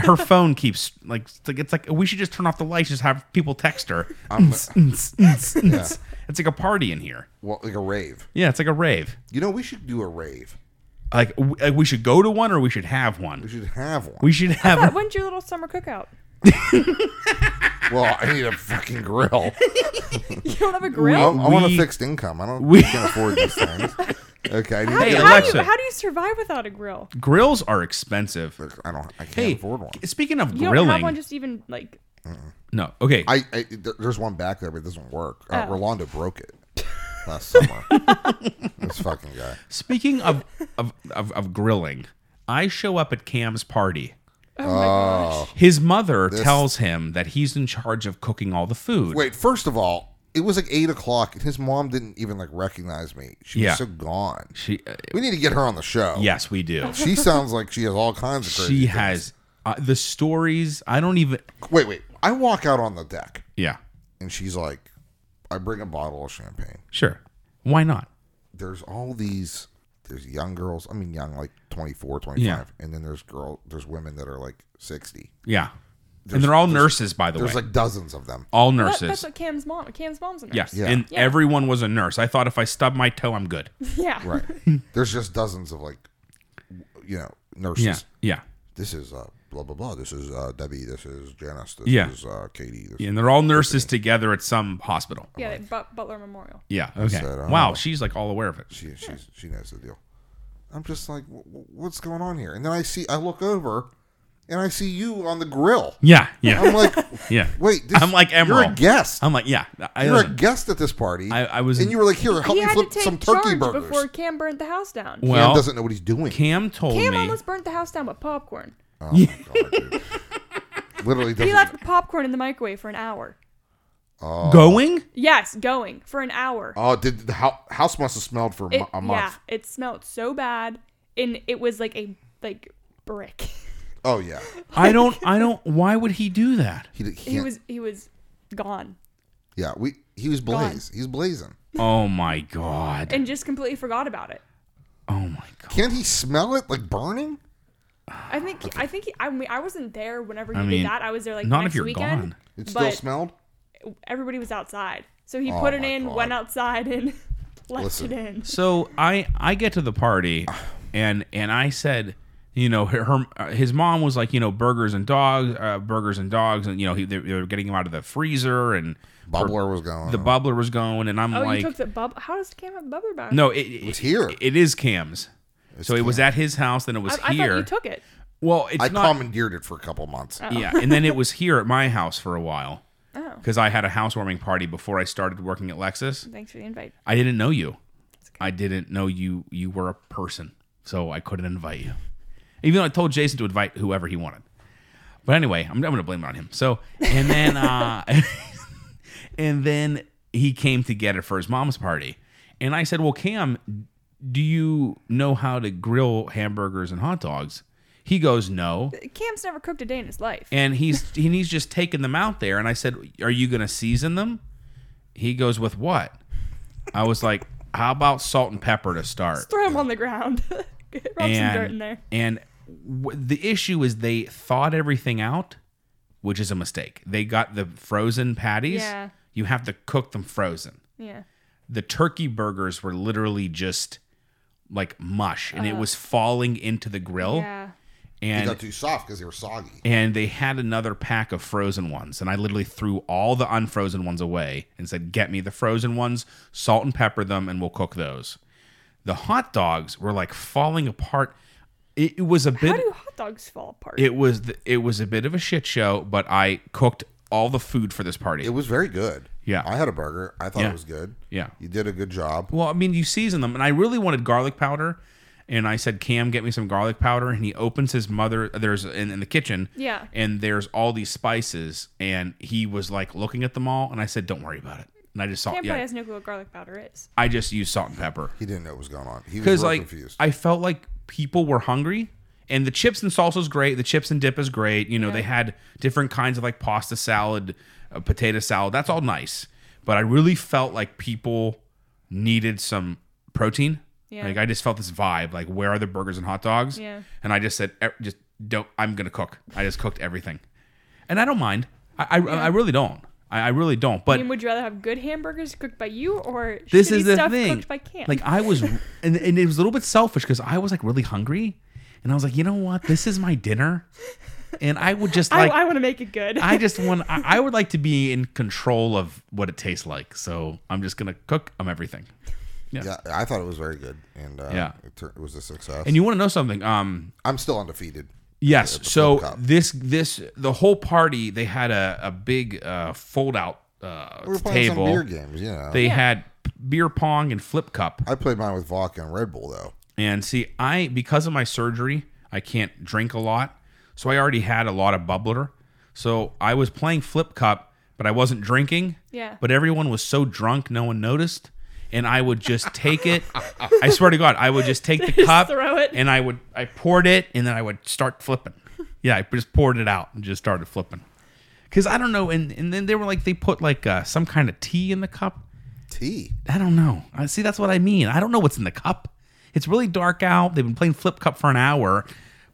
[SPEAKER 1] Her phone keeps like, it's like, it's like we should just turn off the lights, just have people text her. It's like a party in here.
[SPEAKER 2] Well, like a rave.
[SPEAKER 1] Yeah, it's like a rave.
[SPEAKER 2] You know, we should do a rave.
[SPEAKER 1] Like, w- like we should go to one or we should have
[SPEAKER 2] We
[SPEAKER 1] one.
[SPEAKER 2] should have one.
[SPEAKER 1] We should have.
[SPEAKER 3] But when's your little summer cookout?
[SPEAKER 2] well, I need a fucking grill.
[SPEAKER 3] You don't have a grill.
[SPEAKER 2] I'm, I'm on a
[SPEAKER 1] We-
[SPEAKER 2] fixed income. I don't.
[SPEAKER 1] we-
[SPEAKER 2] We can afford these things. Okay. I need
[SPEAKER 3] How,
[SPEAKER 2] to
[SPEAKER 1] Hey,
[SPEAKER 3] do-
[SPEAKER 2] get
[SPEAKER 3] how do
[SPEAKER 1] Alexa.
[SPEAKER 3] you, how do you survive without a grill?
[SPEAKER 1] grills are expensive.
[SPEAKER 2] a- I don't. I can't
[SPEAKER 1] Hey,
[SPEAKER 2] afford one.
[SPEAKER 1] speaking of
[SPEAKER 3] You
[SPEAKER 1] grilling,
[SPEAKER 3] don't have one just even like
[SPEAKER 1] no, okay,
[SPEAKER 2] I, I th- there's one back there, but it doesn't work. Uh,
[SPEAKER 3] Oh.
[SPEAKER 2] Rolando broke it last summer. this fucking guy.
[SPEAKER 1] Speaking of, of of of grilling, I show up at Cam's party.
[SPEAKER 3] oh my gosh.
[SPEAKER 1] His mother tells him that he's in charge of cooking all the food.
[SPEAKER 2] Wait, first of all, it was like eight o'clock, and his mom didn't even like recognize me. She
[SPEAKER 1] Yeah.
[SPEAKER 2] was so gone.
[SPEAKER 1] She, uh,
[SPEAKER 2] We need to get her on the show.
[SPEAKER 1] yes, we do.
[SPEAKER 2] She sounds like she has all kinds of crazy.
[SPEAKER 1] She
[SPEAKER 2] things.
[SPEAKER 1] has uh, the stories. I don't even.
[SPEAKER 2] Wait, wait. I walk out on the deck,
[SPEAKER 1] Yeah,
[SPEAKER 2] and she's like, "I bring a bottle of champagne."
[SPEAKER 1] sure. Why not?
[SPEAKER 2] there's all these there's young girls i mean young like 24 25
[SPEAKER 1] Yeah.
[SPEAKER 2] and then there's girl there's women that are like 60
[SPEAKER 1] Yeah, and they're all nurses, by the way.
[SPEAKER 2] there's like dozens of them
[SPEAKER 1] all
[SPEAKER 3] That-
[SPEAKER 1] nurses.
[SPEAKER 3] that's what Cam's mom. Cam's mom's a nurse.
[SPEAKER 1] yes,
[SPEAKER 2] Yeah.
[SPEAKER 1] and
[SPEAKER 3] Yeah.
[SPEAKER 1] everyone was a nurse. I thought if I stub my toe, I'm good.
[SPEAKER 3] Yeah.
[SPEAKER 2] right there's just dozens of like you know nurses
[SPEAKER 1] Yeah, yeah,
[SPEAKER 2] this is uh blah blah blah this is uh debbie this is janice this
[SPEAKER 1] Yeah.
[SPEAKER 2] is uh katie this
[SPEAKER 1] Yeah, and they're all nurses together at some hospital.
[SPEAKER 3] Yeah, at but- Butler Memorial.
[SPEAKER 1] Yeah. Okay.
[SPEAKER 2] said, I
[SPEAKER 1] wow,
[SPEAKER 2] don't-
[SPEAKER 1] she's like all aware of it.
[SPEAKER 2] she she's, she knows the deal i'm just like "Wh- wh- what's going on here and then i see i look over and i see you on the grill
[SPEAKER 1] Yeah, yeah,
[SPEAKER 2] i'm like
[SPEAKER 1] yeah.
[SPEAKER 2] Oh. wait this,
[SPEAKER 1] I'm like
[SPEAKER 2] you're a
[SPEAKER 1] Emerald.
[SPEAKER 2] guest
[SPEAKER 1] I'm like, yeah. I
[SPEAKER 2] You're a
[SPEAKER 1] listen.
[SPEAKER 2] guest at this party.
[SPEAKER 1] I- I was-
[SPEAKER 2] and you were like, here, help
[SPEAKER 3] He
[SPEAKER 2] me
[SPEAKER 3] had to
[SPEAKER 2] flip
[SPEAKER 3] take
[SPEAKER 2] some turkey
[SPEAKER 3] charge
[SPEAKER 2] burgers.
[SPEAKER 3] before Cam burnt the house down.
[SPEAKER 2] Cam
[SPEAKER 1] well,
[SPEAKER 2] doesn't know what he's doing.
[SPEAKER 1] Cam told
[SPEAKER 3] Cam
[SPEAKER 1] me.
[SPEAKER 3] almost burnt the house down with popcorn.
[SPEAKER 2] Oh my god, dude. Literally
[SPEAKER 3] He
[SPEAKER 2] doesn't.
[SPEAKER 3] left the popcorn in the microwave for an hour.
[SPEAKER 1] going?
[SPEAKER 3] Yes, going for an hour.
[SPEAKER 2] oh, did the hou- house must have smelled for a
[SPEAKER 3] It-
[SPEAKER 2] mo- a
[SPEAKER 3] yeah,
[SPEAKER 2] month?
[SPEAKER 3] it smelled so bad, and it was like a like brick.
[SPEAKER 2] Oh yeah.
[SPEAKER 1] I don't I don't why would he do that?
[SPEAKER 2] He, did-
[SPEAKER 3] He
[SPEAKER 2] can't-
[SPEAKER 3] was he was gone
[SPEAKER 2] Yeah, we. He was blaze. He's blazing.
[SPEAKER 1] Oh my god.
[SPEAKER 3] and just completely forgot about it.
[SPEAKER 1] Oh my god.
[SPEAKER 2] Can't he smell it like burning?
[SPEAKER 3] I think I think he, I mean I wasn't there whenever he
[SPEAKER 1] I mean,
[SPEAKER 3] did that. I was there like the
[SPEAKER 1] not
[SPEAKER 3] next
[SPEAKER 1] if you're
[SPEAKER 3] weekend.
[SPEAKER 1] gone.
[SPEAKER 2] It still
[SPEAKER 3] but
[SPEAKER 2] smelled.
[SPEAKER 3] everybody was outside, so he
[SPEAKER 2] Oh
[SPEAKER 3] put it
[SPEAKER 2] my
[SPEAKER 3] in,
[SPEAKER 2] God.
[SPEAKER 3] went outside, and left
[SPEAKER 2] Listen.
[SPEAKER 3] it in.
[SPEAKER 1] So I I get to the party and and I said, you know, her, her uh, his mom was like, you know, burgers and dogs, uh, burgers and dogs and you know, he, they, they were getting him out of the freezer and
[SPEAKER 2] Bubbler was going.
[SPEAKER 1] the
[SPEAKER 2] on.
[SPEAKER 1] bubbler was going and I'm
[SPEAKER 3] Oh,
[SPEAKER 1] like
[SPEAKER 3] you took the bubble. How does Cam have bubbler back?
[SPEAKER 1] No, it, it-
[SPEAKER 2] It's here.
[SPEAKER 1] It is Cam's. so it was at his house then it was
[SPEAKER 3] I, I
[SPEAKER 1] here.
[SPEAKER 3] thought you took it.
[SPEAKER 1] well, it's
[SPEAKER 2] I
[SPEAKER 1] not
[SPEAKER 2] commandeered it for a couple months.
[SPEAKER 1] Yeah, and then it was here at my house for a while
[SPEAKER 3] Oh,
[SPEAKER 1] because I had a housewarming party before I started working at Lexus.
[SPEAKER 3] thanks for the invite.
[SPEAKER 1] I didn't know you. I didn't know you you were a person, so I couldn't invite you. Even though I told Jason to invite whoever he wanted. But anyway, I'm, I'm going to blame it on him. So, and then, uh, and then he came to get it for his mom's party. And I said, Well, Cam, do you know how to grill hamburgers and hot dogs? He goes, No.
[SPEAKER 3] Cam's never cooked a day in his life.
[SPEAKER 1] And he's, and he's just taking them out there. And I said, Are you going to season them? He goes, With what? I was like, How about salt and pepper to start?
[SPEAKER 3] Throw him on the ground. Rub some dirt in there.
[SPEAKER 1] And w- the issue is they thawed everything out, which is a mistake. They got the frozen patties.
[SPEAKER 3] Yeah.
[SPEAKER 1] You have to cook them frozen.
[SPEAKER 3] Yeah.
[SPEAKER 1] The turkey burgers were literally just like mush and it was falling into the grill.
[SPEAKER 3] Yeah.
[SPEAKER 2] They
[SPEAKER 1] And
[SPEAKER 2] got too soft because they were soggy.
[SPEAKER 1] and they had another pack of frozen ones and i literally threw all the unfrozen ones away and said get me the frozen ones salt and pepper them and we'll cook those the hot dogs were like falling apart it, it was a
[SPEAKER 3] How
[SPEAKER 1] bit
[SPEAKER 3] do hot dogs fall apart?
[SPEAKER 1] it was the, it was a bit of a shit show but i cooked all the food for this party
[SPEAKER 2] It was very good.
[SPEAKER 1] Yeah.
[SPEAKER 2] I had a burger. I thought
[SPEAKER 1] Yeah.
[SPEAKER 2] it was good.
[SPEAKER 1] yeah
[SPEAKER 2] You did a good job.
[SPEAKER 1] well i mean you season them and i really wanted garlic powder and i said cam get me some garlic powder and he opens his mother there's in, in the kitchen
[SPEAKER 3] Yeah.
[SPEAKER 1] and there's all these spices and he was like looking at them all and i said don't worry about it and i just salt
[SPEAKER 3] Cam
[SPEAKER 1] yeah
[SPEAKER 3] probably has no clue what garlic powder is.
[SPEAKER 1] i just used salt and pepper
[SPEAKER 2] He didn't know what was going on. He was
[SPEAKER 1] because
[SPEAKER 2] real
[SPEAKER 1] like
[SPEAKER 2] confused.
[SPEAKER 1] i felt like people were hungry and the chips and salsa is great the chips and dip is great you know they had different kinds of like pasta salad uh, potato salad that's all nice but i really felt like people needed some protein
[SPEAKER 3] Yeah.
[SPEAKER 1] like i just felt this vibe like where are the burgers and hot dogs
[SPEAKER 3] Yeah.
[SPEAKER 1] and i just said "E- just don't i'm gonna cook i just cooked everything and i don't mind i i, I really don't I, I really don't
[SPEAKER 3] I
[SPEAKER 1] but
[SPEAKER 3] mean, would you rather have good hamburgers cooked by you or
[SPEAKER 1] this
[SPEAKER 3] shitty
[SPEAKER 1] is the
[SPEAKER 3] stuff
[SPEAKER 1] thing.
[SPEAKER 3] cooked by Cam?
[SPEAKER 1] Like I was, and, and it was a little bit selfish because I was like really hungry, and I was like, you know what, this is my dinner, and I would just like,
[SPEAKER 3] I,
[SPEAKER 1] I,
[SPEAKER 3] I want to make it good.
[SPEAKER 1] just want, I, I would like to be in control of what it tastes like, so I'm just gonna cook um everything.
[SPEAKER 2] yeah, I thought it was very good, and uh,
[SPEAKER 1] Yeah.
[SPEAKER 2] it, tur- it was a success.
[SPEAKER 1] And you want to know something? Um,
[SPEAKER 2] I'm still undefeated.
[SPEAKER 1] Yes.
[SPEAKER 2] the
[SPEAKER 1] so
[SPEAKER 2] Flip Cup.
[SPEAKER 1] this this the whole party they had a a big uh, fold out uh,
[SPEAKER 2] We were playing
[SPEAKER 1] table.
[SPEAKER 2] some beer games. You know,
[SPEAKER 1] They had beer pong and flip cup.
[SPEAKER 2] I played mine with vodka and Red Bull though.
[SPEAKER 1] And see, I because of my surgery, I can't drink a lot, so I already had a lot of bubbler. So I was playing flip cup, but I wasn't drinking.
[SPEAKER 3] Yeah.
[SPEAKER 1] But everyone was so drunk, no one noticed. And I would just take it. I swear to God, I would just take the cup,
[SPEAKER 3] throw it.
[SPEAKER 1] and I would I poured it, and then I would start flipping. Yeah, I just poured it out and just started flipping. Cause I don't know, and, and then they were like they put like uh, some kind of tea in the cup.
[SPEAKER 2] Tea.
[SPEAKER 1] I don't know. I see. That's what I mean. I don't know what's in the cup. It's really dark out. They've been playing flip cup for an hour,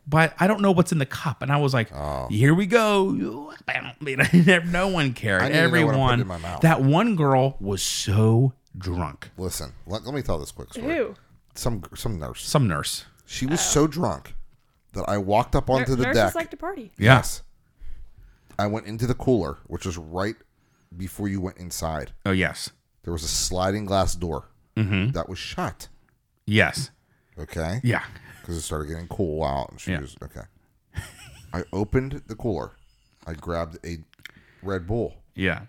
[SPEAKER 1] but I don't know what's in the cup. And I was like,
[SPEAKER 2] Oh.
[SPEAKER 1] "Here we go." no one cared.
[SPEAKER 2] I need to know what I'm putting
[SPEAKER 1] Everyone.
[SPEAKER 2] in my mouth.
[SPEAKER 1] That one girl was so drunk.
[SPEAKER 2] Listen, let, let me tell this quick story.
[SPEAKER 3] Who? Oh.
[SPEAKER 2] Some some nurse.
[SPEAKER 1] Some nurse.
[SPEAKER 2] She was so drunk that I walked up onto the
[SPEAKER 3] Nurses
[SPEAKER 2] deck.
[SPEAKER 3] like to party.
[SPEAKER 1] Yes.
[SPEAKER 2] I went into the cooler, which was right before you went inside.
[SPEAKER 1] Oh yes.
[SPEAKER 2] There was a sliding glass door that was shut.
[SPEAKER 1] Yes.
[SPEAKER 2] Okay.
[SPEAKER 1] Mm-hmm. Yeah.
[SPEAKER 2] because it started getting cool out, and she
[SPEAKER 1] Yeah.
[SPEAKER 2] was okay. I opened the cooler. I grabbed a Red Bull.
[SPEAKER 1] Yeah.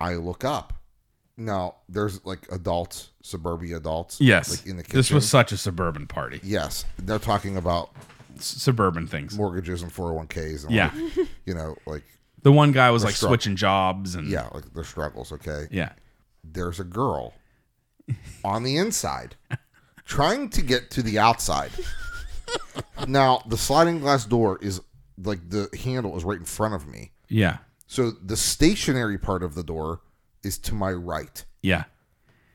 [SPEAKER 2] I look up. Now there's like adults, suburban adults.
[SPEAKER 1] Yes.
[SPEAKER 2] like in the kitchen.
[SPEAKER 1] this was such a suburban party.
[SPEAKER 2] yes. They're talking about
[SPEAKER 1] S- Suburban things.
[SPEAKER 2] mortgages and 401ks and
[SPEAKER 1] Yeah.
[SPEAKER 2] like, you know, like
[SPEAKER 1] The one guy was like
[SPEAKER 2] struck.
[SPEAKER 1] switching jobs and
[SPEAKER 2] yeah, like their struggles. Okay,
[SPEAKER 1] Yeah.
[SPEAKER 2] there's a girl on the inside trying to get to the outside. now the sliding glass door is like the handle is right in front of me.
[SPEAKER 1] Yeah.
[SPEAKER 2] So the stationary part of the door is to my right.
[SPEAKER 1] Yeah.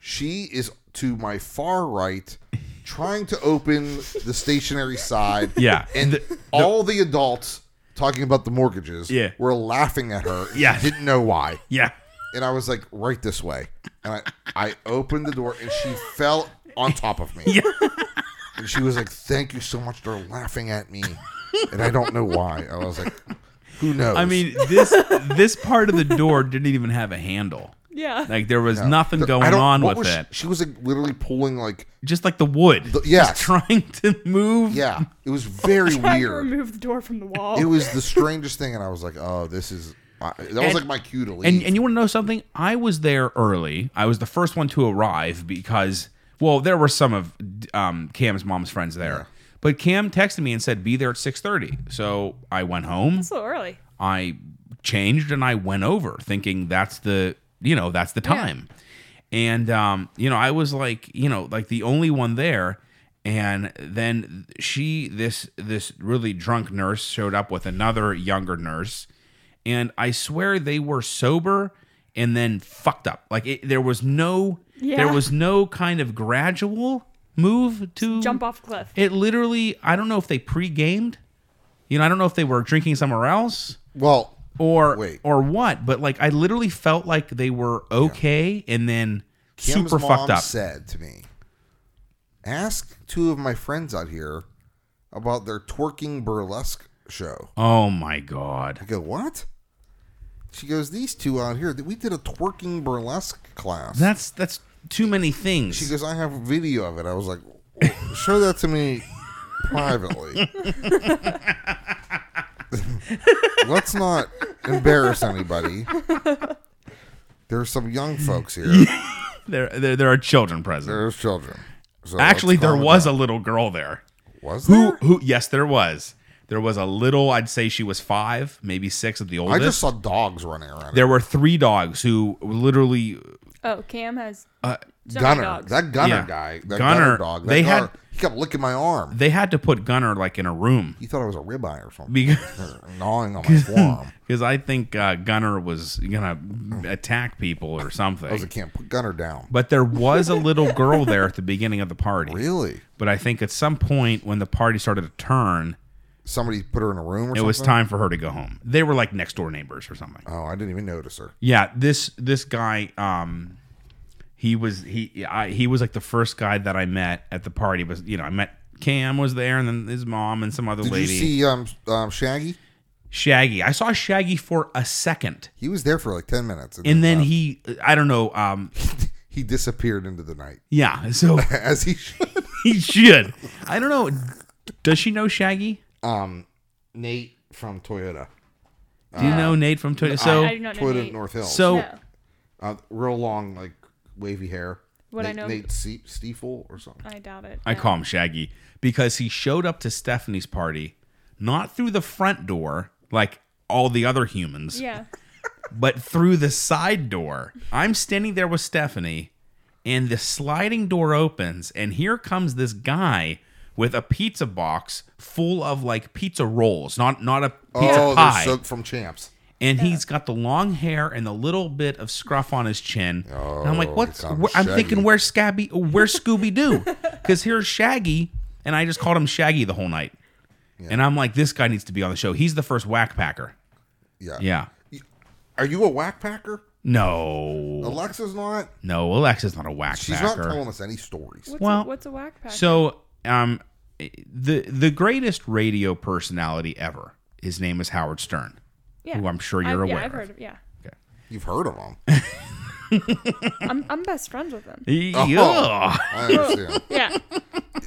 [SPEAKER 2] She is to my far right, trying to open the stationary side.
[SPEAKER 1] Yeah.
[SPEAKER 2] And all the adults talking about the mortgages
[SPEAKER 1] Yeah.
[SPEAKER 2] were laughing at her. and
[SPEAKER 1] Yeah.
[SPEAKER 2] she Didn't know why.
[SPEAKER 1] Yeah.
[SPEAKER 2] And I was like, right this way. And I, I opened the door and she fell on top of me. And she was like, Thank you so much. They're laughing at me. And I don't know why. I was like, Who knows?
[SPEAKER 1] I mean, this this part of the door didn't even have a handle.
[SPEAKER 3] Yeah.
[SPEAKER 1] Like there was nothing
[SPEAKER 2] I
[SPEAKER 1] going
[SPEAKER 2] don't-
[SPEAKER 1] on
[SPEAKER 2] what
[SPEAKER 1] with
[SPEAKER 2] was
[SPEAKER 1] it.
[SPEAKER 2] She, she was like literally pulling like
[SPEAKER 1] Just like the wood.
[SPEAKER 2] yes.
[SPEAKER 1] Just trying to move.
[SPEAKER 2] yeah. It was very
[SPEAKER 3] Trying to
[SPEAKER 2] weird.
[SPEAKER 3] remove the door from the wall.
[SPEAKER 2] It was the strangest thing, and I was like, oh, this is I- that was
[SPEAKER 1] And-
[SPEAKER 2] like my cue to leave.
[SPEAKER 1] And and you want to know something? I was there early. I was the first one to arrive because well, there were some of um, Cam's mom's friends there. But Cam texted me and said, "Be there at 6:30." So I went home.
[SPEAKER 3] It's so early.
[SPEAKER 1] I changed and I went over, thinking that's the you know that's the time. And um, you know, I was like, you know, like the only one there. And then she, this this really drunk nurse, showed up with another younger nurse, and I swear they were sober and then fucked up. Like it, there was no, there
[SPEAKER 3] Yeah.
[SPEAKER 1] was no kind of gradual move to
[SPEAKER 3] Jump off cliff.
[SPEAKER 1] It literally, I don't know if they pre-gamed. You know, I don't know if they were drinking somewhere else
[SPEAKER 2] Well,
[SPEAKER 1] or
[SPEAKER 2] Wait.
[SPEAKER 1] or what, but like I literally felt like they were okay and then
[SPEAKER 2] Kim's
[SPEAKER 1] super
[SPEAKER 2] mom
[SPEAKER 1] fucked up.
[SPEAKER 2] said to me, "Ask two of my friends out here about their twerking burlesque show."
[SPEAKER 1] oh my god.
[SPEAKER 2] I go, "What?" She goes, "These two out here, we did a twerking burlesque class."
[SPEAKER 1] That's that's too many things.
[SPEAKER 2] She goes, I have a video of it. I was like, show that to me privately. Let's not embarrass anybody. There's some young folks here.
[SPEAKER 1] there, there there are children present.
[SPEAKER 2] There's children. So
[SPEAKER 1] Actually
[SPEAKER 2] let's
[SPEAKER 1] there
[SPEAKER 2] calm it
[SPEAKER 1] was
[SPEAKER 2] down.
[SPEAKER 1] a little girl there.
[SPEAKER 2] was
[SPEAKER 1] Who
[SPEAKER 2] there?
[SPEAKER 1] who yes there was. There was a little, I'd say she was 5, maybe 6 at the
[SPEAKER 2] I
[SPEAKER 1] oldest.
[SPEAKER 2] just saw dogs running around.
[SPEAKER 1] there were 3 dogs who literally
[SPEAKER 3] Oh, Cam has
[SPEAKER 1] Uh,
[SPEAKER 3] so many
[SPEAKER 2] Gunner,
[SPEAKER 3] dogs.
[SPEAKER 2] that Gunner
[SPEAKER 1] Yeah.
[SPEAKER 2] guy, that Gunner,
[SPEAKER 1] Gunner,
[SPEAKER 2] dog. That
[SPEAKER 1] they
[SPEAKER 2] Gunner-
[SPEAKER 1] had-
[SPEAKER 2] he kept licking my arm.
[SPEAKER 1] they had to put Gunner like in a room
[SPEAKER 2] He thought it was a ribeye or something.
[SPEAKER 1] because
[SPEAKER 2] gnawing on my forearm.
[SPEAKER 1] because I think uh, Gunner was gonna attack people or something.
[SPEAKER 2] I was like, can't put Gunner down.
[SPEAKER 1] But there was a little girl there at the beginning of the party.
[SPEAKER 2] Really?
[SPEAKER 1] But I think at some point when the party started to turn,
[SPEAKER 2] Somebody put her in a room or
[SPEAKER 1] it
[SPEAKER 2] something?
[SPEAKER 1] was time for her to go home. They were like next door neighbors or something.
[SPEAKER 2] Oh, I didn't even notice her.
[SPEAKER 1] Yeah, this this guy, um, he was he I, he was like the first guy that I met at the party. Was you know I met Cam was there and then his mom and some other
[SPEAKER 2] Did
[SPEAKER 1] lady.
[SPEAKER 2] you see um, um, Shaggy?
[SPEAKER 1] Shaggy, I saw Shaggy for a second,
[SPEAKER 2] He was there for like ten minutes, and,
[SPEAKER 1] and then
[SPEAKER 2] left.
[SPEAKER 1] he I don't know. Um,
[SPEAKER 2] he disappeared into the night
[SPEAKER 1] yeah, so
[SPEAKER 2] as he should.
[SPEAKER 1] he should. I don't know. Does she know Shaggy?
[SPEAKER 2] Um, Nate from Toyota,
[SPEAKER 1] Do
[SPEAKER 2] Uh,
[SPEAKER 1] you know Nate from Toyota? So
[SPEAKER 3] I do not know.
[SPEAKER 2] Toyota
[SPEAKER 3] Nate.
[SPEAKER 2] North Hills.
[SPEAKER 1] So
[SPEAKER 3] No.
[SPEAKER 2] uh, real long, like wavy hair.
[SPEAKER 3] What
[SPEAKER 2] Nate,
[SPEAKER 3] I know-
[SPEAKER 2] Nate Se- Stiefel or something.
[SPEAKER 3] I doubt it.
[SPEAKER 1] I
[SPEAKER 3] no.
[SPEAKER 1] call him Shaggy because he showed up to Stephanie's party not through the front door like all the other humans,
[SPEAKER 3] Yeah.
[SPEAKER 1] but through the side door. I'm standing there with Stephanie and the sliding door opens and here comes this guy with a pizza box full of like pizza rolls, not not a pizza
[SPEAKER 2] oh,
[SPEAKER 1] pie.
[SPEAKER 2] they're so, from Champs.
[SPEAKER 1] and he's got the long hair and the little bit of scruff on his chin. and I'm like,
[SPEAKER 2] Oh,
[SPEAKER 1] what's?
[SPEAKER 2] here comes
[SPEAKER 1] Where, I'm
[SPEAKER 2] Shaggy.
[SPEAKER 1] thinking, where's Scabby? Where's Scooby Doo? Because here's Shaggy, and I just called him Shaggy the whole night. And I'm like, this guy needs to be on the show. He's the first whack packer.
[SPEAKER 2] Yeah.
[SPEAKER 1] Yeah.
[SPEAKER 2] Are you a whack packer?
[SPEAKER 1] No,
[SPEAKER 2] Alexa's not.
[SPEAKER 1] no, Alexa's not a whack
[SPEAKER 2] She's
[SPEAKER 1] packer.
[SPEAKER 2] not telling us any stories.
[SPEAKER 3] What's,
[SPEAKER 1] Well,
[SPEAKER 3] a, what's a whack pack?
[SPEAKER 1] so, um, the the greatest radio personality ever. His name is Howard Stern,
[SPEAKER 3] yeah.
[SPEAKER 1] who I'm sure
[SPEAKER 3] I-
[SPEAKER 1] you're aware.
[SPEAKER 3] Yeah, I've
[SPEAKER 1] of.
[SPEAKER 3] heard of Yeah.
[SPEAKER 2] You've heard of them.
[SPEAKER 3] I'm, I'm best friends with
[SPEAKER 2] Oh.
[SPEAKER 3] him.
[SPEAKER 1] Yeah.
[SPEAKER 2] I understand.
[SPEAKER 3] Yeah.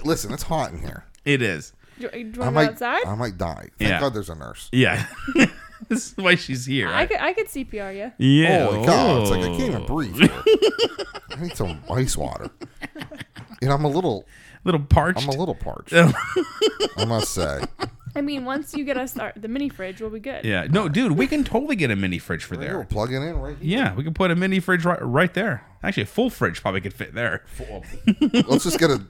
[SPEAKER 2] Listen, it's hot in here.
[SPEAKER 1] it is.
[SPEAKER 3] Do, do you want to
[SPEAKER 2] I
[SPEAKER 3] go
[SPEAKER 2] might.
[SPEAKER 3] outside?
[SPEAKER 2] I might die. Thank
[SPEAKER 1] Yeah.
[SPEAKER 2] God there's a nurse.
[SPEAKER 1] Yeah. this is why she's here.
[SPEAKER 3] I could, I could CPR you.
[SPEAKER 1] yeah.
[SPEAKER 2] Holy cow! It's like I can't even breathe. here. I need some ice water. And I'm a little,
[SPEAKER 1] Little parched.
[SPEAKER 2] I'm a little parched.
[SPEAKER 1] Oh.
[SPEAKER 2] I must say.
[SPEAKER 3] I mean, once you get us our, the mini fridge, we'll be good.
[SPEAKER 1] yeah. No, dude, we can totally get a mini fridge for
[SPEAKER 2] You're
[SPEAKER 1] there.
[SPEAKER 2] plugging in right here.
[SPEAKER 1] Yeah, we can put a mini fridge right, right there. Actually, a full fridge probably could fit there.
[SPEAKER 2] Let's just get a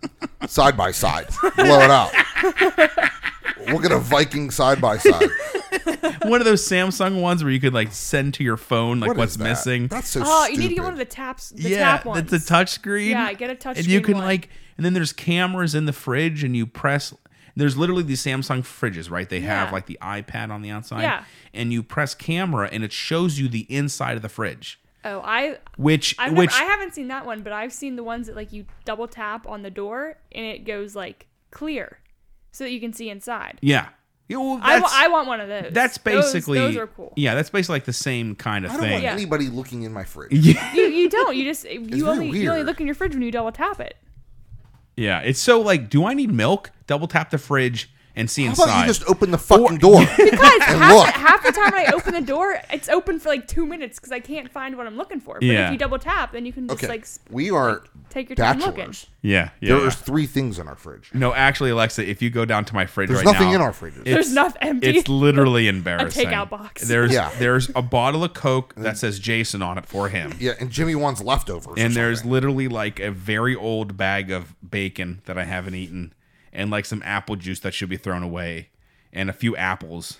[SPEAKER 2] side by side. Blow it out. We'll get a Viking side by side.
[SPEAKER 1] one of those Samsung ones where you could like send to your phone like
[SPEAKER 2] What is
[SPEAKER 1] what's
[SPEAKER 2] that?
[SPEAKER 1] missing.
[SPEAKER 2] That's so.
[SPEAKER 3] Oh, you need to get
[SPEAKER 2] stupid.
[SPEAKER 3] one of the taps. The
[SPEAKER 1] yeah,
[SPEAKER 3] tap ones.
[SPEAKER 1] it's a touch screen.
[SPEAKER 3] Yeah, get a touch
[SPEAKER 1] And you
[SPEAKER 3] screen
[SPEAKER 1] can
[SPEAKER 3] one.
[SPEAKER 1] like, and then there's cameras in the fridge, and you press. There's literally these Samsung fridges, right? They have
[SPEAKER 3] Yeah.
[SPEAKER 1] like the iPad on the outside,
[SPEAKER 3] Yeah.
[SPEAKER 1] and you press camera, and it shows you the inside of the fridge.
[SPEAKER 3] Oh, I
[SPEAKER 1] Which,
[SPEAKER 3] I've
[SPEAKER 1] which
[SPEAKER 3] never, I haven't seen that one, but I've seen the ones that like you double tap on the door and it goes like clear, so that you can see inside.
[SPEAKER 1] Yeah. Yeah, well,
[SPEAKER 3] I, wa-
[SPEAKER 1] that's,
[SPEAKER 3] I want one of those.
[SPEAKER 1] that's
[SPEAKER 3] Those-
[SPEAKER 1] basically
[SPEAKER 3] those, are cool.
[SPEAKER 1] Yeah, that's basically like the same kind of
[SPEAKER 2] I don't
[SPEAKER 1] thing.
[SPEAKER 2] want
[SPEAKER 3] Yeah.
[SPEAKER 2] anybody looking in my fridge.
[SPEAKER 1] Yeah.
[SPEAKER 3] You, you don't. You just
[SPEAKER 2] very
[SPEAKER 3] you only you only
[SPEAKER 2] weird.
[SPEAKER 3] look in your fridge when you double tap it.
[SPEAKER 1] yeah, it's so like do I need milk? Double tap the fridge, and see
[SPEAKER 2] How
[SPEAKER 1] inside.
[SPEAKER 2] about you just open the fucking door
[SPEAKER 3] Guys,
[SPEAKER 2] and
[SPEAKER 3] half,
[SPEAKER 2] look?
[SPEAKER 3] half the time I open the door, it's open for like two minutes because I can't find what I'm looking for. But
[SPEAKER 1] Yeah.
[SPEAKER 3] if you double tap, then you can just
[SPEAKER 2] Okay,
[SPEAKER 3] like s-
[SPEAKER 2] we are
[SPEAKER 3] take your time looking.
[SPEAKER 2] bachelors.
[SPEAKER 1] yeah, yeah.
[SPEAKER 2] There
[SPEAKER 1] yeah.
[SPEAKER 2] are three things in our fridge.
[SPEAKER 1] No, actually, Alexa, if you go down to my fridge
[SPEAKER 2] There's
[SPEAKER 1] right
[SPEAKER 2] nothing
[SPEAKER 1] now,
[SPEAKER 2] in our fridges.
[SPEAKER 1] it's-
[SPEAKER 3] There's nothing empty.
[SPEAKER 1] It's literally embarrassing.
[SPEAKER 3] takeout box.
[SPEAKER 1] There's
[SPEAKER 2] Yeah.
[SPEAKER 1] there's a bottle of Coke that says Jason on it for him,
[SPEAKER 2] Yeah, and Jimmy wants leftovers.
[SPEAKER 1] and
[SPEAKER 2] or
[SPEAKER 1] there's
[SPEAKER 2] something.
[SPEAKER 1] literally like a very old bag of bacon that I haven't eaten, and like some apple juice that should be thrown away, and a few apples.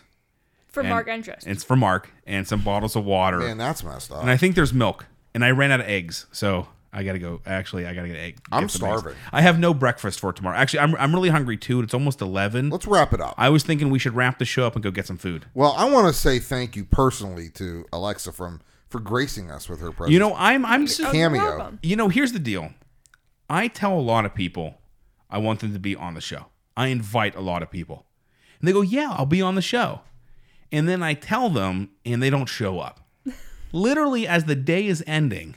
[SPEAKER 3] for
[SPEAKER 1] and-
[SPEAKER 3] Mark Entrance.
[SPEAKER 1] and It's for Mark, and some bottles of water,
[SPEAKER 2] man, that's messed up.
[SPEAKER 1] and I think there's milk. And I ran out of eggs, so I gotta go. Actually, I gotta get egg.
[SPEAKER 2] I'm
[SPEAKER 1] get some eggs.
[SPEAKER 2] starving.
[SPEAKER 1] I have no breakfast for tomorrow. Actually, I'm I'm really hungry too. and It's almost eleven.
[SPEAKER 2] Let's wrap it up.
[SPEAKER 1] I was thinking we should wrap the show up and go get some food.
[SPEAKER 2] well, I want to say thank you personally to Alexa from for gracing us with her presence.
[SPEAKER 1] You know, I'm I'm so,
[SPEAKER 2] cameo.
[SPEAKER 1] you know, here's the deal. I tell a lot of people I want them to be on the show. I invite a lot of people. And they go, "Yeah, I'll be on the show." And then I tell them and they don't show up. Literally as the day is ending,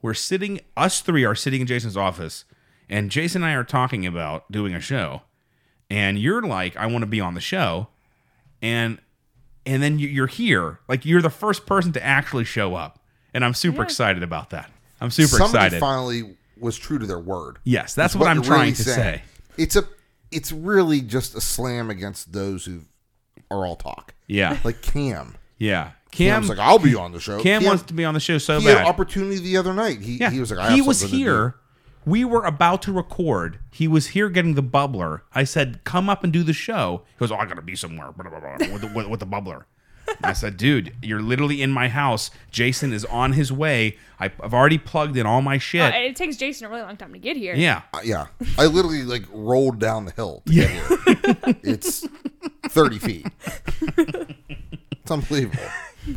[SPEAKER 1] we're sitting us three are sitting in Jason's office and Jason and I are talking about doing a show. And you're like, "I want to be on the show." And and then you- you're here. Like you're the first person to actually show up. And I'm super excited about that. I'm super
[SPEAKER 2] somebody
[SPEAKER 1] excited.
[SPEAKER 2] finally was true to their word.
[SPEAKER 1] Yes, that's what, I'm
[SPEAKER 2] you're
[SPEAKER 1] trying
[SPEAKER 2] really
[SPEAKER 1] to
[SPEAKER 2] saying.
[SPEAKER 1] say.
[SPEAKER 2] It's a, it's really just a slam against those who are all talk.
[SPEAKER 1] Yeah,
[SPEAKER 2] Like Cam.
[SPEAKER 1] yeah. Cam,
[SPEAKER 2] Cam's like, I'll be on the show.
[SPEAKER 1] Cam wants to be on the show so
[SPEAKER 2] he had
[SPEAKER 1] bad.
[SPEAKER 2] opportunity the other night. He,
[SPEAKER 1] yeah,
[SPEAKER 2] he was like, I have something to do."
[SPEAKER 1] here. We were about to record. He was here getting the bubbler. I said, "Come up and do the show." He goes, oh, "I gotta be somewhere blah, blah, blah, with, the, with, with the bubbler." And I said, "Dude, you're literally in my house. Jason is on his way. I, I've already plugged in all my shit.
[SPEAKER 3] Uh, it takes Jason a really long time to get here.
[SPEAKER 1] yeah,
[SPEAKER 2] Uh, yeah, I literally like rolled down the hill. To get here. it's thirty feet. It's unbelievable.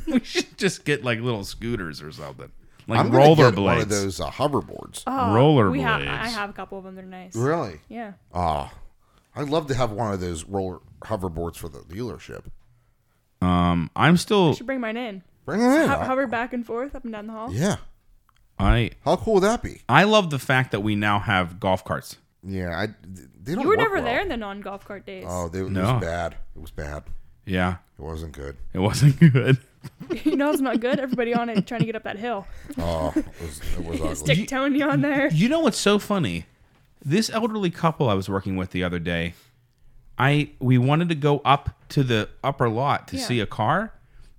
[SPEAKER 1] we should just get like little scooters or something, like
[SPEAKER 2] I'm gonna get one
[SPEAKER 1] rollerblades.
[SPEAKER 2] of those uh, hoverboards.
[SPEAKER 3] Oh,
[SPEAKER 1] Rollerblades.
[SPEAKER 3] We have, I have a couple of them. They're nice.
[SPEAKER 2] really?
[SPEAKER 3] Yeah.
[SPEAKER 2] Ah, I'd love to have one of those roller hoverboards for the dealership.
[SPEAKER 1] Um, I'm still.
[SPEAKER 3] Should bring mine in.
[SPEAKER 2] Bring it in.
[SPEAKER 3] Ho-
[SPEAKER 2] I-
[SPEAKER 3] hover back and forth up and down the hall.
[SPEAKER 2] yeah.
[SPEAKER 1] I
[SPEAKER 2] How cool would that be?
[SPEAKER 1] I love the fact that we now have golf carts.
[SPEAKER 2] Yeah, I. They don't
[SPEAKER 3] You were
[SPEAKER 2] work
[SPEAKER 3] never
[SPEAKER 2] well.
[SPEAKER 3] there in the non golf cart days.
[SPEAKER 2] Oh, they, it
[SPEAKER 1] No.
[SPEAKER 2] was bad. It was bad.
[SPEAKER 1] Yeah,
[SPEAKER 2] It wasn't good.
[SPEAKER 1] it wasn't good.
[SPEAKER 3] you know it's not good. Everybody on it trying to get up that hill.
[SPEAKER 2] Oh, it was, it was ugly.
[SPEAKER 3] Stick Tony on there.
[SPEAKER 1] You know what's so funny? This elderly couple I was working with the other day, I we wanted to go up to the upper lot to
[SPEAKER 3] Yeah.
[SPEAKER 1] see a car,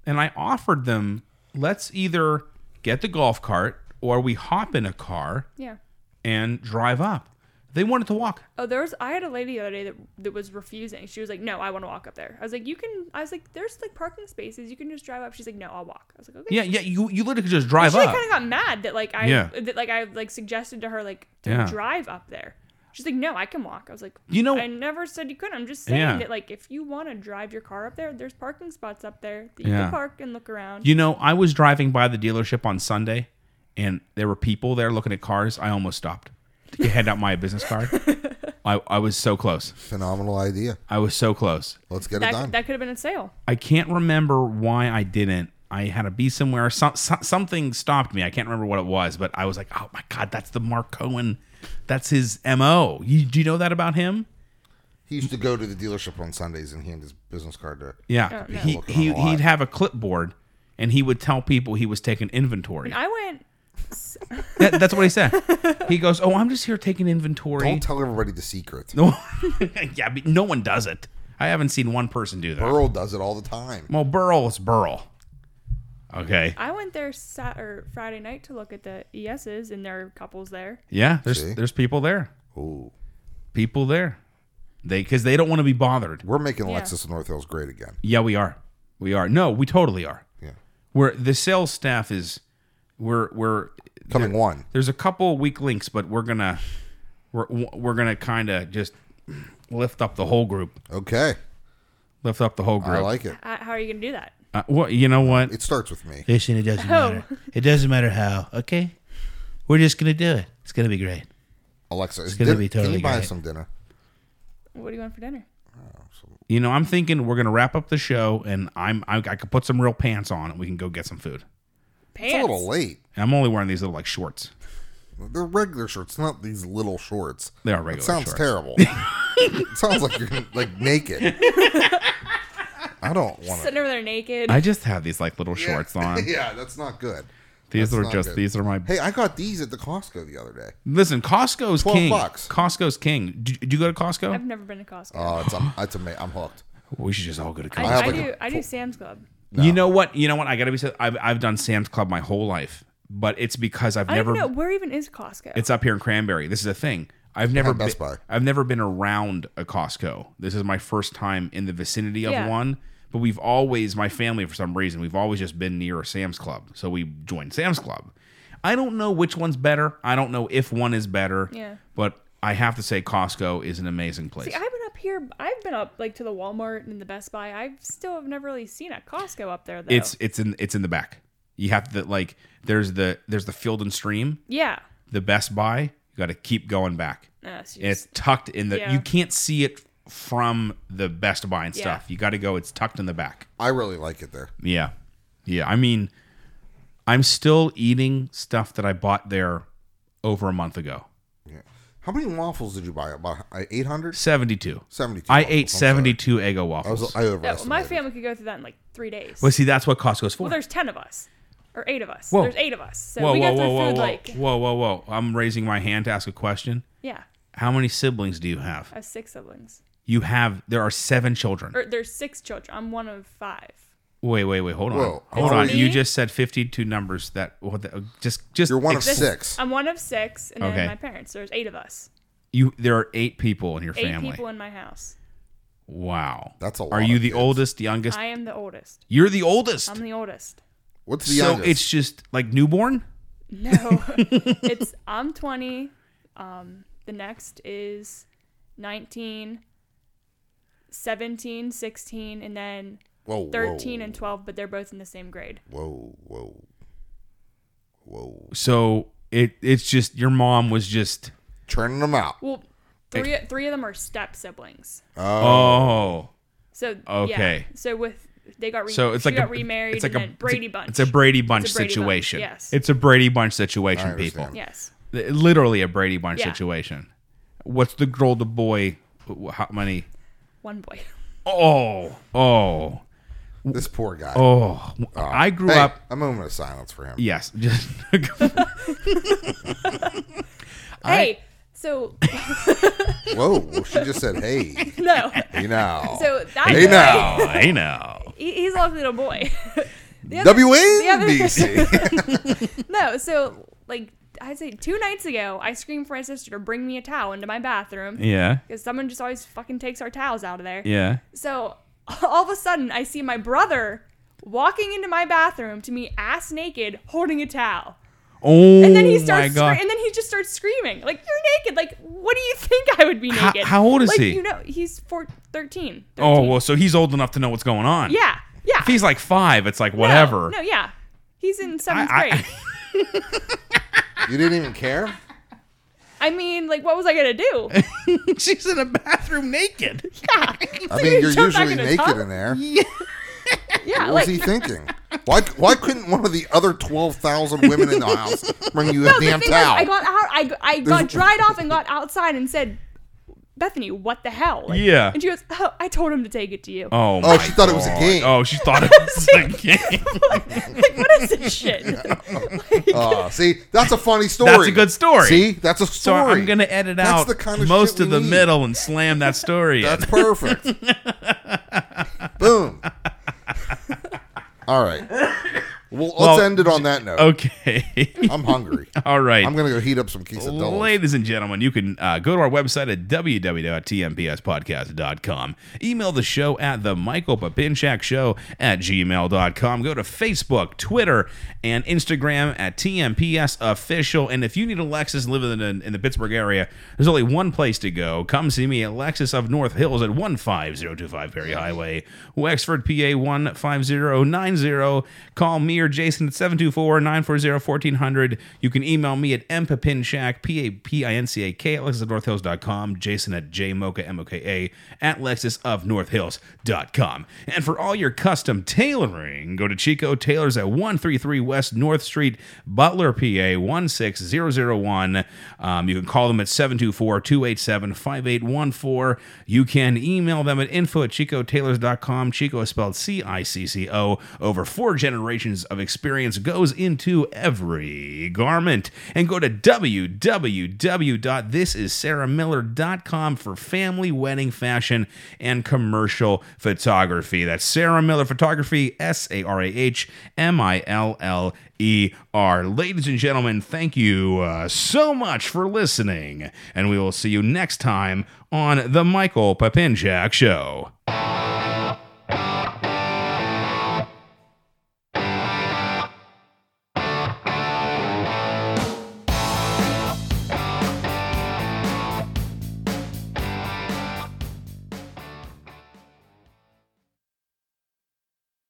[SPEAKER 1] and I offered them, let's either get the golf cart or we hop in a car
[SPEAKER 3] Yeah.
[SPEAKER 1] and drive up. They wanted to walk.
[SPEAKER 3] Oh, there was. I had a lady the other day that, that was refusing. She was like, "No, I want to walk up there." I was like, "You can." I was like, "There's like parking spaces. You can just drive up." She's like, "No, I'll walk." I was like, "Okay."
[SPEAKER 1] Yeah, yeah, you you literally could just drive
[SPEAKER 3] She
[SPEAKER 1] up.
[SPEAKER 3] like, kind of got mad that like I
[SPEAKER 1] Yeah.
[SPEAKER 3] that like I like suggested to her like to
[SPEAKER 1] Yeah.
[SPEAKER 3] drive up there. She's like, "No, I can walk." I was like,
[SPEAKER 1] You know-
[SPEAKER 3] I never said you couldn't. I'm just saying
[SPEAKER 1] Yeah.
[SPEAKER 3] that like if you want to drive your car up there, there's parking spots up there that you
[SPEAKER 1] Yeah.
[SPEAKER 3] can park and look around."
[SPEAKER 1] You know, I was driving by the dealership on Sunday, and there were people there looking at cars. I almost stopped to hand out my business card. I, I was so close.
[SPEAKER 2] Phenomenal idea.
[SPEAKER 1] I was so close.
[SPEAKER 2] Let's get it done.
[SPEAKER 3] that that could have been a sale.
[SPEAKER 1] I can't remember why I didn't. I had to be somewhere. Some, some, something stopped me. I can't remember what it was, but I was like, "Oh my god, that's the Mark Cohen. That's his mo." You, do you know that about him?
[SPEAKER 2] He used to go to the dealership on Sundays and hand his business card to.
[SPEAKER 1] Yeah,
[SPEAKER 3] no.
[SPEAKER 1] he,
[SPEAKER 2] Looking
[SPEAKER 1] he
[SPEAKER 2] alive.
[SPEAKER 1] he'd have a clipboard, and he would tell people he was taking inventory.
[SPEAKER 3] I went.
[SPEAKER 1] That- that's what he said. He goes, "Oh, I'm just here taking inventory."
[SPEAKER 2] Don't tell everybody the secret.
[SPEAKER 1] No, yeah, but no one does it. I haven't seen one person do that.
[SPEAKER 2] Earl does it all the time.
[SPEAKER 1] Well, Burl is Burl. Okay.
[SPEAKER 3] I went there sat or Friday night to look at the ESs and there are couples there.
[SPEAKER 1] Yeah, there's
[SPEAKER 2] See?
[SPEAKER 1] there's people there.
[SPEAKER 2] Ooh.
[SPEAKER 1] People there. They because they don't want to be bothered.
[SPEAKER 2] We're making
[SPEAKER 3] Yeah.
[SPEAKER 2] Alexis North Hills great again.
[SPEAKER 1] Yeah, we are. We are. No, we totally are.
[SPEAKER 2] Yeah.
[SPEAKER 1] We're the sales staff is. We're we're
[SPEAKER 2] Coming one.
[SPEAKER 1] there's a couple weak links, but we're gonna we're we're gonna kind of just lift up the whole group.
[SPEAKER 2] Okay.
[SPEAKER 1] Lift up the whole group.
[SPEAKER 2] I like it.
[SPEAKER 3] Uh, how are you gonna do that?
[SPEAKER 1] Uh, well, you know what?
[SPEAKER 2] It starts with me.
[SPEAKER 4] Listen, it doesn't matter. It doesn't matter how, okay? We're just going to do it. It's going to be great.
[SPEAKER 2] Alexa, is
[SPEAKER 4] gonna
[SPEAKER 2] dinner,
[SPEAKER 4] be
[SPEAKER 2] can
[SPEAKER 4] totally
[SPEAKER 2] you buy
[SPEAKER 4] great.
[SPEAKER 2] us some dinner?
[SPEAKER 3] What do you want for dinner?
[SPEAKER 1] You know, I'm thinking we're gonna wrap up the show, and I'm I, I could put some real pants on, and we can go get some food.
[SPEAKER 3] Pants.
[SPEAKER 2] It's a little late.
[SPEAKER 1] And I'm only wearing these little like shorts.
[SPEAKER 2] They're regular shorts, not these little shorts.
[SPEAKER 1] They are
[SPEAKER 2] It
[SPEAKER 1] regular.
[SPEAKER 2] sounds
[SPEAKER 1] shorts.
[SPEAKER 2] terrible. It sounds like you're like naked. I don't want to.
[SPEAKER 3] Sitting over there naked.
[SPEAKER 1] I just have these like little shorts on.
[SPEAKER 2] yeah, that's not good.
[SPEAKER 1] These
[SPEAKER 2] That's
[SPEAKER 1] are
[SPEAKER 2] not
[SPEAKER 1] just
[SPEAKER 2] good.
[SPEAKER 1] these are my
[SPEAKER 2] Hey, I got these at the Costco the other day.
[SPEAKER 1] Listen, Costco's
[SPEAKER 2] 12
[SPEAKER 1] king.
[SPEAKER 2] bucks.
[SPEAKER 1] Costco's king. Do, do you go to
[SPEAKER 3] I've
[SPEAKER 1] Costco?
[SPEAKER 3] never been to Costco.
[SPEAKER 2] Oh, it's um, it's ama- I'm hooked.
[SPEAKER 1] We should just all go to
[SPEAKER 3] I,
[SPEAKER 1] Costco.
[SPEAKER 2] I have
[SPEAKER 3] I
[SPEAKER 2] like
[SPEAKER 3] do.
[SPEAKER 2] a
[SPEAKER 3] I do Sam's Club.
[SPEAKER 1] You know what? You know what? I gotta be. said- I've I've done Sam's Club my whole life, but it's because I've
[SPEAKER 3] I
[SPEAKER 1] never.
[SPEAKER 3] don't know where even is Costco.
[SPEAKER 1] It's up here in Cranberry. This is a thing. I've never
[SPEAKER 2] And Best
[SPEAKER 1] been,
[SPEAKER 2] Buy.
[SPEAKER 1] I've never been around a Costco. This is my first time in the vicinity of
[SPEAKER 3] Yeah.
[SPEAKER 1] one. But we've always, my family for some reason, we've always just been near a Sam's Club. So we joined Sam's Club. I don't know which one's better. I don't know if one is better.
[SPEAKER 3] Yeah.
[SPEAKER 1] But I have to say Costco is an amazing place.
[SPEAKER 3] See, I've been up here. I've been up like to the Walmart and the Best Buy. I've still have never really seen a Costco up there though.
[SPEAKER 1] it's it's in it's in the back. You have to like there's the there's the field and stream,
[SPEAKER 3] yeah.
[SPEAKER 1] the Best Buy. You got to keep going back.
[SPEAKER 3] Uh, so you
[SPEAKER 1] And it's tucked in the.
[SPEAKER 3] Yeah.
[SPEAKER 1] You can't see it from the Best Buy and
[SPEAKER 3] Yeah.
[SPEAKER 1] stuff. You got to go. It's tucked in the back.
[SPEAKER 2] I really like it there.
[SPEAKER 1] Yeah, yeah. I mean, I'm still eating stuff that I bought there over a month ago.
[SPEAKER 2] Yeah. How many waffles did you buy? About uh, 800?
[SPEAKER 1] Seventy two.
[SPEAKER 2] 72.
[SPEAKER 1] I
[SPEAKER 2] waffles, Oh, I'm
[SPEAKER 1] ate
[SPEAKER 2] sorry.
[SPEAKER 1] seventy two Eggo
[SPEAKER 2] I
[SPEAKER 1] waffles.
[SPEAKER 2] was I
[SPEAKER 1] Well,
[SPEAKER 3] Yeah, well,
[SPEAKER 2] overestimated.
[SPEAKER 3] my family could go through that in like three days.
[SPEAKER 1] see, that's what Costco's for.
[SPEAKER 3] well, there's ten of us, or eight of us.
[SPEAKER 1] Whoa.
[SPEAKER 3] There's eight of us, so
[SPEAKER 1] whoa,
[SPEAKER 3] we
[SPEAKER 1] whoa,
[SPEAKER 3] got
[SPEAKER 1] whoa,
[SPEAKER 3] through
[SPEAKER 1] whoa,
[SPEAKER 3] food
[SPEAKER 1] whoa,
[SPEAKER 3] like
[SPEAKER 1] whoa, whoa, whoa! I'm raising my hand to ask a question.
[SPEAKER 3] yeah,
[SPEAKER 1] How many siblings do you have?
[SPEAKER 3] I have six siblings,
[SPEAKER 1] You have there are seven children.
[SPEAKER 3] or there's six children. I'm one of five.
[SPEAKER 1] Wait, wait, wait. Hold on,
[SPEAKER 2] Whoa,
[SPEAKER 1] hold
[SPEAKER 2] are
[SPEAKER 1] on.
[SPEAKER 3] we-
[SPEAKER 1] You just said fifty-two numbers. That what? The, just, just
[SPEAKER 2] You're one of
[SPEAKER 1] ex-
[SPEAKER 2] six.
[SPEAKER 3] I'm one of six, and
[SPEAKER 1] Okay.
[SPEAKER 3] then my parents. There's eight of us,
[SPEAKER 1] You there are eight people in your
[SPEAKER 3] eight
[SPEAKER 1] family.
[SPEAKER 3] people in my house.
[SPEAKER 1] wow,
[SPEAKER 2] That's a lot
[SPEAKER 1] Are you
[SPEAKER 2] of
[SPEAKER 1] the
[SPEAKER 2] kids.
[SPEAKER 1] oldest, youngest?
[SPEAKER 3] I am the oldest.
[SPEAKER 1] You're the oldest.
[SPEAKER 3] I'm the oldest.
[SPEAKER 2] What's the
[SPEAKER 1] so
[SPEAKER 2] youngest?
[SPEAKER 1] it's just like newborn.
[SPEAKER 3] No, it's I'm 20. Um, the next is 19, 17, 16, and then
[SPEAKER 2] whoa,
[SPEAKER 3] 13
[SPEAKER 2] whoa,
[SPEAKER 3] and 12, but they're both in the same grade.
[SPEAKER 2] Whoa, whoa. Whoa.
[SPEAKER 1] So it it's just your mom was just
[SPEAKER 2] Churning them out.
[SPEAKER 3] Well, three three of them are step siblings.
[SPEAKER 2] Oh.
[SPEAKER 1] oh.
[SPEAKER 3] So
[SPEAKER 1] Okay.
[SPEAKER 3] Yeah, so with they got re-
[SPEAKER 1] So it's
[SPEAKER 3] she
[SPEAKER 1] like
[SPEAKER 3] got
[SPEAKER 1] a,
[SPEAKER 3] remarried
[SPEAKER 1] It's like
[SPEAKER 3] and
[SPEAKER 1] a
[SPEAKER 3] then Brady Bunch.
[SPEAKER 1] It's a Brady Bunch
[SPEAKER 3] Brady Bunch,
[SPEAKER 1] situation.
[SPEAKER 3] yes.
[SPEAKER 1] It's a Brady Bunch situation,
[SPEAKER 2] I
[SPEAKER 1] people.
[SPEAKER 2] understand.
[SPEAKER 3] yes.
[SPEAKER 1] literally a Brady Bunch
[SPEAKER 3] Yeah.
[SPEAKER 1] situation. What's the girl, the boy? wh- How many?
[SPEAKER 3] One boy.
[SPEAKER 1] Oh, oh,
[SPEAKER 2] This poor guy. Uh,
[SPEAKER 1] oh! I grew
[SPEAKER 2] hey,
[SPEAKER 1] up.
[SPEAKER 2] A moment of silence for him.
[SPEAKER 1] Yes, just
[SPEAKER 3] Hey, so
[SPEAKER 2] Whoa. Well, she just said, hey.
[SPEAKER 3] no.
[SPEAKER 2] You know.
[SPEAKER 3] So that
[SPEAKER 2] hey,
[SPEAKER 3] boy,
[SPEAKER 2] now.
[SPEAKER 1] I know.
[SPEAKER 3] he, he's a little boy. The other-
[SPEAKER 2] WNBC.
[SPEAKER 3] No, so like I'd say two nights ago, I screamed for my sister to bring me a towel into my bathroom because
[SPEAKER 1] Yeah,
[SPEAKER 3] someone just always fucking takes our towels out of there.
[SPEAKER 1] yeah.
[SPEAKER 3] So all of a sudden, I see my brother walking into my bathroom to me ass naked holding a towel.
[SPEAKER 1] Oh
[SPEAKER 3] And then he
[SPEAKER 1] my
[SPEAKER 3] starts,
[SPEAKER 1] god!
[SPEAKER 3] scre- and then he just starts screaming like, "You're naked! Like, what do you think I would be
[SPEAKER 1] How-
[SPEAKER 3] naked?"
[SPEAKER 1] how old is
[SPEAKER 3] like,
[SPEAKER 1] he?
[SPEAKER 3] You know, he's four, 13.
[SPEAKER 1] oh
[SPEAKER 3] 13.
[SPEAKER 1] well, so he's old enough to know what's going on.
[SPEAKER 3] yeah, yeah.
[SPEAKER 1] If he's like five, it's like
[SPEAKER 3] No,
[SPEAKER 1] whatever.
[SPEAKER 3] No, yeah, he's in seventh
[SPEAKER 1] I-
[SPEAKER 3] grade.
[SPEAKER 2] you didn't even care?
[SPEAKER 3] I mean, like, what was I gonna do?
[SPEAKER 1] She's in a bathroom naked.
[SPEAKER 3] Yeah.
[SPEAKER 2] I mean, you're
[SPEAKER 3] Jump back
[SPEAKER 2] usually
[SPEAKER 3] in the
[SPEAKER 2] naked
[SPEAKER 3] tub?
[SPEAKER 2] in there.
[SPEAKER 3] Yeah,
[SPEAKER 2] What was
[SPEAKER 3] like
[SPEAKER 2] he thinking? Why, why couldn't one of the other 12,000 women in the house bring you a
[SPEAKER 3] the
[SPEAKER 2] damn
[SPEAKER 3] thing was,
[SPEAKER 2] towel?
[SPEAKER 3] I got out. I, I got
[SPEAKER 2] There's-
[SPEAKER 3] dried off and got outside and said, Bethany, what the hell? Like,
[SPEAKER 1] Yeah.
[SPEAKER 3] And she goes, Oh, I told him to take it to you.
[SPEAKER 1] Oh,
[SPEAKER 2] Oh,
[SPEAKER 1] my
[SPEAKER 2] she thought it was a
[SPEAKER 1] God.
[SPEAKER 2] game.
[SPEAKER 1] Oh, she thought it was a game.
[SPEAKER 3] like, what is this shit?
[SPEAKER 2] Aw, Uh, see, that's a funny story.
[SPEAKER 1] That's a good story.
[SPEAKER 2] See, that's a
[SPEAKER 1] So
[SPEAKER 2] story.
[SPEAKER 1] I'm gonna edit
[SPEAKER 2] That's
[SPEAKER 1] out
[SPEAKER 2] the kind of
[SPEAKER 1] most
[SPEAKER 2] shit
[SPEAKER 1] of
[SPEAKER 2] we
[SPEAKER 1] the
[SPEAKER 2] need.
[SPEAKER 1] middle and slam that story. in.
[SPEAKER 2] That's perfect. Boom. All right. Well,
[SPEAKER 1] Well,
[SPEAKER 2] let's end it on that note.
[SPEAKER 1] Okay.
[SPEAKER 2] I'm hungry.
[SPEAKER 1] All right.
[SPEAKER 2] I'm gonna go heat up some quesadillas.
[SPEAKER 1] Ladies and gentlemen, you can uh, go to our website at www.tmpspodcast.com. Email the show at the Michael Papinchak Show at gmail.com. Go to Facebook, Twitter, and Instagram at TMPS Official. And if you need a Lexus living in, in, the Pittsburgh area, there's only one place to go. Come see me at Lexus of North Hills at 15025 Perry Highway, Wexford, PA 15090. Call me or Jason at 724-940-1400. You can email me at mpapinshack, P-A-P-I-N-C-A-K, at lexus of north hills dot com. Jason at jmocha, M-O-K-A, at lexus of north hills dot com. And for all your custom tailoring, go to Chico Tailors at 133 West North Street, Butler, PA 16001. Um, you can call them at 724-287-5814. You can email them at info at chicotailors.com. Chico is spelled C-I-C-C-O. Over four generations of experience goes into every garment. And go to www.thisissarahmiller.com for family wedding fashion and commercial photography. That's Sarah Miller Photography, S-A-R-A-H-M-I-L-L. E-R. Ladies and gentlemen, thank you uh, so much for listening, and we will see you next time on The Michael Papinchak Show.